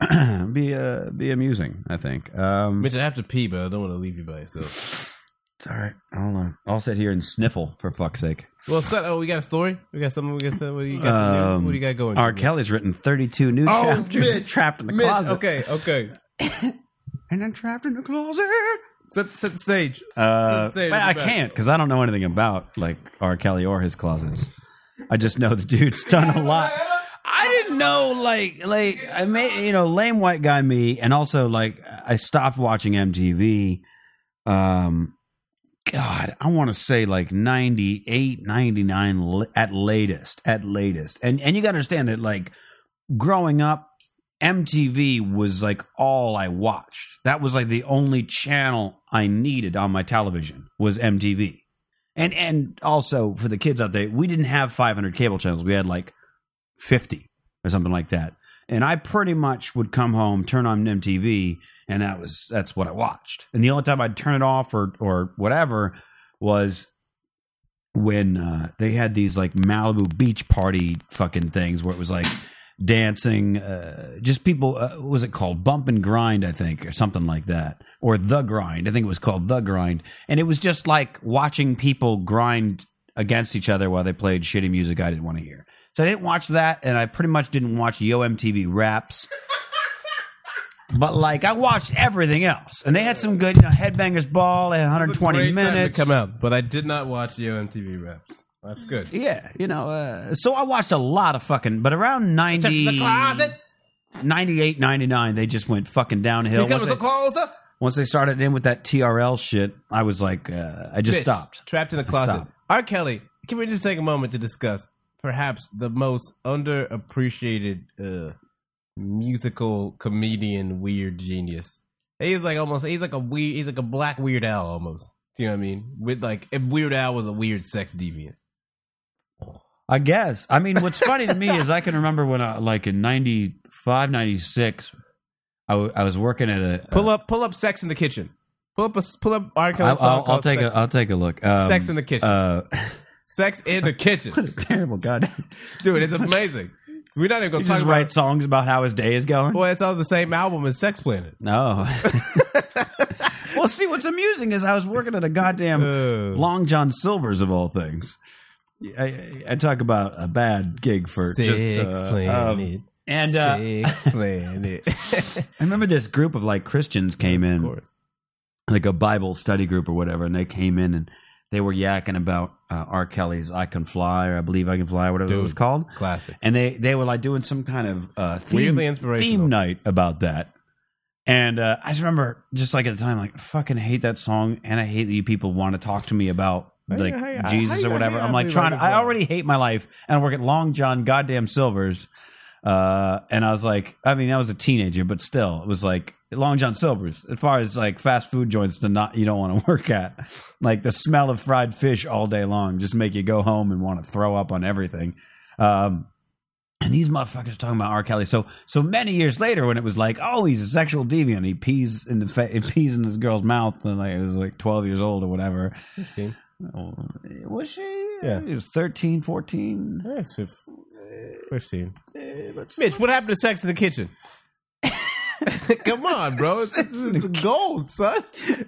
G: *clears throat* be uh, be amusing. I think. Um,
C: Mitch, I have to pee, but I don't want to leave you by yourself.
G: it's all right. I don't know. I'll sit here and sniffle for fuck's sake.
C: Well, so, oh, we got a story. We got something. We got something. What do you got? Some news?
G: Um,
C: What do you got going?
G: R. Kelly's written 32 new
C: Oh,
G: chapters.
C: Mitch.
G: trapped in the
C: Mitch,
G: closet.
C: okay, okay.
G: And I'm trapped in the closet.
C: Set, set the stage.
G: Uh,
C: Set the stage.
G: well, I
C: Back.
G: can't because I don't know anything about like R. Kelly or his closets. I just know the dude's done a lot. I didn't know like like I made you know lame white guy me, and also like I stopped watching MTV. Um, God, I want to say like 98, 99 li- at latest, at latest, and and you got to understand that like growing up, MTV was like all I watched. That was like the only channel I needed on my television was MTV. And and also for the kids out there, we didn't have 500 cable channels. We had like 50 or something like that. And I pretty much would come home, turn on MTV, and that was that's what I watched. And the only time I'd turn it off or or whatever was when uh, they had these like Malibu beach party fucking things where it was like dancing, uh, just people. Uh, what was it called? Bump and grind, I think, or something like that, or the grind. I think it was called the grind, and it was just like watching people grind against each other while they played shitty music I didn't want to hear. So I didn't watch that, and I pretty much didn't watch Yo MTV Raps. But like I watched everything else, and they had some good you know, headbangers ball. They had
C: It's a
G: 120
C: great time to
G: minutes.
C: come out, but I did not watch the OMTV raps. That's good.
G: Yeah, you know. Uh, so I watched a lot of fucking, but around 90, 98, 99, they just went fucking downhill. Once they,
C: closer.
G: once they started in with that TRL shit, I was like, uh, I just
C: Bitch,
G: stopped.
C: Trapped in the closet.
G: stopped.
C: R. Kelly, can we just take a moment to discuss perhaps the most underappreciated uh, musical comedian weird genius He's like almost. He's like a weird. He's like a black Weird Al almost. Do you know what I mean? With like, if Weird Al was a weird sex deviant.
G: I guess. I mean, what's funny to me is I can remember when I, like in 95, 96, I, w- I was working at a.
C: Pull up, pull up Sex in the Kitchen. Pull up a s- pull up R.
G: I,
C: Kelly
G: will
C: song called
G: take
C: sex,
G: a. I'll take a look. Um,
C: Sex in the Kitchen.
G: Uh, *laughs*
C: sex in the Kitchen,
G: terrible god.
C: dude. It's amazing. We're not even
G: He
C: gonna talk
G: just
C: about.
G: writes songs about how his day is going.
C: Well, it's on the same album as Sex Planet. *laughs*
G: No. *laughs* well, see, what's amusing is I was working at a goddamn
C: Uh.
G: Long John Silver's of all things. I- I, I talk about a bad gig for just uh, um, and
C: *laughs*
G: uh,
C: Sex Planet.
G: I remember this group of like Christians came in,
C: Of course.
G: like a Bible study group or whatever, and they came in and they were yakking about uh, R. Kelly's "I Can Fly" or "I Believe I Can Fly," whatever it was
C: Dude.
G: called.
C: Classic.
G: And they they were like doing some kind of uh, theme,
C: Weirdly inspirational.
G: theme night about that. And uh, I just remember, just like at the time, like I fucking hate that song, and I hate that you people want to talk to me about like
C: hey, I-
G: Jesus
C: hey,
G: or
C: I-
G: whatever.
C: hey, I
G: I'm like
C: believe
G: trying.
C: I
G: To,
C: can
G: I
C: fly.
G: already hate my life, and I work at Long John Goddamn Silver's. Uh, and I was like, I mean, I was a teenager, but still, it was like Long John Silver's. As far as like fast food joints to not you don't want to *laughs* work at, like the smell of fried fish all day long just make you go home and want to throw up on everything. Um, and these motherfuckers are talking about R. Kelly. So so many years later, when it was like, oh, he's a sexual deviant. He pees in the fa- he pees in this girl's mouth, and like it was like twelve years old or whatever.
C: Fifteen.
G: Oh, Was she?
C: Yeah.
G: he was 13, 14.
C: That's fif- fifteen.
G: Eh,
C: *laughs*
G: let's-
C: Mitch, what happened to Sex in the Kitchen? *laughs* Come on, bro. It's, it's, it's gold, son.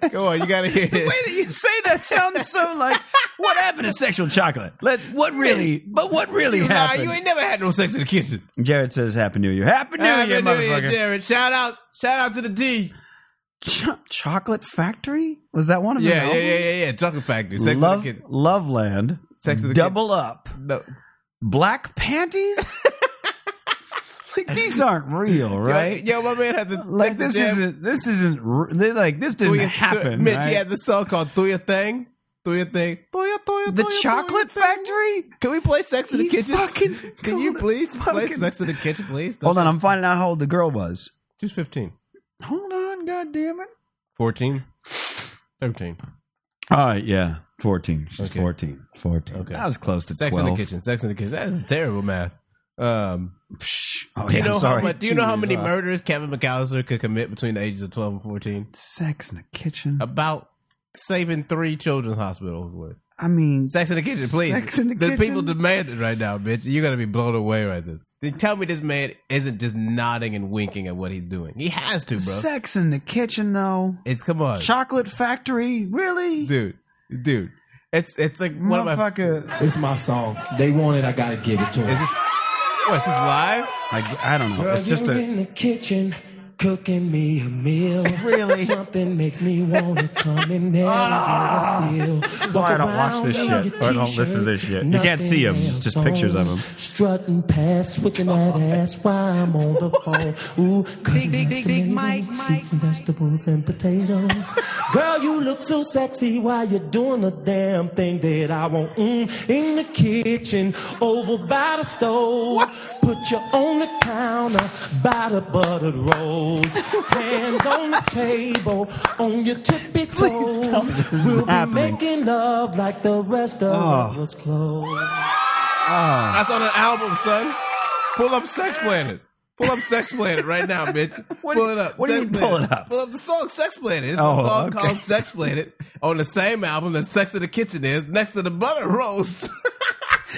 C: Come on, you gotta hear
G: The way
C: it.
G: that you say that sounds so like what happened to sexual chocolate? Let what really? But what really
C: Nah,
G: happened?
C: you ain't never had no sex in the kitchen.
G: Jared says, "Happy New Year! Happy New
C: Happy
G: Year,
C: New Year,
G: motherfucker!"
C: Jared. Shout out, shout out to the D.
G: Ch- chocolate Factory was that one of his?
C: Yeah, yeah,
G: albums?
C: yeah, yeah, yeah. Chocolate Factory, Sex
G: Love,
C: in the Kitchen.
G: Loveland,
C: Sex in the
G: Double Up,
C: No. *laughs*
G: Black Panties. like these aren't real, right?
C: Yo, yo, my man had the
G: Like
C: had the
G: this
C: jam-
G: isn't this isn't r- they like this
C: Do
G: didn't
C: your-
G: happen.
C: Mitch,
G: right?
C: he had this song called "Do Your Thing." Do your thing. Do your, do your,
G: the
C: do your- do your
G: Chocolate
C: thing.
G: Factory.
C: Can we play Sex in the
G: You
C: Kitchen?
G: fucking-
C: Can you please play
G: fucking-
C: Sex in the Kitchen, please?
G: Hold on, I'm finding out how old the girl was.
C: She's 15.
G: Hold on, god damn it.
C: 14. 13.
G: All right, yeah, fourteen. She's
C: Okay.
G: fourteen. Fourteen.
C: Okay.
G: That was close to
C: Sex
G: 12.
C: in the Kitchen. Sex in the Kitchen. That's terrible math. Um,
G: Psh. Oh,
C: do you
G: yeah, I'm
C: know how
G: sorry.
C: much? Do you know how
G: Jesus,
C: many
G: uh,
C: murders Kevin McAllister could commit between the ages of 12 and 14?
G: Sex in the kitchen.
C: About saving three children's hospitals worth.
G: I mean,
C: Sex in the kitchen, please.
G: Sex in the kitchen?
C: people demand it right now, bitch. You're gonna be blown away right this. Then tell me this man isn't just nodding and winking at what he's doing. He has to, bro.
G: sex in the kitchen though.
C: It's come on,
G: Chocolate Factory, really?
C: dude, dude. It's it's like one of my.
G: Motherfucker.
K: It's my song. They want it, I gotta give it to them.
C: Is this? What is this live?
G: I, I don't know.
K: Girl,
G: It's just
K: you're
G: a
K: in the kitchen cooking me a meal. Really? Something makes me wanna come in there and get a feel.
G: is why I don't watch this
K: around
G: shit,
K: in your
G: or I don't listen to this shit.
K: t-shirt,
G: You can't see 'em,
K: nothing
G: it's just
K: else
G: pictures of
K: on.
G: 'em.
K: Strutting past, switching that ass while I'm on the phone. Ooh,
E: Big, big, big, big Mike, Mike,
K: Sweets and vegetables and potatoes. Girl, you look so sexy while you're doing the damn thing that I want. Mm, in the kitchen, over by the stove. Put you on the counter by the buttered rolls. Hands on the table, on your tippy toes.
G: tell me this isn't
K: we'll
G: happening.
K: be making love like the restaurant
C: Oh.
K: was closed.
C: That's on an album, son. Pull up Sex Planet. Pull up Sex Planet right
G: *laughs*
C: now, bitch.
G: What do
C: pull
G: you-
C: it up.
G: what do you
C: Sex
G: mean pull
C: Planet.
G: it up?
C: Pull up the song Sex Planet. It's
G: Oh,
C: a song
G: okay.
C: called Sex Planet on the same album that Sex in the Kitchen is, next to the butter roast. *laughs* you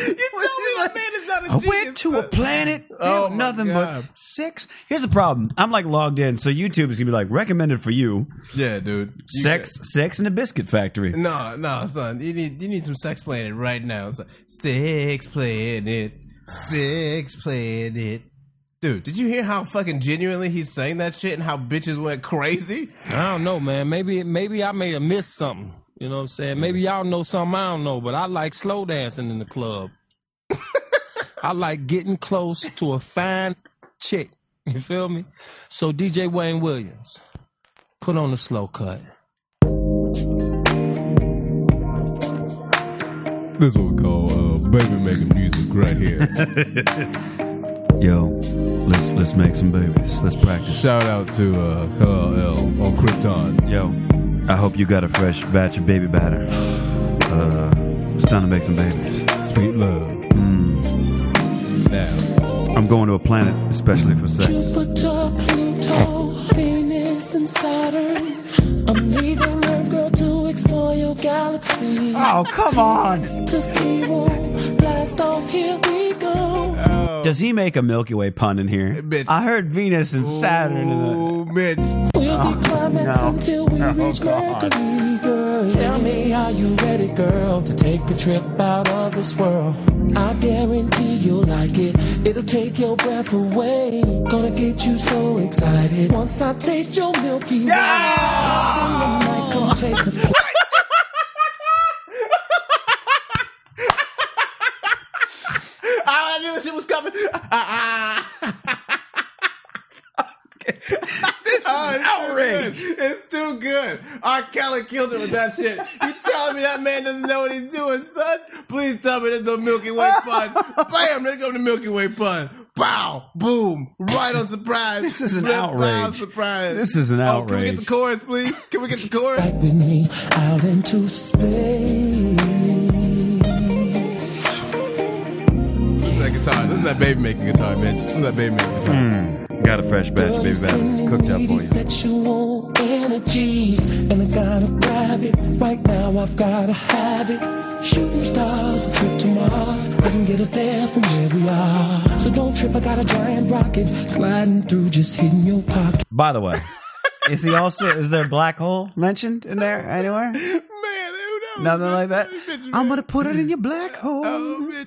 C: tell me that man is not a
G: I
C: genius.
G: went to a
C: son.
G: planet.
C: *laughs* Oh
G: Oh,
C: my
G: nothing
C: God.
G: but six. Here's the problem. I'm like logged in, so YouTube is gonna be like recommended for you.
C: Yeah, dude. You
G: sex, sex, and a biscuit factory.
C: got- No, no, son. You need you need some Sex Planet right now. Son. Sex Planet. Sex Planet. Dude, did you hear how fucking genuinely he's saying that shit and how bitches went crazy?
K: I don't know, man. Maybe maybe I may have missed something. You know what I'm saying? Maybe y'all know something I don't know, but I like slow dancing in the
C: *laughs*
K: club. I like getting close to a fine chick. You feel me? So DJ Wayne Williams, put on the slow cut.
C: This is what we call uh, baby making music right here.
L: Yo, let's let's make some babies. Let's practice.
C: Shout out to uh, Khalil L on Krypton.
L: Yo, I hope you got a fresh batch of baby batter. Uh, it's time to make some babies.
C: Sweet love. Mm. Now,
L: I'm going to a planet especially for sex.
M: Jupiter, Pluto, Venus, and Saturn. I'm leaving Earth, girl, to explore your galaxy.
G: Oh, come on.
M: To zero, blast off, here we go.
G: Does he make a Milky Way pun in here? I heard Venus and Saturn. Oh,
C: Mitch.
M: We'll be climax
G: no.
M: until we
G: Oh,
M: reach
G: God.
M: Mercury, girl. Tell me, are you ready, girl, to take a trip out of this world? I guarantee you'll like it. It'll take your breath away. Gonna get you so excited once I taste your Milky Way. I'll spend the night, come take a flight.
C: I knew this shit was coming. this is outrage. Ah, It's too good. R. Kelly killed it with that shit. You telling me that man doesn't know what he's doing, son? Please tell me there's no Milky Way *laughs* pun. Bam, there go the Milky Way pun. Bow, boom, right on surprise.
L: This is an
C: Flip, Bow,
L: outrage.
C: surprise.
L: This is an
C: Oh, can we get the
L: outrage.
C: chorus, please? Can we get the chorus?
M: Right with me out into space.
C: Listen to that guitar. Listen to that baby making guitar, man. Listen to that baby making guitar.
L: Got a fresh batch of baby batter cooked up for
M: Needy
L: you.
M: sexual energies, and I gotta grab it. Right now, I've gotta have it. Shooting stars, a trip to Mars. I can get us there from where we are. So don't trip, I got a giant rocket gliding through, just hitting your pocket.
G: By the way, is he also is there a black hole mentioned in there anywhere?
C: Man,
M: *laughs*
C: who knows?
G: Nothing like that. I'm gonna put it in your black hole.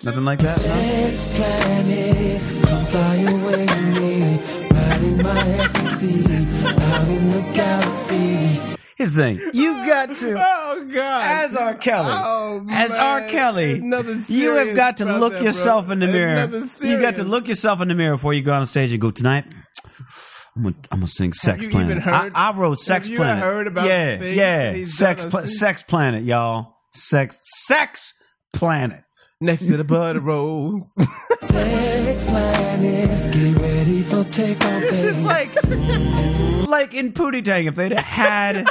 G: Nothing like that. no?
M: Oh, Sex planet, come fly away with me. Riding my ecstasy, out in the galaxy.
G: Here's the thing. You got to,
C: Oh God!
G: as R. Kelly,
C: Oh,
G: as R.
C: man.
G: Kelly,
C: There's nothing
G: you
C: serious
G: have got to
C: about
G: look
C: that, bro.
G: yourself in the
C: There's
G: mirror.
C: nothing
G: You got to
C: serious.
G: look yourself in the mirror before you go on stage and go tonight. I'm gonna, I'm gonna sing Sex
C: you
G: Planet.
C: even heard-
G: I, I wrote
C: have
G: Sex
C: you
G: Planet.
C: heard about
G: yeah,
C: the things
G: yeah.
C: that he's
G: Sex,
C: done on
G: pla-
C: stage?
G: Sex Planet, y'all. Sex, Sex Planet.
C: Next to the butter
G: *laughs*
C: rolls.
M: Sex planet, get ready for takeoff.
G: This is
M: baby.
G: like, like in Pootie Tang. If they'd
C: *laughs*
G: had,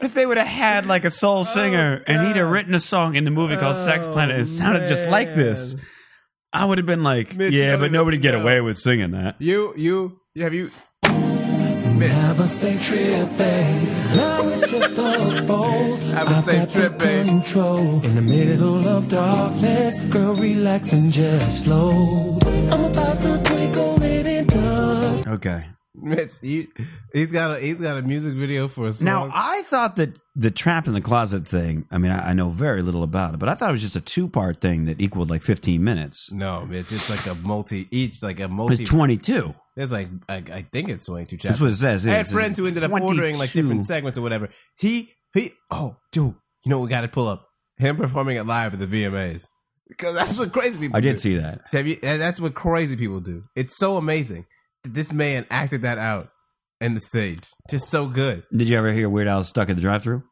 G: if they would have had like a
C: Oh,
G: soul singer and he'd have written a song in the movie called Sex Planet, and it sounded just like this. I would have been like,
C: Mitch, you
G: yeah,
C: don't
G: but
C: even
G: nobody get
C: know."
G: away with singing that.
C: You, you, have you?
M: Have a safe trip, babe. Now it's just us both.
C: *laughs* Have a
M: I've
C: safe
M: got
C: trip,
M: the
C: babe.
M: Control in the middle of darkness, girl, relax and just flow. I'm about to twinkle it into.
G: Okay.
C: Mitch, you, he's got a he's got a music video for a song.
G: Now I thought that the trapped in the closet thing. I mean, I, I know very little about it, but I thought it was just a two part thing that equaled like fifteen minutes.
C: no, Mitch, it's like a multi each like a multi.
G: It's twenty two.
C: There's like I, I think it's twenty two chapters.
G: That's what it says.
C: I
G: Yeah,
C: had
G: it says
C: friends who ended up ordering like
G: 22.
C: different segments or whatever. He he oh dude, you know what we got to pull up him performing it live at the VMAs because that's what crazy people.
G: I
C: do.
G: did see that.
C: Have you, and that's what crazy people do. It's so amazing that this man acted that out in the stage. Just so good.
G: Did you ever hear Weird Al stuck at the drive thru?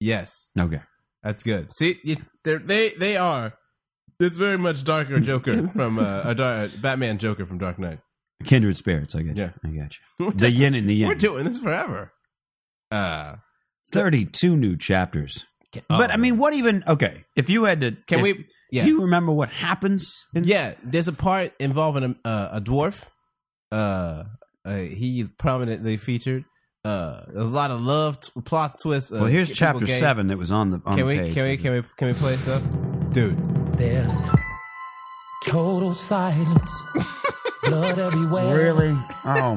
C: Yes,
G: Okay.
C: that's good. See, you, they're, they they are. It's very much darker
G: *laughs*
C: Joker from uh, a dar- Batman Joker from Dark Knight.
G: Kindred spirits. I got you.
C: Yeah.
G: I got you. The yin and the
C: *laughs* We're
G: yang.
C: doing this forever. Uh, um,
G: Thirty-two new chapters. but I mean, what even? Okay, if you had to,
C: Oh. can
G: if-
C: we? Yeah,
G: Do you remember what happens? In,
C: yeah. There's a part involving a, uh, a dwarf. Uh, uh, he's prominently featured. Uh, a lot of love t- plot twists. Uh,
G: Well, here's
C: people
G: chapter
C: gay-
G: seven that was on the
C: Can
G: on the
C: we,
G: page.
C: can we can we can we play stuff, dude?
M: There's total silence,
E: *laughs*
M: blood everywhere.
G: Really? Oh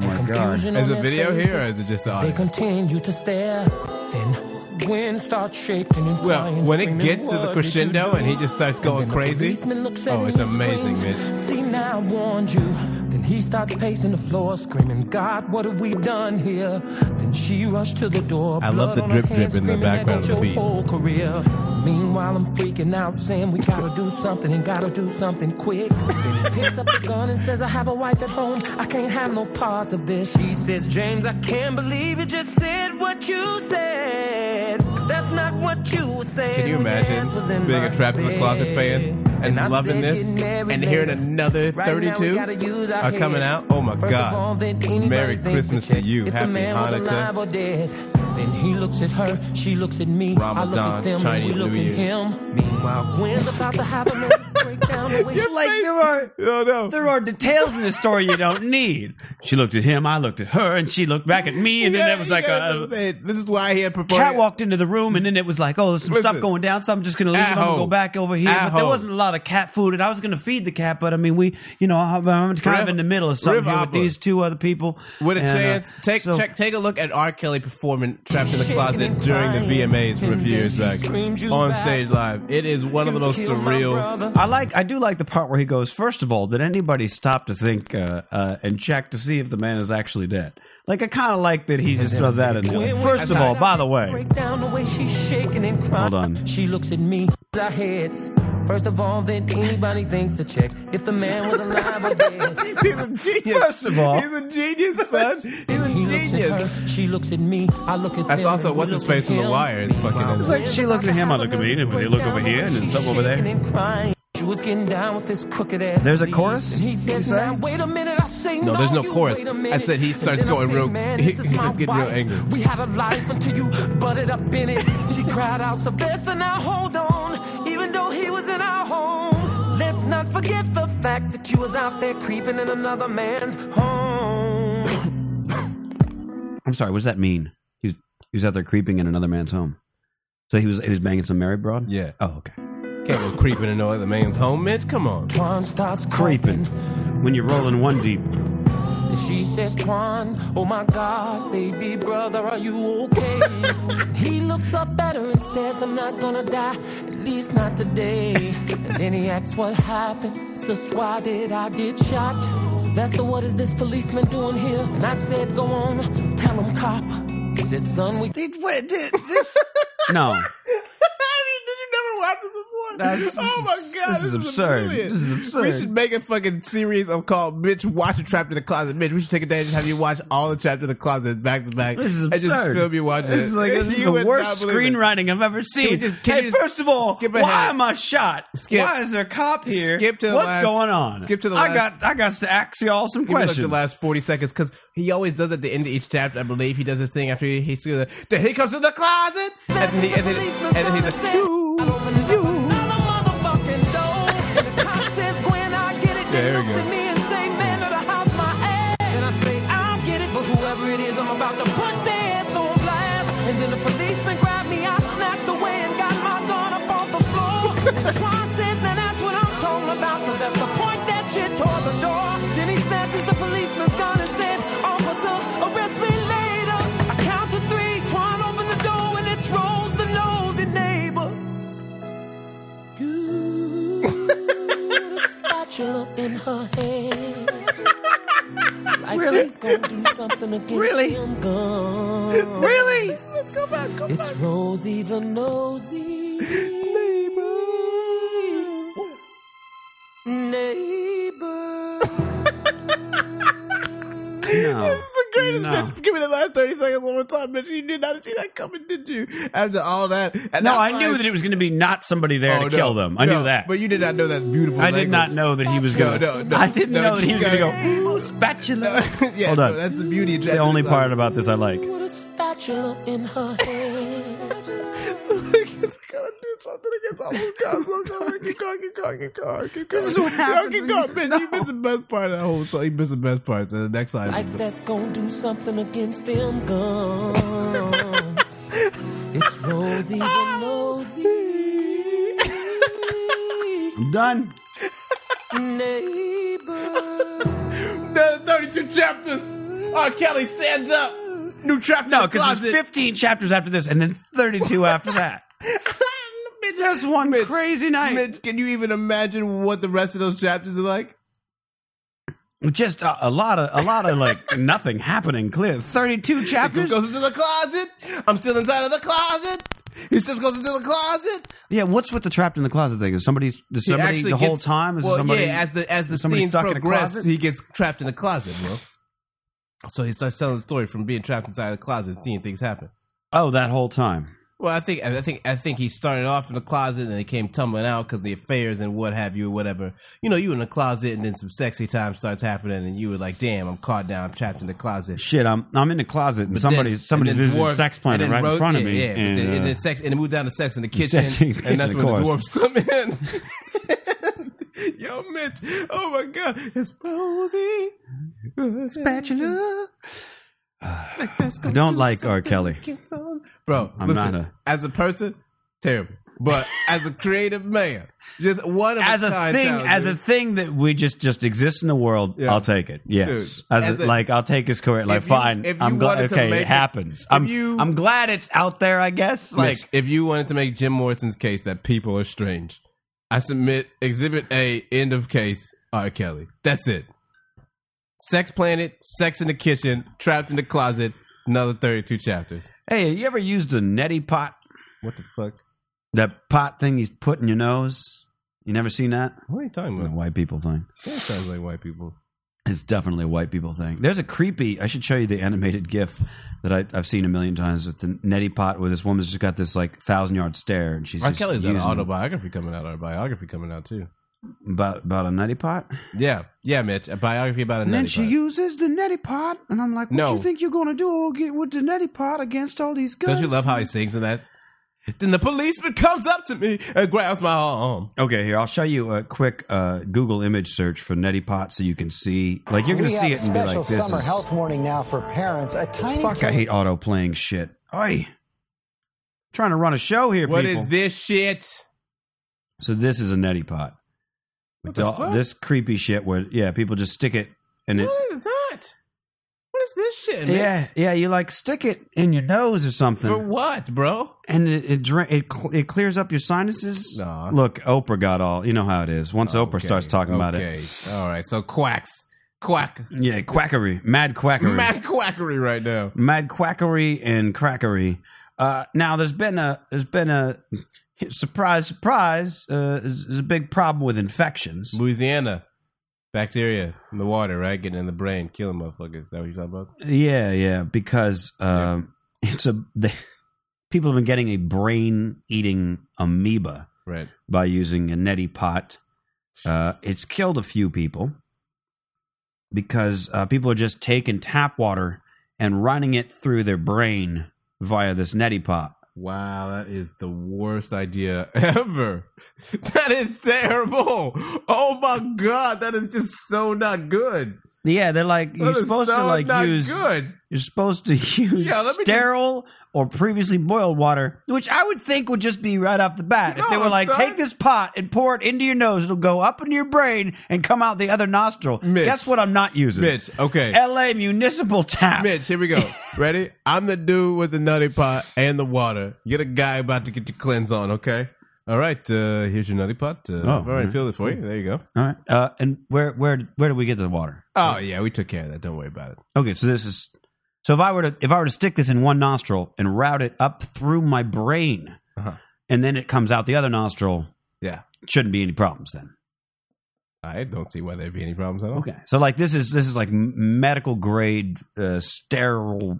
C: *laughs*
G: my god!
M: Confusion
C: Is
M: on
C: the
M: their
C: video here, or
M: faces
C: is it just the
M: as They
C: audio?
M: continue to stare. Then wind starts shaking and
C: Well,
M: crying,
C: when it
M: screaming,
C: gets to
M: "What
C: the
M: did
C: crescendo
M: you
C: and he
M: do?"
C: just starts
M: And
C: going
M: then the
C: crazy,
M: policeman looks at
C: oh,
M: me
C: it's
M: and
C: amazing,
M: screams,
C: Mitch.
M: See, now I warned you. Then he starts pacing the floor, screaming, God, what have we done here? Then she rushed to the door.
C: I love
M: blood
C: the
M: on
C: drip
M: her hands,
C: drip in the
M: screaming,
C: background of the
M: "Echoes
C: beat."
M: your whole career. Meanwhile, I'm freaking out, saying we gotta do something and gotta do something quick. *laughs* Then he picks up the gun and says, I have a wife at home. I can't have no parts of this. She says, James, I can't believe you just said what you said. 'Cause that's That's not what you said.
C: Can you
M: when your
C: imagine
M: ass was in
C: being a
M: my
C: Trapped in the Closet
M: bed.
C: fan and
M: I
C: loving
M: said get
C: this
M: married
C: and hearing
M: later.
C: another
M: Right now we
C: 32
M: gotta use our
C: are coming
M: heads.
C: out? Oh my
M: First of all,
C: God.
M: then anybody
C: Merry
M: thinks
C: Christmas to you.
M: If the
C: Happy
M: man was alive
C: Hanukkah.
M: or dead, then he looks at her, she looks at me. I look
C: Ramadan,
M: at them,
C: Chinese
M: we look
C: New
M: at
C: Year.
M: him. Meanwhile, Gwen's about to have a nervous breakdown. the way
G: You're like there are there are details in this story you don't need. She looked at him, I looked at her, and she looked back at me, and then
C: Yeah,
G: there was
C: you
G: like
C: gotta do
G: a,
C: that. this is why I had performed.
G: cat walked into the room, and then it was like, oh, there's some
C: Listen.
G: stuff going down, so I'm just gonna leave. I'm
C: At-ho.
G: gonna go back over here. But there
C: At-ho.
G: wasn't a lot of cat food, and I was gonna feed the cat, but I mean, we, you know, I'm, I'm kind
C: Riv-
G: of in the middle of something
C: Riv
G: here with
C: Opera.
G: these two other people.
C: With a
G: And, uh,
C: chance, take
G: so-
C: check, take a look at R. Kelly performing "Trapped in the Closet" during the VMAs from a few years back on stage live. It is one of the most surreal.
G: I like. I do like the part where he goes. First of all, did anybody stop to think uh, uh, and check to see if the man is actually dead? Like, I kind of like that he just throws that in there. First of all, by the way,
M: Breakdown the way she's shaking and crying.
G: Hold on.
M: She looks at me, our heads. First of all, then anybody think to check if the man was alive or dead.
C: He's a genius.
G: First of all,
C: he's a *laughs* genius, son. He's a
M: He looks at
C: genius.
M: her, she looks at me, I look at
C: That's
M: them,
C: also
M: and we
C: what's his
M: look
C: face
M: at
C: from The
M: him.
C: Wire. It's fucking
G: it's like she looks at him. I look at me, and they look over here, and then something over there.
M: and crying. She was getting down with this crooked ass.
G: There's a
M: disease.
G: chorus?
M: And he
G: You
M: says,
G: say?
M: now, wait a minute. I say,
C: No, there's no
M: you
C: chorus.
M: wait a
C: I
M: minute."
C: said he
M: And
C: starts
M: then I
C: going
M: say,
C: real- *laughs*
M: Man,
C: he-
M: this is
C: he
M: my
C: starts getting real
M: wife.
C: angry.
M: We had a life until you butted up in it. She cried out, Sylvester, now hold on. Even though he was in our home, let's not forget the fact that you was out there creeping in another man's home.
G: I'm sorry. What does that mean? He was, he was out there creeping in another man's home. So he was he was banging some married broad.
C: Yeah.
G: Oh, okay.
C: Can't go creeping in no other man's home, Mitch. Come on.
M: Twan starts
G: Creeping when you're rolling one deep.
M: And she says, Twan, oh my God, baby brother, are you okay? *laughs* he looks up at her and says, I'm not gonna die, at least not today. and then he asks, What happened? Sis, why did I get shot? Sylvester, what is this policeman doing here? And I said, Go on, tell him, cop. He said, Son, we. Did, this?
G: No.
C: never watched this before.
G: No, this
C: oh
G: is-
C: my god,
G: this is absurd.
C: brilliant.
G: This is absurd.
C: We should make a fucking series of called "Bitch Watch a Trapped in the Closet." Bitch, we should take a day and just have you watch all the Trapped in the Closet back to back.
G: This is
C: *laughs* and just
G: absurd.
C: film you watching.
G: This is like
C: it. *laughs*
G: this is
C: You
G: the
C: would not
G: worst
C: believe it.
G: screenwriting I've ever seen.
C: we just- can
G: hey,
C: we just
G: first of all,
C: skip
G: why
C: ahead?
G: am I shot?
C: Skip.
G: Why is there a cop here?
C: Skip to the
G: What's
C: last-
G: going on?
C: skip to the
G: I
C: last-
G: got I got to ask y'all some
C: Give me like the
G: questions.
C: last forty seconds because he always does at the end of each chapter. I believe he does this thing after he, he's the then he comes to the closet and then he and then, and then he's like, Yeah, there we go. *laughs*
M: Neighbor. spatula in her hand. Like
I: Really?
M: it's gonna do something against
I: Really?
M: them guns.
I: Really?
M: Let's go back. Go it's Rosie the nosy neighbor. Neighbor.
C: *laughs*
G: No.
C: This is the greatest.
G: No.
C: Bitch. Give me the last thirty seconds one more time, bitch. You did not see that coming, did you? After all that, and
G: No,
C: that
G: I
C: was-
G: knew that it was going to be not somebody there
C: Oh,
G: to
C: no.
G: kill them. I
C: No,
G: knew that.
C: but you did not know that beautiful.
G: I did not
C: language.
G: know that he was
C: No,
G: going.
C: no, no,
G: I didn't
C: no,
G: know that he
C: you
G: was going to
C: gotta-
G: go. Ooh, spatula.
C: *laughs* yeah,
G: Hold
C: no,
G: on.
C: that's the beauty. of
G: It's the
C: Japanese
G: only part
C: language.
G: about this I like.
M: With a spatula in her hand.
C: it's gonna do something against all those guys. So go, keep going, keep going, keep going, keep going.
M: This is what
C: Yo,
M: happens
C: Keep
M: when you
C: going, bitch. You missed the best part of the whole song. You missed the best part. So the next line.
M: Like that's gonna do something against them guns. it's Rosie the nosy
G: I'm done.
M: neighbor.
C: Another thirty-two chapters. R. Kelly stands up. New trap.
G: No,
C: in the
G: because
C: closet.
G: there's 15 chapters after this, and then
C: *laughs*
G: 32 after that.
C: Bitch,
G: that's one
C: Mitch,
G: crazy night.
C: Mitch, can you even imagine what the rest of those chapters are like?
G: Just a, a lot of a lot of like *laughs* nothing happening. Clear 32
C: Goose
G: chapters.
C: goes into the closet. I'm still inside of the closet. He still goes into the closet.
G: Yeah, what's with the trapped in the closet thing? Is somebody is
C: He
G: somebody
C: actually
G: the whole
C: gets-
G: time? Is
C: well,
G: somebody
C: yeah, as the as the
G: is somebody
C: scenes
G: stuck in a
C: progress,
G: closet?
C: he gets trapped in the closet. Well, so he starts telling the story from being trapped inside the closet, and seeing things happen.
G: Oh, that whole time.
C: Well, I think I think I think he started off in the closet and then he came tumbling out because the affairs and what have you, whatever. You know, you in the closet and then some sexy time starts happening and you were like, "Damn, I'm caught down, I'm trapped in the closet."
G: Shit, I'm I'm in the closet and
C: But
G: somebody
C: then-
G: somebody's
C: and then
G: visiting
C: dwarves-
G: sex
C: and
G: planet
C: then
G: right in
C: ro-
G: front of me.
C: Yeah, yeah, but
G: and,
C: then,
G: uh,
C: and then sex, and it moved down to sex in the kitchen,
G: *laughs* sex in the
C: and that's
G: kitchen,
C: when
G: of
C: the
G: course.
C: dwarfs *laughs* come in. Yo, Mitch. Oh my God, it's Posey.
F: Spatula.
G: I don't like R. Kelly.
C: Bro,
G: I'm
C: listen,
G: not a-
C: as a person, terrible. But as a creative man, just one of
G: As a
C: kind
G: thing,
C: talent,
G: as a
C: dude.
G: thing that we just just exist in the world,
C: Yeah.
G: I'll take it. Yes,
C: Dude,
G: as,
C: as
G: a,
C: a-
G: like I'll take his career. Like
C: if you-
G: fine,
C: if you
G: I'm glad.
C: wanted to
G: Okay,
C: make
G: it
C: it-
G: happens.
C: if
G: I'm
C: you-
G: I'm glad it's out there. I guess like
C: Mitch, if you wanted to make Jim Morrison's case that people are strange, I submit Exhibit A, end of case, R. Kelly. That's it. Sex Planet, Sex in the Kitchen, Trapped in the Closet, another 32 chapters.
G: Hey, you ever used a neti pot?
C: What the fuck?
G: That pot thing you put in your nose? You never seen that?
C: What are you talking
G: The
C: about?
G: white people thing.
C: That sounds like white people.
G: It's definitely a white people thing. There's a creepy. I should show you the animated GIF that I, I've seen a million times with the neti pot, where this woman's just got this like thousand yard stare, and she's
C: R.
G: just
C: Kelly's got an
G: using-
C: autobiography coming out, or a biography coming out too.
G: about about a neti pot.
C: Yeah, yeah, Mitch, a biography about a
G: And then
C: nutty
G: she
C: bud.
G: uses the neti pot, and I'm like, "What
C: No.
G: do you think you're gonna do get with the neti pot against all these guns?"
C: Don't you love how he sings in that? Then the policeman comes up to me and grabs my arm.
G: Okay, here I'll show you a quick uh, Google image search for neti pot, so you can see. Like you're gonna
N: we
G: see
N: have
G: it
N: a
G: and be
N: special
G: like, "This
N: summer
G: is
N: health warning now for parents. A tiny
G: fuck." I hate auto playing shit. Oi, trying to run a show here.
C: What
G: people.
C: is this shit?
G: So this is a neti pot.
C: the
G: All-
C: fuck?
G: This creepy shit where yeah, people just stick it and it
C: What is that? What is this shit? Mitch?
G: yeah yeah you like stick it in your nose or something
C: For what, bro?
G: and it it dra- it, cl- it clears up your sinuses.
C: Nah.
G: Look, Oprah got all you know how it is. Once Oprah starts talking about it,
C: Okay. All right. So quacks, quack,
G: yeah, quackery, mad quackery,
C: mad quackery right now.
G: mad quackery and crackery. Uh, now there's been a there's been a surprise surprise. Uh, there's there's a big problem with infections.
C: Louisiana, bacteria in the water, right? Getting in the brain, killing motherfuckers. Is that what you're talking about?
G: Yeah, yeah, because uh, it's a the, people have been getting a brain eating amoeba
C: Right.
G: by using a neti pot. Uh, it's killed a few people because uh, people are just taking tap water and running it through their brain via this neti pot.
C: Wow, that is the worst idea *laughs* ever. That is terrible. Oh my god, that is just so not good.
G: Yeah, they're like
C: That
G: you're
C: is
G: supposed to
C: so
G: like
C: not
G: use
C: good.
G: you're supposed to *laughs* use
C: Yeah, let me just-
G: sterile or previously boiled water, which I would think would just be right off the bat. if they
C: No,
G: were like,
C: son.
G: take this pot and pour it into your nose, it'll go up into your brain and come out the other nostril.
C: Mitch.
G: Guess what? I'm not using
C: Mitch, okay.
G: L.A. municipal tap.
C: Mitch, here we go.
G: *laughs*
C: Ready? I'm the dude with the nutty pot and the water. You're the guy about to get your cleanse on, okay? All right, uh, here's your nutty pot. Uh,
G: Oh,
C: I've already
G: yeah.
C: filled it for you. There you go.
G: All right. Uh, and where where where do we get the water?
C: Oh yeah, we took care of that. Don't worry about it.
G: Okay, so this is so if I were to if I were to stick this in one nostril and route it up through my brain,
C: Uh-huh.
G: and then it comes out the other nostril,
C: Yeah,
G: shouldn't be any problems then.
C: I don't see why there'd be any problems at all.
G: Okay. So like this is this is like m- medical grade uh, sterile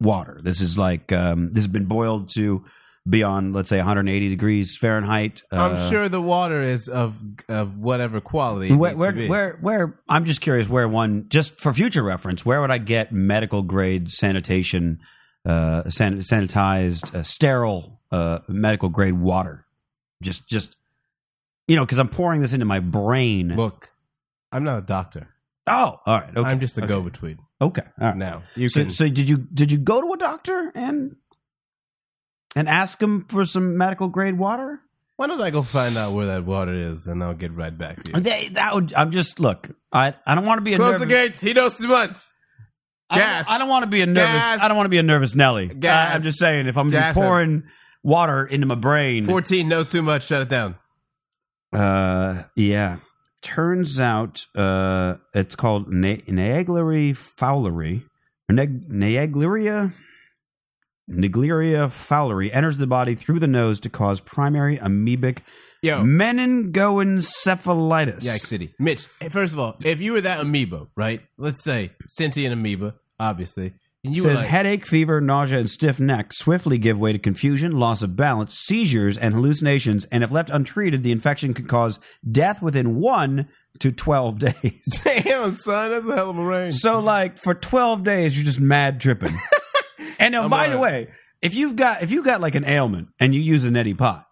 G: water. This is like um, this has been boiled to beyond let's say 180 degrees Fahrenheit.
C: I'm
G: Uh,
C: sure the water is of of whatever quality. it
G: Where,
C: needs
G: where,
C: to be.
G: where, where? I'm just curious. Where one, just for future reference, where would I get medical grade sanitation, uh, san- sanitized, uh, sterile, uh, medical grade water? Just, just, you know, because I'm pouring this into my brain.
C: Look, I'm not a doctor.
G: oh, all right. Okay.
C: I'm just a
G: okay.
C: go-between.
G: Okay. All right.
C: Now you
G: so,
C: can.
G: so did you did you go to a doctor and and ask him for some medical grade water?
C: why don't I go find out where that water is, and I'll get right back to you.
G: They, that would. I'm just look. I I don't want to be a
C: Close the
G: nervous.
C: gates. He knows too much.
G: I don't-
C: Gas.
G: I don't, want to be a nervous.
C: Gas.
G: I don't want to be a nervous Nelly.
C: Gas.
G: I, am just saying, if I'm gonna be
C: Gas.
G: pouring water into my brain,
C: Fourteen knows too much. Shut it down.
G: uh, yeah. Turns out, uh, it's called Na- Naegleri fowleri, or neg- Naegleria. Negleria fowleri enters the body through the nose to cause primary amoebic
C: Yo.
G: meningoencephalitis.
C: Yak City. Mitch, first of all, if you were that amoeba, right? Let's say sentient amoeba, obviously. And you were
G: says
C: like-
G: headache, fever, nausea, and stiff neck swiftly give way to confusion, loss of balance, seizures, and hallucinations. And if left untreated, the infection could cause death within one to twelve *laughs* days.
C: *laughs* Damn, son, that's a hell of a range.
G: So, like for twelve days, you're just mad
C: *laughs*
G: tripping. and now,
C: I'm
G: by
C: all
G: the
C: right.
G: way, if you've got if you've got like an ailment and you use a neti pot,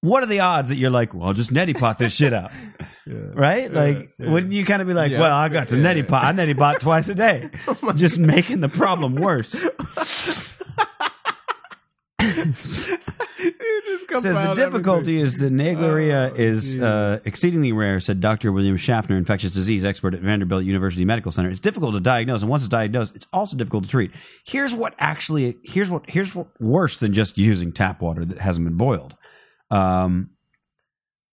G: what are the odds that you're like, well, I'll just neti pot this shit
C: *laughs*
G: out, right? Like, wouldn't you kind of be like,
C: Yeah. Oh
G: well, I got the neti pot, I neti pot twice a
C: *laughs*
G: day, just making the problem worse. says the difficulty is the Naegleria is uh, exceedingly rare, said Dr. William Schaffner, infectious disease expert at Vanderbilt University Medical Center. It's difficult to diagnose, and once it's diagnosed, it's also difficult to treat. Here's what actually here's what here's what worse than just using tap water that hasn't been boiled. Um,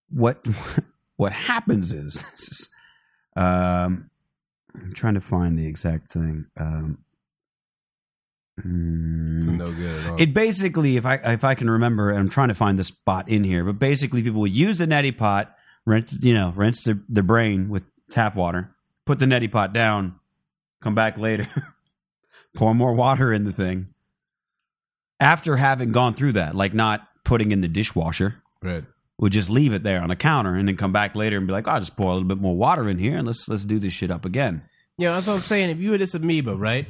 G: what *laughs* what happens is, *laughs* this is um, I'm trying to find the exact thing. Um,
C: It's
G: mm,
C: no good at all.
G: it basically, if I if I can remember, and I'm trying to find the spot in here, but basically, people would use the neti pot, rinse you know, rinse their, their brain with tap water, put the neti pot down, come back later, *laughs* pour more water in the thing. After having gone through that, like not putting in the dishwasher,
C: right?
G: Would just leave it there on a counter, and then come back later and be like, "Oh, "I'll just pour a little bit more water in here, and let's let's do this shit up again."
C: You know, that's what I'm saying. If you were this amoeba, right?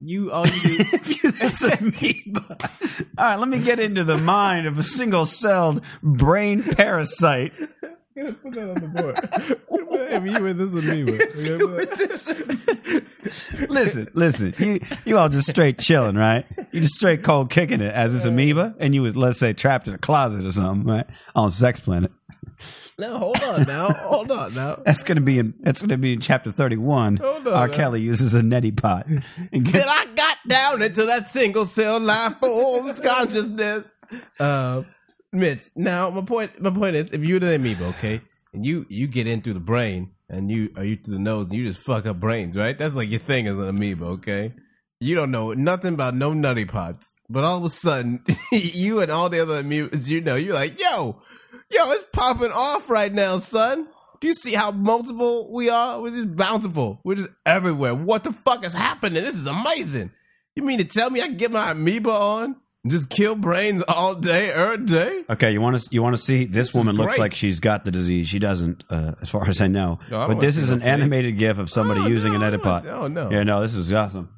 C: You all you do
G: if you this amoeba. *laughs* All right, let me get into the mind of a single-celled brain parasite.
C: *laughs* put that on the board. *laughs* if you were this amoeba, *laughs*
G: Listen, listen. You you all just straight chilling, right? You just straight cold kicking it as this amoeba, and you was let's say trapped in a closet or something, right? On Sex Planet.
C: No, hold on now. *laughs* Hold on now.
G: That's gonna be in that's gonna be in chapter thirty-one.
C: Hold on
G: R.
C: now.
G: Kelly uses a neti pot and
C: *laughs*
G: gets
C: then I got down into that single cell life forms consciousness. Uh, Mitch. Now my point. My point is, if you're the amoeba, okay, and you you get in through the brain and you are you through the nose and you just fuck up brains, right? That's like your thing as an amoeba, okay. You don't know nothing about no nutty pots, but all of a sudden, *laughs* you and all the other amoebas you know, you're like, yo, yo, it's popping off right now, son. Do you see how multiple we are? We're just bountiful. We're just everywhere. What the fuck is happening? This is amazing. You mean to tell me I can get my amoeba on and just kill brains all day, every day?
G: Okay, you want to you want to see this, woman looks
C: great.
G: like she's got the disease. She doesn't, uh, as far as I
C: No, I
G: know.
C: don't
G: but
C: wanna
G: this
C: see
G: is
C: her
G: an
C: face.
G: animated GIF of somebody using an Edipot.
C: see- oh, no.
G: Yeah, no, this is awesome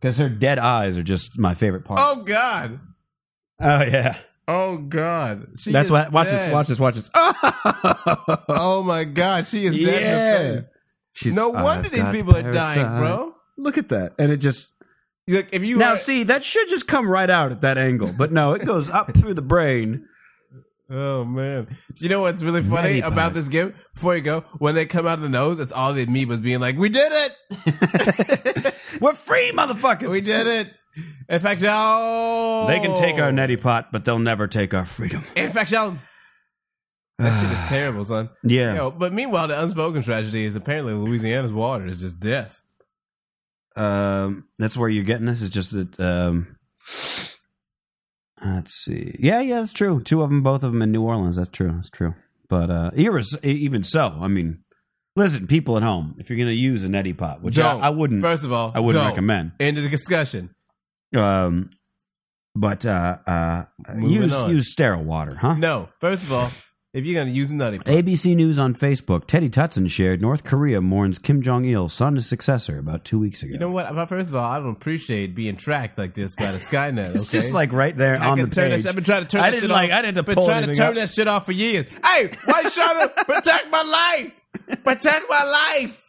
G: because her dead eyes are just my favorite part.
C: Oh God.
G: Oh, yeah,
C: Oh God. She
G: that's
C: is
G: what. Watch
C: dead.
G: this. Watch this. Watch this. *laughs*
C: oh my God, she is dead in
G: Yeah.
C: the face.
G: She's- "Oh,
C: no
G: I've
C: wonder these
G: got
C: people are dying,
G: parasite.
C: bro.
G: Look at that, uh, and it just
C: Look, if you
G: now
C: are-
G: see that should just come right out at that angle, but no, it goes up through the brain.
C: Oh man! Do you know what's really funny
G: Neti pot.
C: about this game? Before you go, when they come out of the nose, it's all the amoebas being like, "We did it!
G: We're free, motherfuckers!
C: We
G: *laughs*
C: did it!" Oh. Infection. They
G: They can take our neti pot, but they'll never take our freedom.
C: Infection. That shit
G: *sighs*
C: is terrible, son.
G: Yeah.
C: Yo, but meanwhile, the unspoken tragedy is apparently Louisiana's water is just death.
G: um that's where you're getting this is just that um let's see yeah yeah that's true two of them both of them in new orleans that's true that's true but uh irres- even so i mean listen people at home if you're gonna use a neti pot which I,
C: Don't.
G: I wouldn't
C: First of all,
G: i wouldn't
C: don't.
G: recommend
C: End of the discussion.
G: um but uh uh
C: Moving
G: use
C: on.
G: use sterile water huh
C: No. First of all, if you're gonna use a nutty,
G: ABC News on Facebook, Teddy Tutson shared North Korea mourns Kim Jong il, son and successor, about two weeks ago.
C: you know what? About first of all, I don't appreciate being tracked like this by the Skynet.
G: It's
C: okay?
G: just like right there
C: I
G: on
C: can
G: the
C: turn that
G: page.
C: shit- I've been trying to turn
G: I
C: that
G: didn't
C: shit
G: like.
C: off.
G: I didn't
C: been
G: pull
C: trying to
G: anything
C: turn
G: up.
C: that shit off for years. Hey, why you trying
G: *laughs*
C: to protect my life? Protect my life.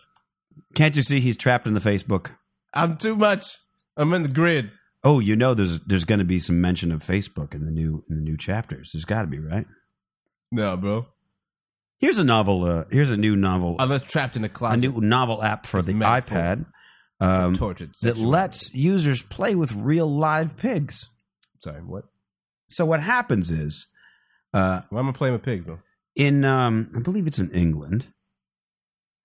G: Can't you see he's trapped in the Facebook?
C: I'm too much. I'm in the grid.
G: Oh, you know, there's there's going to be some mention of Facebook in the new in the new chapters. There's got to be, right?
C: No, bro.
G: Here's a novel. Uh, here's a new novel.
C: Unless trapped in a
G: a
C: closet.
G: new novel app for
C: It's
G: the
C: meant for
G: iPad um,
C: tortured
G: that
C: sexual-
G: lets users play with real live pigs.
C: Sorry, what?
G: So what happens is, uh,
C: Why am I playing with pigs? Though?
G: in um, I believe it's in England.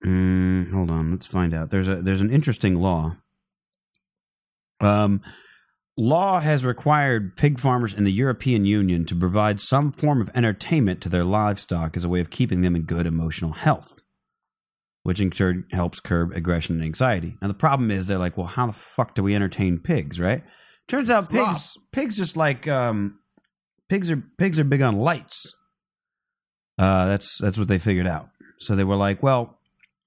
G: Mm, hold on, let's find out. There's a there's an interesting law. Um, law has required pig farmers in the European Union to provide some form of entertainment to their livestock as a way of keeping them in good emotional health. which in turn helps curb aggression and anxiety. Now the problem is they're like, well, how the fuck do we entertain pigs, right? Turns out pigs pigs just like um pigs are pigs are big on lights. Uh that's that's what they figured out. So they were like, well,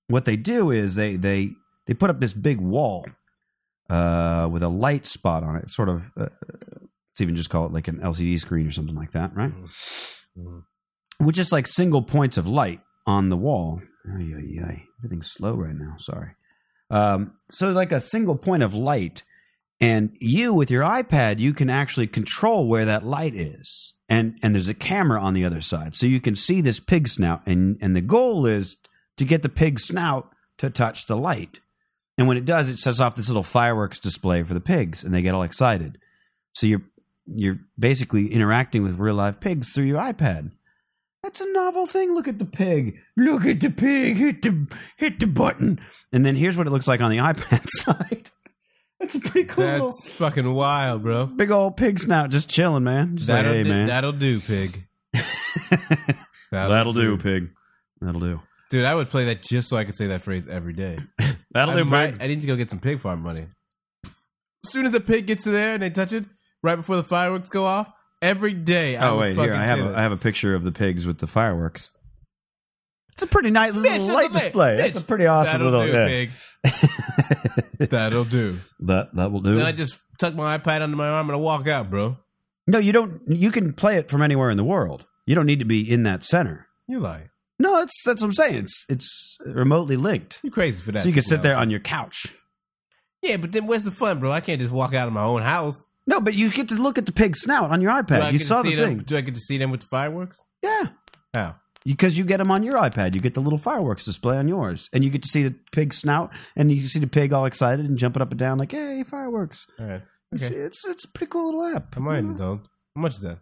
G: what they do is they they they put up this big wall uh with a light spot on it, sort of uh, let's even just call it like an LCD screen or something like that, right? Which is like single points of light on the wall. Ay, ay, ay. Everything's slow right now. Sorry. Um, so, like a single point of light, and you with your iPad, you can actually control where that light is, and and there's a camera on the other side, so you can see this pig snout, and and the goal is to get the pig snout to touch the light, and when it does, it sets off this little fireworks display for the pigs, and they get all excited. So you're you're basically interacting with real live pigs through your iPad. That's a novel thing. Look at the pig. Look at the pig. Hit the hit the button. And then here's what it looks like on the *laughs* iPad side. That's a pretty cool.
C: That's
G: little-
C: fucking wild, bro.
G: Big old pig snout just chilling, man. Just like,
C: That'll,
G: hey,
C: do,
G: man.
C: that'll do,
G: *laughs*
C: pig.
G: That'll, do, pig. That'll do.
C: Dude, I would play that just so I could say that phrase every day.
G: That'll
C: I
G: do,
C: might- I need to go get some pig farm money. As soon as the pig gets there and they touch it, right before the fireworks go off, every day. I
G: oh
C: would
G: wait,
C: fucking
G: here I have
C: say
G: a,
C: that.
G: I have a picture of the pigs with the fireworks.
C: It's
G: a pretty nice little
C: Mitch,
G: light
C: that's a
G: display.
C: Mitch,
G: That's a pretty awesome
C: that'll
G: little-
C: do,
G: yeah. *laughs*
C: pig. that'll do.
G: That that will do.
C: Then I just tuck my iPad under my arm and I walk out, bro.
G: no, you don't. You can play it from anywhere in the world. You don't need to be in that center.
C: You lie.
G: No, that's that's what I'm saying. It's it's remotely linked.
C: You crazy for that?
G: so you can
C: too,
G: sit there
C: Ralph.
G: on your couch.
C: Yeah, but then where's the fun, bro? I can't just walk out of my own house.
G: No, but you get to look at the pig snout on your
C: Do I
G: iPad.
C: get
G: You
C: to
G: saw
C: see
G: the
C: them-
G: thing
C: Do I get to see them with the fireworks?
G: Yeah.
C: How?
G: because you get them on your iPad. You get the little fireworks display on yours, and you get to see the pig snout, and you see the pig all excited and jumping up and down like, "Hey, fireworks!"
C: All right.
G: It's-
C: Okay.
G: It's, it's a pretty cool little app.
C: I might indulge. How much is that?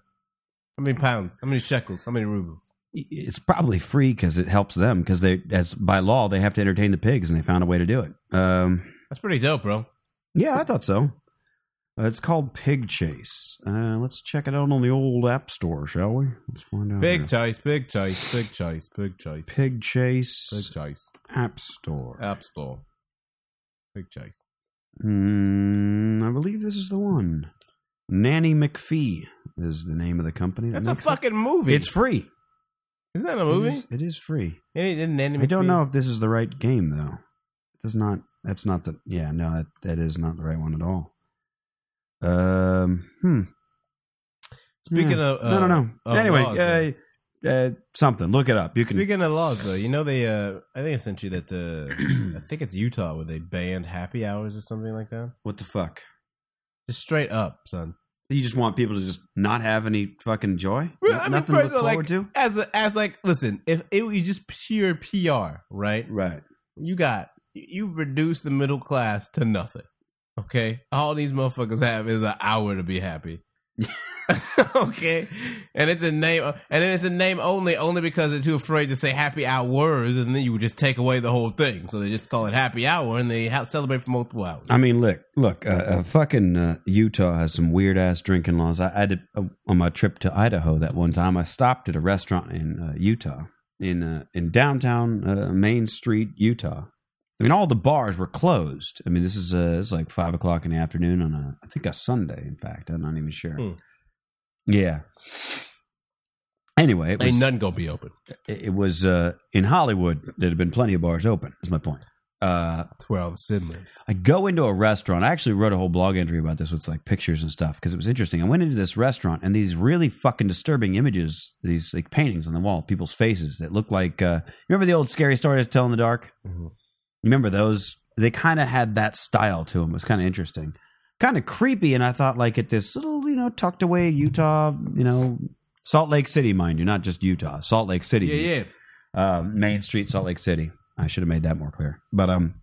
C: How many pounds? How many shekels? How many rubles?
G: It's probably free because it helps them because they, as by law, they have to entertain the pigs, and they found a way to do it. Um,
C: That's pretty dope, bro.
G: yeah, I thought so. Uh, it's called Pig Chase. Uh, let's check it out on the old App Store, shall we? Let's find out.
C: Big
G: here.
C: choice, big choice, big choice, big choice.
G: Mm-hmm. Pig Chase
C: Big choice.
G: App Store.
C: App Store. Big choice.
G: Mm, I believe this is the one. Nanny McPhee is the name of the company. that
C: That's a
G: makes it.
C: fucking movie.
G: It's free.
C: Isn't that a movie?
G: It is, it is free.
C: It ain't- it ain't Nanny
G: I don't
C: McPhee.
G: know if this is the right game though. It does not. That's not the. Yeah, no, that, that is not the right one at all. Um. Hmm.
C: Speaking
G: Yeah.
C: of, uh,
G: no, no, no.
C: of
G: anyway,
C: laws,
G: uh, uh, something. Look it up. You can.
C: Speaking of laws, though, you know they. Uh, I think I sent you that. Uh,
G: *clears throat*
C: I think it's Utah where they banned happy hours or something like that.
G: what the fuck?
C: Just straight up, son.
G: You just want people to just not have any fucking joy.
C: Well,
G: No-
C: I mean,
G: nothing
C: first
G: to
C: of all,
G: look
C: like
G: forward to.
C: as a, as like, listen, if it was just pure PR, right?
G: Right.
C: You got you've reduced the middle class to nothing. Okay, all these motherfuckers have is an hour to be
G: *laughs*
C: happy. *laughs* okay, and it's a name, and then it's a name only, only because they're too afraid to say happy hours, and then you would just take away the whole thing. So they just call it happy hour, and they ha- celebrate for multiple hours.
G: I mean, look, look, uh, uh, fucking uh, Utah has some weird ass drinking laws. I, I did uh, on my trip to Idaho that one time. I stopped at a restaurant in uh, Utah, in uh, in downtown uh, Main Street, Utah. I mean, all the bars were closed. I mean, this is uh, it's like five o'clock in the afternoon on a, I think a Sunday. In fact, I'm not even sure.
C: Hmm.
G: Yeah. Anyway, it
C: Ain't
G: was,
C: nothing gonna be open.
G: it it was uh, in Hollywood. There had been plenty of bars open. Is my point. Uh,
C: That's where all the sin lives.
G: I go into a restaurant. I actually wrote a whole blog entry about this with like pictures and stuff because it was interesting. I went into this restaurant and these really fucking disturbing images, these like paintings on the wall, people's faces that look like. Uh, remember the old scary stories to tell in the dark?
C: Mm-hmm.
G: You remember those? They kind of had that style to them. It was kind of interesting, kind of creepy. And I thought like at this little, you know, tucked away Utah, you know, Salt Lake City, mind you, not just Utah, Salt Lake City.
C: Yeah, yeah.
G: Um, Main Street, Salt Lake City. I should have made that more clear. But um,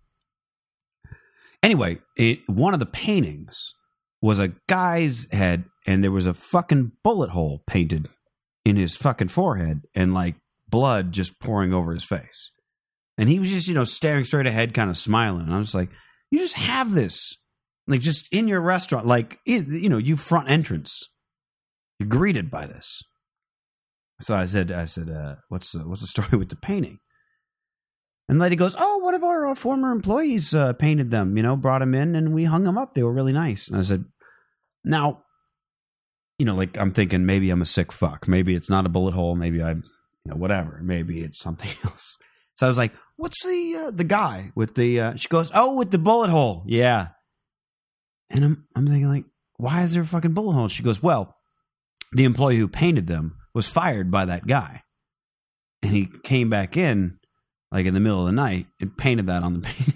G: anyway, it one of the paintings was a guy's head, and there was a fucking bullet hole painted in his fucking forehead, and like blood just pouring over his face. And he was just, you know, staring straight ahead, kind of smiling. And I was like, you just have this, like, just in your restaurant, like, i- you know, you front entrance, you're greeted by this. uh, So I said, I said, uh, what's the, what's the story with the painting? And the lady goes, "Oh, one of our uh, former employees uh, painted them. You know, brought them in, and we hung them up. They were really nice." And I said, "Now, you know, like I'm thinking maybe I'm a sick fuck. Maybe it's not a bullet hole. Maybe I, you know, whatever. Maybe it's something *laughs* else." So I was like, "What's the uh, the guy with the?" Uh, she goes, "Oh, with the bullet hole. Yeah." And I'm I'm thinking like, why is there a fucking bullet hole? She goes, "Well, the employee who painted them was fired by that guy, and he came back in like in the middle of the night and painted that on the *laughs* painting."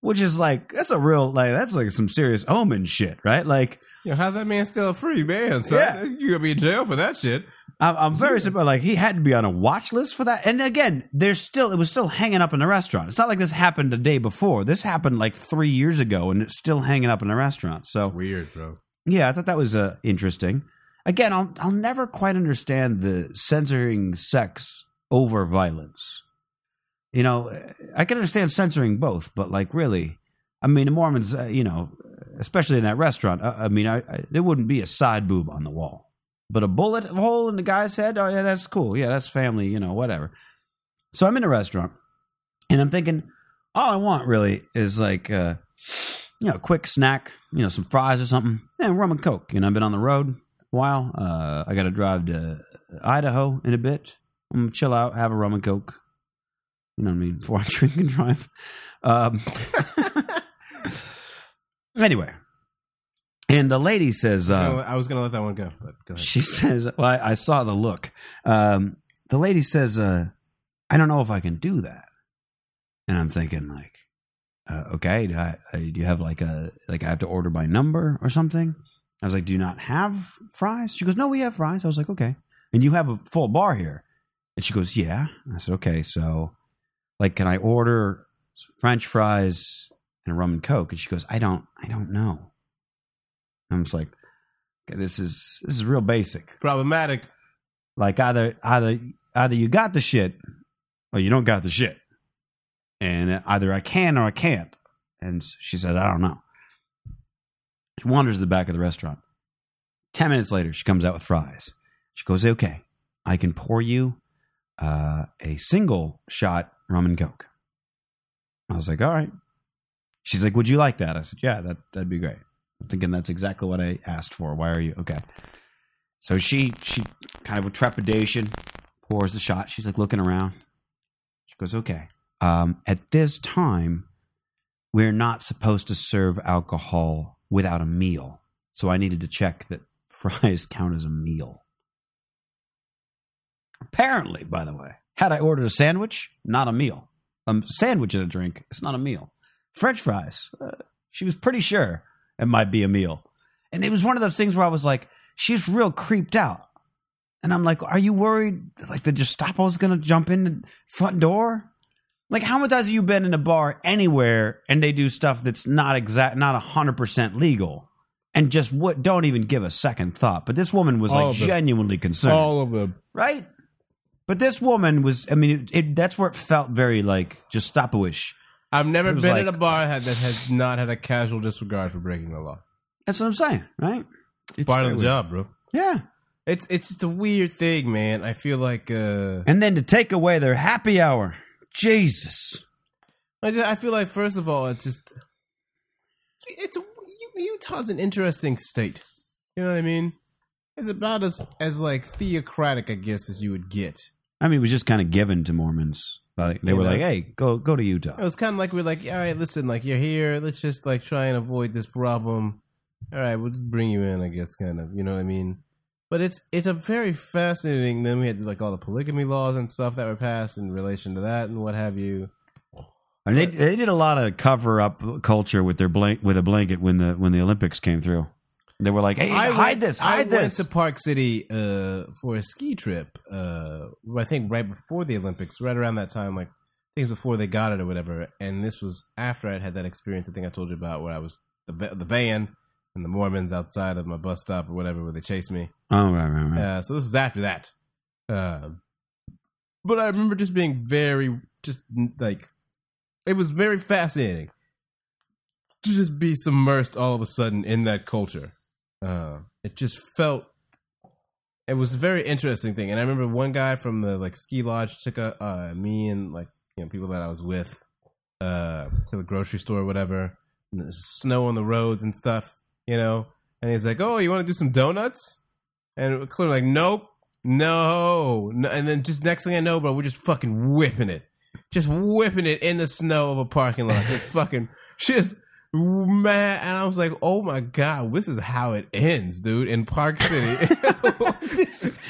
G: Which is like that's a real like that's like some serious omen shit, right? Like
C: Yo, how's that man still a free man? Son?
G: Yeah.
C: you gonna be in jail for that shit.
G: I'm, I'm very surprised. Like he had to be on a watch list for that. And again, there's still it was still hanging up in the restaurant. It's not like this happened the day before. This happened like three years ago, and it's still hanging up in the restaurant. So
C: weird, bro.
G: Yeah, I thought that was uh, interesting. Again, I'll I'll never quite understand the censoring sex over violence. You know, I can understand censoring both, but like really, I mean, the Mormons, uh, you know, especially in that restaurant, uh, I, I mean, I, I, there wouldn't be a side boob on the wall, but a bullet hole in the guy's head. Oh yeah, that's cool. Yeah, that's family. You know, whatever. So I'm in a restaurant, and I'm thinking, all I want really is like, uh, you know, a quick snack, you know, some fries or something, and rum and coke. You know, I've been on the road a while. Uh, I got to drive to Idaho in a bit. I'm gonna chill out, have a rum and coke. You know what I mean? *laughs* Before I drink and drive. Um, *laughs* anyway, and the lady says, uh,
C: You know, I was gonna let that one go, but go ahead.
G: she *laughs* says, well, I, I saw the look. Um, the lady says, uh, I don't know if I can do that. And I'm thinking like, uh, okay, do, I, I, do you have like a, like I have to order by number or something? I was like, do you not have fries? She goes, no, we have fries. I was like, okay. And you have a full bar here. And she goes, yeah. And I said, okay, so like, can I order French fries and rum and Coke? And she goes, I don't, I don't know. I'm just like, okay, this is, this is real basic.
C: Problematic.
G: Like either either either you got the shit or you don't got the shit. And uh, either I can or I can't. And she said, I don't know. She wanders to the back of the restaurant. Ten minutes later, she comes out with fries. She goes, Okay, I can pour you uh, a single shot rum and coke. I was like, All right. She's like, Would you like that? I said, Yeah, that, that'd be great. I'm thinking that's exactly what I asked for. Why are you okay? So she she kind of with trepidation pours the shot. She's like looking around. She goes, "Okay. Um, at this time, we're not supposed to serve alcohol without a meal. So I needed to check that *laughs* fries count as a meal. Apparently, by the way, had I ordered a sandwich, not a meal. A sandwich and a drink, it's not a meal. French fries, uh, she was pretty sure it might be a meal. And it was one of those things where I was like, she's real creeped out. And I'm like, are you worried like the Gestapo's gonna jump in the front door? Like how many times have you been in a bar anywhere and they do stuff that's not exact not hundred percent legal? And just what don't even give a second thought. But this woman was
C: All
G: like
C: of them.
G: genuinely concerned.
C: All of them.
G: Right? But this woman was I mean, it, it that's where it felt very like Gestapo-ish.
C: I've never
G: It was
C: been
G: like-
C: at a bar had- that has not had a casual disregard for breaking the law.
G: That's what I'm saying, right?
C: Part of the
G: very weird.
C: job, bro.
G: Yeah.
C: It's it's just a weird thing, man. I feel like uh
G: And then to take away their happy hour. Jesus.
C: I, just, I feel like first of all, it's just it's a, U- Utah's an interesting state. You know what I mean? It's about as as like theocratic, I guess, as you would get.
G: I mean, it was just kind of given to Mormons. Like, they
C: You
G: were
C: know?
G: like, "Hey, go go to Utah."
C: It was kind of like we're like, all right, listen, like you're here. Let's just like try and avoid this problem. All right, we'll just bring you in, I guess, kind of. You know what I mean? But it's it's a very fascinating. Then we had like all the polygamy laws and stuff that were passed in relation to that and what have you.
G: And they they did a lot of cover up culture with their blank with a blanket when the when the Olympics came through. They were like, "Hey,
C: I
G: hide
C: went-
G: this,
C: I
G: hide
C: went
G: this."
C: to Park City uh, for a ski trip. Uh, I think right before the Olympics, right around that time, like things before they got it or whatever. And this was after I'd had that experience. I think I told you about where I was the va- the van and the Mormons outside of my bus stop or whatever, where they chased me.
G: oh, right, right, right.
C: Uh, so this was after that. Um, but I remember just being very, just like, it was very fascinating to just be submersed all of a sudden in that culture. Uh, it just felt, it was a very interesting thing. And I remember one guy from the like ski lodge took a, uh, me and like you know, people that I was with uh, to the grocery store or whatever. And there's snow on the roads and stuff, you know. And he's like, "Oh, you want to do some donuts?" And we're clearly like, "Nope, no. no." And then just next thing I know, bro, we're just fucking whipping it, just whipping it in the snow of a parking lot,
G: *laughs*
C: just fucking just mad. And I was like, "Oh my god, this is how it ends, dude, in Park City."
G: *laughs*
C: *laughs*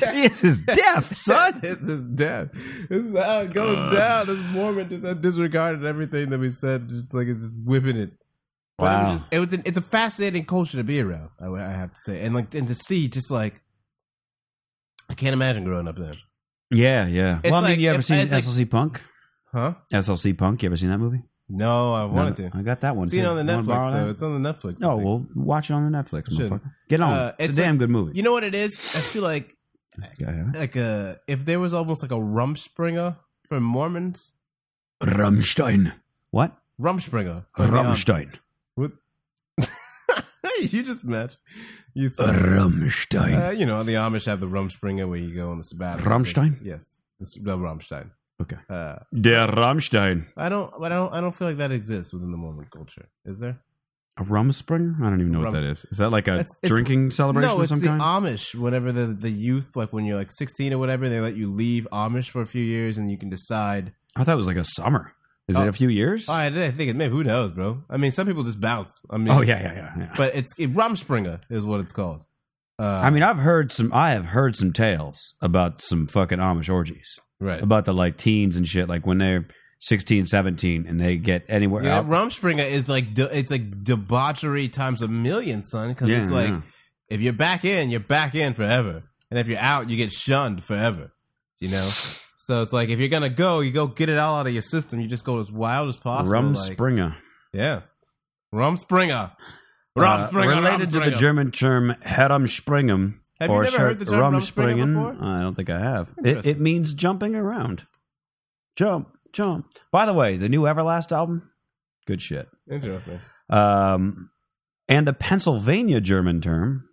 G: this is death, son.
C: this is death. This is how it goes
G: Ugh.
C: down. This Mormon just uh, disregarded everything that we said, just like it's just whipping it. But it
G: Wow.
C: was just, it was an, it's a fascinating culture to be around. I, would- I have to say, and like and to see just like I can't imagine growing up there.
L: Yeah, yeah.
C: It's
G: well, I mean,
C: like-
G: you ever
C: if-
G: seen
C: it's like-
G: SLC Punk?
C: Huh?
G: SLC Punk. You ever seen that movie?
C: No, I wanted
G: No,
C: to.
G: I got that one,
C: See it
G: too.
C: on the
G: You wanna borrow
C: Netflix though.
G: that?
C: It's on the Netflix. I
G: No,
C: think.
G: well, watch it on the Netflix.
C: I should.
G: Motherfucker. Get on.
C: Uh,
G: it's a damn
C: like-
G: good movie.
C: You know what it is? I feel like
G: Yeah.
C: like a if there was almost like a Rumspringer for Mormons.
G: Rammstein. What?
C: Rumspringer.
G: Rammstein.
C: What? *laughs* you just met. You
G: Rammstein.
C: Uh, you know, the Amish have the Rumspringer where you go on the sabbatical.
G: Rammstein?
C: Yes, it's the Rammstein.
G: Okay.
C: Uh,
G: Der Rammstein.
C: I don't, but I don't, I don't feel like that exists within the Mormon culture. Is there?
G: A Rumspring? I don't even know
C: Rum-
G: what that is. Is that like a
C: That's- it's-
G: drinking celebration
C: No,
G: of
C: it's
G: some
C: the
G: kind?
C: Amish. Whenever the the youth, like when you're like 16 or whatever, they let you leave Amish for a few years, and you can decide.
G: I thought it was like a summer. Is
C: Oh.
G: it a few years?
C: Oh, I, I think it may. Who knows, bro? I mean, some people just bounce. I mean,
G: Oh, yeah, yeah, yeah, yeah.
C: But it's it, Rumspringer is what it's called. Uh,
G: I mean, I've heard some. I have heard some tales about some fucking Amish orgies.
C: Right.
G: About the like teens and shit. Like when they're 16, 17 and they get anywhere
C: Yeah,
G: out.
C: Rumspringer is like de- it's like debauchery times a million, son. Because
G: Yeah,
C: it's like
G: yeah.
C: if you're back in, you're back in forever, and if you're out, you get shunned forever. You know, so it's like if you're gonna go, you go get it all out of your system. You just go as wild as possible. like-
G: Rumspringer.
C: yeah, Rumspringer,
G: Uh,
C: Rumspringer,
G: related to the
C: Rumspringer.
G: German term Herumspringen.
C: Have you
G: or
C: never heard the term Rumspringen
G: Rumspringen. I don't think I have. It,
C: Interesting.
G: it means jumping around. Jump, jump. By the way, the new Everlast album, good shit.
C: Interesting.
G: Um, and the Pennsylvania German term,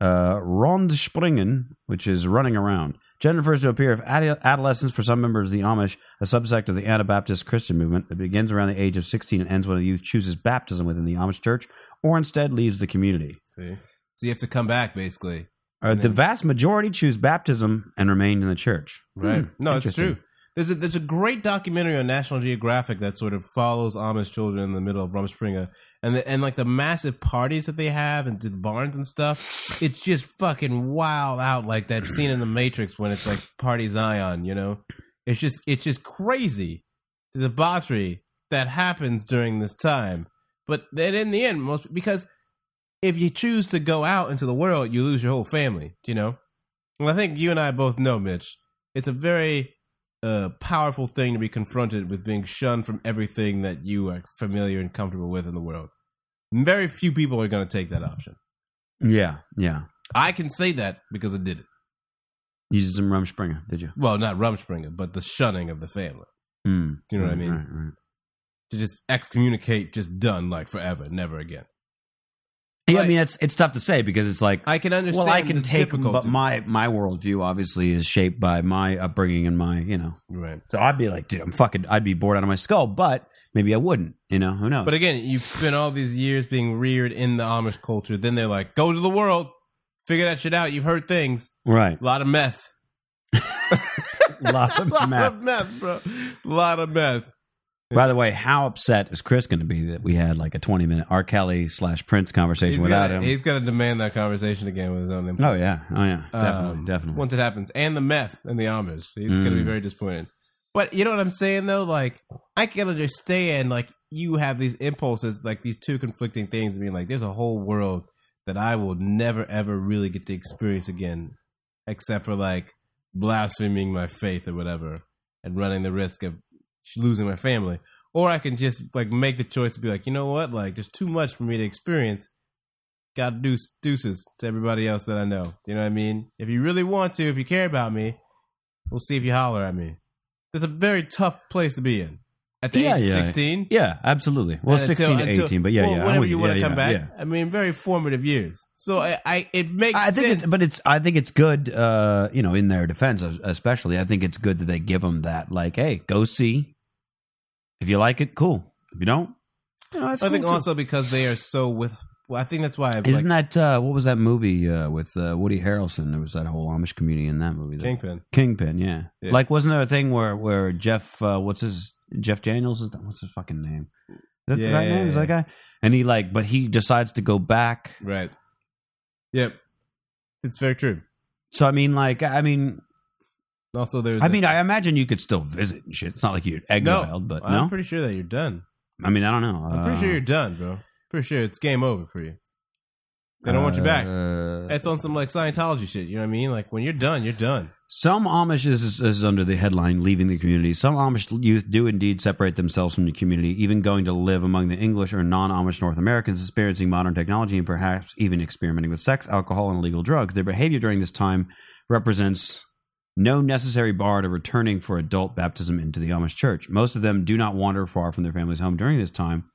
G: uh, Rondspringen, which is running around. Jen refers to a period of ade- adolescence for some members of the Amish, a subsect of the Anabaptist Christian movement that begins around the age of 16 and ends when a youth chooses baptism within the Amish church or instead leaves the community.
C: See? So you have to come back, basically.
G: Uh, the vast majority choose baptism and remain in the church.
C: Right.
G: Hmm,
C: no, it's
G: interesting.
C: true. There's a, there's a great documentary on National Geographic that sort of follows Amish children in the middle of Rumspringa and the, and like the massive parties that they have and the barns and stuff. It's just fucking wild out like that scene in the Matrix when it's like party Zion, you know. It's just it's just crazy the debauchery that happens during this time. But then in the end, most because if you choose to go out into the world, you lose your whole family. You know. Well, I think you and I both know, Mitch. It's a very uh, powerful thing to be confronted with being shunned from everything that you are familiar and comfortable with in the world. Very few people are going to take that option.
G: Yeah, yeah.
C: I can say that because I did it.
G: You used some Rumspringer, did you?
C: Well, not Rumspringer, but the shunning of the family.
G: Hmm.
C: Do you know what I
G: Right,
C: mean?
G: right, right.
C: To just excommunicate, just done, like forever, never again.
G: Yeah, I mean it's it's tough to say because it's like
C: I can understand.
G: Well, I can
C: the
G: take, but
C: difficulty.
G: my my worldview obviously is shaped by my upbringing and my you know.
C: Right.
G: So I'd be like, dude, I'm fucking. I'd be bored out of my skull, but maybe I wouldn't. You know, who knows?
C: But again, you've spent all these years being reared in the Amish culture. Then they're like, go to the world, figure that shit out. You've heard things. *laughs*
G: Right.
C: A lot of meth.
G: Lots
C: *laughs*
G: of *laughs*
C: lot
G: meth.
C: of meth, bro. lot of meth.
G: By the way, how upset is Chris going to be that we had like a 20 minute R. Kelly slash Prince conversation
C: He's
G: without
C: gonna,
G: him?
C: He's going to demand that conversation again with his own input.
G: Oh yeah, oh yeah, definitely,
C: Um,
G: definitely.
C: Once it happens, and the meth and the Amish, he's going to be
G: Mm.
C: very disappointed. But you know what I'm saying though, like I can understand like you have these impulses, like these two conflicting things, being like, there's a whole world that I will never ever really get to experience again, except for like blaspheming my faith or whatever, and running the risk of losing my family. Or I can just like make the choice to be like, you know what, like there's too much for me to experience. God deuce, deuces to everybody else that I know. You know what I mean? If you really want to, if you care about me, we'll see if you holler at me. That's a very tough place to be in. At the
G: yeah,
C: age
G: yeah.
C: of 16?
G: Yeah, absolutely. Well,
C: And until-
G: 16 to
C: until-
G: 18, but yeah,
C: well,
G: yeah. I'm
C: Whenever
G: with
C: you want to
G: Yeah,
C: come back.
G: yeah, yeah.
C: I mean, very formative years. So I, I it makes
G: I think,
C: sense.
G: it's, but it's. I think it's good. Uh, you know, in their defense, es- especially, I think it's good that they give them that. Like, hey, go see If you like it, cool. If you don't,
C: I think also because they are so with. Well, I think that's why. I
G: Isn't that uh, what was that movie uh, with uh, Woody Harrelson? There was that whole Amish community in that movie. that-
C: Kingpin.
G: Kingpin, yeah.
C: Yeah.
G: Like, wasn't there a thing where where Jeff, uh, what's his Jeff Daniels? Is that, what's his fucking name? Is that the right
C: Yeah.
G: name? Is that guy? And he like, but he decides to go back.
C: Right. Yep. It's very true.
G: So I mean, like, I mean,
C: also there's.
G: I
C: a-
G: mean, I imagine you could still visit and shit. It's not like you're exiled, but
C: I'm
G: no.
C: pretty sure that you're done.
G: I mean, I don't know. Uh,
C: I'm pretty sure you're done, bro. Pretty sure it's game over for you. They don't want you back.
G: Uh,
C: That's on some like Scientology shit. You know what I mean? Like when you're done, you're done.
G: Some Amish this is, this is under the headline "Leaving the Community." Some Amish youth do indeed separate themselves from the community, even going to live among the English or non-Amish North Americans, experiencing modern technology and perhaps even experimenting with sex, alcohol, and illegal drugs. Their behavior during this time represents no necessary bar to returning for adult baptism into the Amish Church. Most of them do not wander far from their family's home during this time,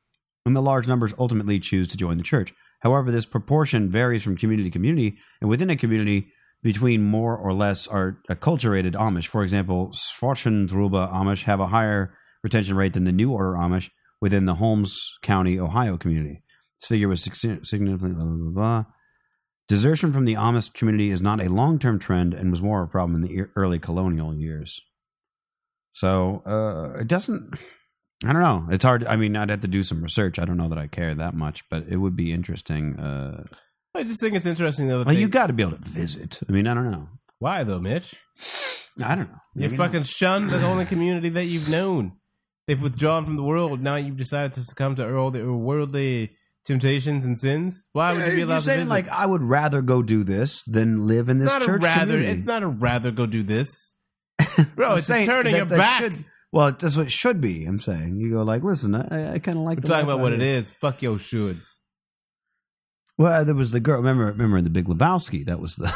G: and the large numbers ultimately choose to join the church. However, this proportion varies from community to community, and within a community, between more or less are acculturated Amish. For example, Schwarzendruber Amish have a higher retention rate than the New Order Amish within the Holmes County, Ohio community. This figure was sig- significantly blah, blah, blah, blah. Desertion from the Amish community is not a long term trend and was more of a problem in the ear- early colonial years. So uh, it doesn't. I don't know. It's hard. I mean, I'd have to do some research. I don't know that I care that much, but it would be interesting. Uh,
C: I just think it's interesting though. that
G: well,
C: they-
G: you got to be able to visit. I mean, I don't know.
C: Why though, Mitch?
G: I don't know.
C: You're
G: Maybe
C: fucking shunned the only community that you've known. They've withdrawn from the world. Now you've decided to succumb to all the worldly temptations and sins. Why would you be
G: If
C: allowed
G: you're
C: to
G: saying
C: visit?
G: like I would rather go do this than live in
C: it's
G: this
C: not
G: church
C: a rather.
G: community.
C: It's not a rather go do
G: *laughs*
C: this, bro.
G: I'm
C: it's a
G: saying
C: turning
G: that-
C: your
G: that
C: back.
G: should- well, that's what it should be. I'm saying you go like, listen, I, I kind of like.
C: We're
G: the
C: talking
G: life
C: about
G: out
C: what it
G: here.
C: is. Fuck yo should.
G: Well, there was the girl. Remember, remember in the Big Lebowski, that was the *laughs*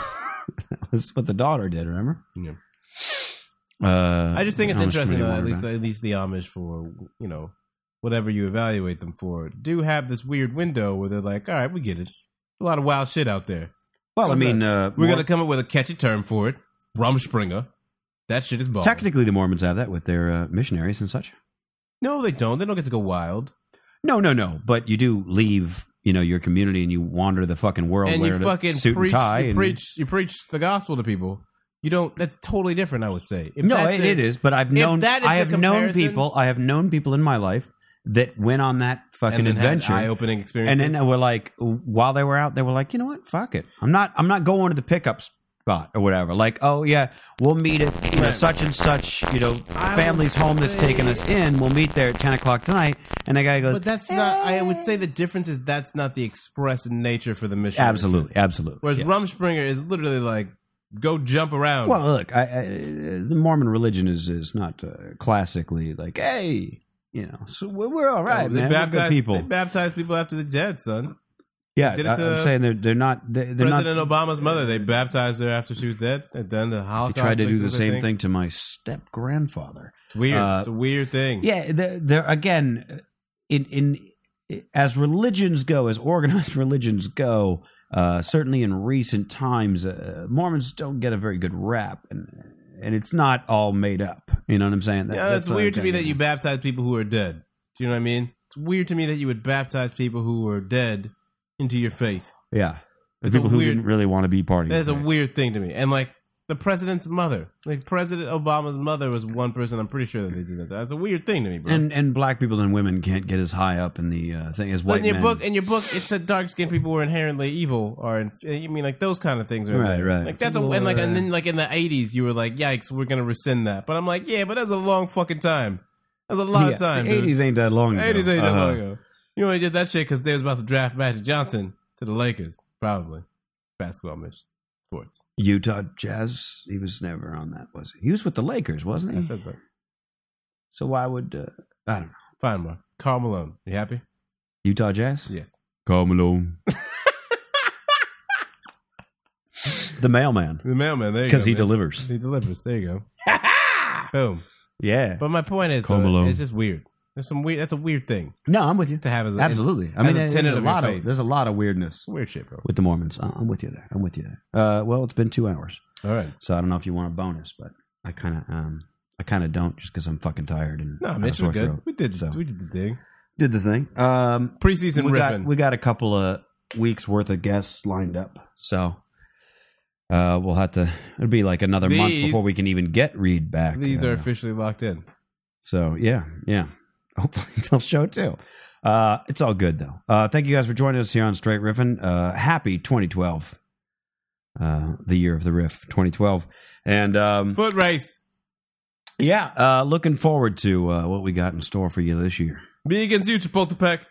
G: that was what the daughter did. Remember?
C: Yeah.
G: Uh,
C: I just think it's
G: how much
C: interesting
G: money
C: though. At
G: water
C: least
G: back.
C: at least the Amish for you know whatever you evaluate them for do have this weird window where they're like, all right, we get it. A lot of wild shit out there.
G: Well, I
C: Go
G: mean,
C: nuts.
G: uh,
C: we're
G: more-
C: gonna come up with a catchy term for it. Rumspringer. That shit is ball.
G: technically the Mormons have that with their uh, missionaries and such.
C: no, they don't. They don't get to go wild.
G: No, no, no. But you do leave, you know, your community and you wander the fucking world
C: and you
G: wearing a
C: fucking
G: suit
C: preach,
G: and tie.
C: you
G: and-
C: preach, you preach the gospel to people. You don't. That's totally different. I would say. If
G: no,
C: that's
G: it,
C: the-
G: it is. But I've
C: if
G: known,
C: that is
G: I
C: the
G: have known
C: comparison-
G: people, I have known people in my life that went on that fucking
C: And then had
G: adventure,
C: eye-opening
G: and
C: experiences.
G: then they were like, while they were out, they were like, you know what, fuck it, I'm not, I'm not going to the pickup spot or whatever. Like, oh yeah, we'll meet at you know,
C: Right.
G: such and such, you know,
C: I
G: family's
C: would
G: home that's
C: say-
G: taking us in. We'll meet there at ten o'clock tonight. And the guy goes,
C: But that's not. I would say the difference is that's not the express nature for the mission.
G: absolutely, absolutely.
C: Whereas
G: yeah.
C: Rumspringer is literally like, go jump around.
G: Well, look, I, I, the Mormon religion is is not uh, classically like, hey, you know, so we're, we're all right,
C: they
G: man. We're good
C: baptize
G: people.
C: They baptize people after the dead, son.
G: yeah,
C: did it
G: I,
C: to
G: am saying they're they're not they, they're
C: President
G: not.
C: Obama's mother. They baptized her after she was dead. They done the
G: They
C: Holocaust.
G: tried to do the
C: victims, I
G: same
C: think.
G: thing to my step grandfather.
C: It's weird.
G: Uh,
C: it's a weird thing.
G: Yeah, they're, they're again in in as religions go, as organized *laughs* religions go. Uh, certainly, in recent times, uh, Mormons don't get a very good rap, and and it's not all made up. You know what I'm saying? That-
C: yeah, that's
G: what I'm
C: weird to me
G: kinda
C: that you baptize people who are dead. Do you know what I mean? It's weird to me that you would baptize people who are dead into your faith.
G: Yeah. The
C: It's a
G: people who
C: weird-
G: didn't really want to be partying.
C: That's a weird thing to me. And like the president's mother, like President Obama's mother was one person. I'm pretty sure that they did that. That's a weird thing to me, bro.
G: and and black people and women can't get as high up in the uh, thing as
C: But
G: white
C: in your
G: men.
C: book, in your book, it said dark skinned people were inherently evil, or in, eh, you mean like those kind of things, are in
G: Right,
C: there.
G: right.
C: Like that's a and like and then like in the '80s, you were like, "Yikes, we're gonna rescind that." But I'm like, "Yeah, but that's a long fucking time. That's a lot
G: *laughs* Yeah,
C: of time."
G: The 80s ain't that long ago.
C: '80s ain't that
G: Uh-huh.
C: long ago. You only did that shit because they was about to draft Magic Johnson to the Lakers, probably. Basketball, Mitch. Sports.
G: Utah Jazz, he was never on that, was he? He was with the Lakers, wasn't he?
C: I said that.
G: So why would, uh, I don't know.
C: Fine, Mark. Carl Malone. You happy?
G: Utah Jazz?
C: Yes.
G: Carl Malone. *laughs* the mailman.
C: The mailman. There you go.
G: 'Cause he
C: Mitch.
G: delivers.
C: He delivers. There you go. Boom.
G: Yeah.
C: But my point is,
G: Carl
C: though,
G: Malone.
C: it's just weird. There's some weird. That's a weird thing.
G: No, I'm with you.
C: To have as a,
G: Absolutely.
C: As,
G: I mean,
C: as
G: there's
C: a tenet
G: a
C: of
G: lot
C: your
G: of,
C: faith.
G: there's a lot of weirdness.
C: weird shit, bro.
G: With the Mormons. I- I'm with you there. I'm with you there. Uh, well, it's been two hours.
C: All right.
G: So I don't know if you want a bonus, but I kind of um, I kind of don't just because I'm fucking tired and
C: No,
G: have a
C: Mitch,
G: sore
C: we're good.
G: throat.
C: We did. We did the thing.
G: Did the thing. Um,
C: Preseason
G: we got,
C: riffing.
G: we got a couple of weeks worth of guests lined up, so uh, we'll have to. It'll be like another month
C: These-
G: before we can even get Reed back.
C: These
G: Uh,
C: are officially locked in.
G: so yeah, yeah. *laughs* Hopefully they'll show too. Uh, it's all good though. Uh, thank you guys for joining us here on Straight Riffin. Uh, happy 2012, uh, the year of the riff, 2012, and um,
C: foot race.
G: Yeah, uh, looking forward to uh, what we got in store for you this year.
C: Me against you, Chipotle Peck.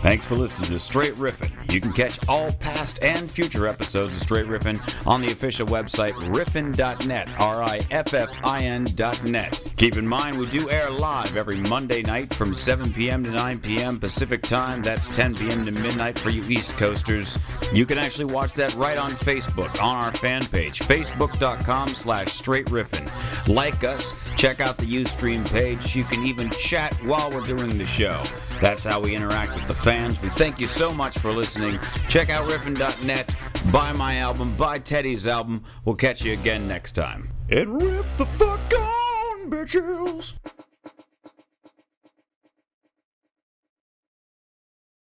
O: Thanks for listening to Straight Riffin. You can catch all past and future episodes of Straight Riffin on the official website riffin.net, R I F F I N.net. Keep in mind, we do air live every Monday night from 7 p.m. to 9 p.m. Pacific time. That's 10 p.m. to midnight for you East Coasters. You can actually watch that right on Facebook on our fan page, facebook.com slash straight riffin. Like us, check out the Ustream page. You can even chat while we're doing the show. That's how we interact with the fans. We thank you so much for listening. Check out riffin.net, buy my album, buy Teddy's album. We'll catch you again next time. And riff the fuck on, bitches!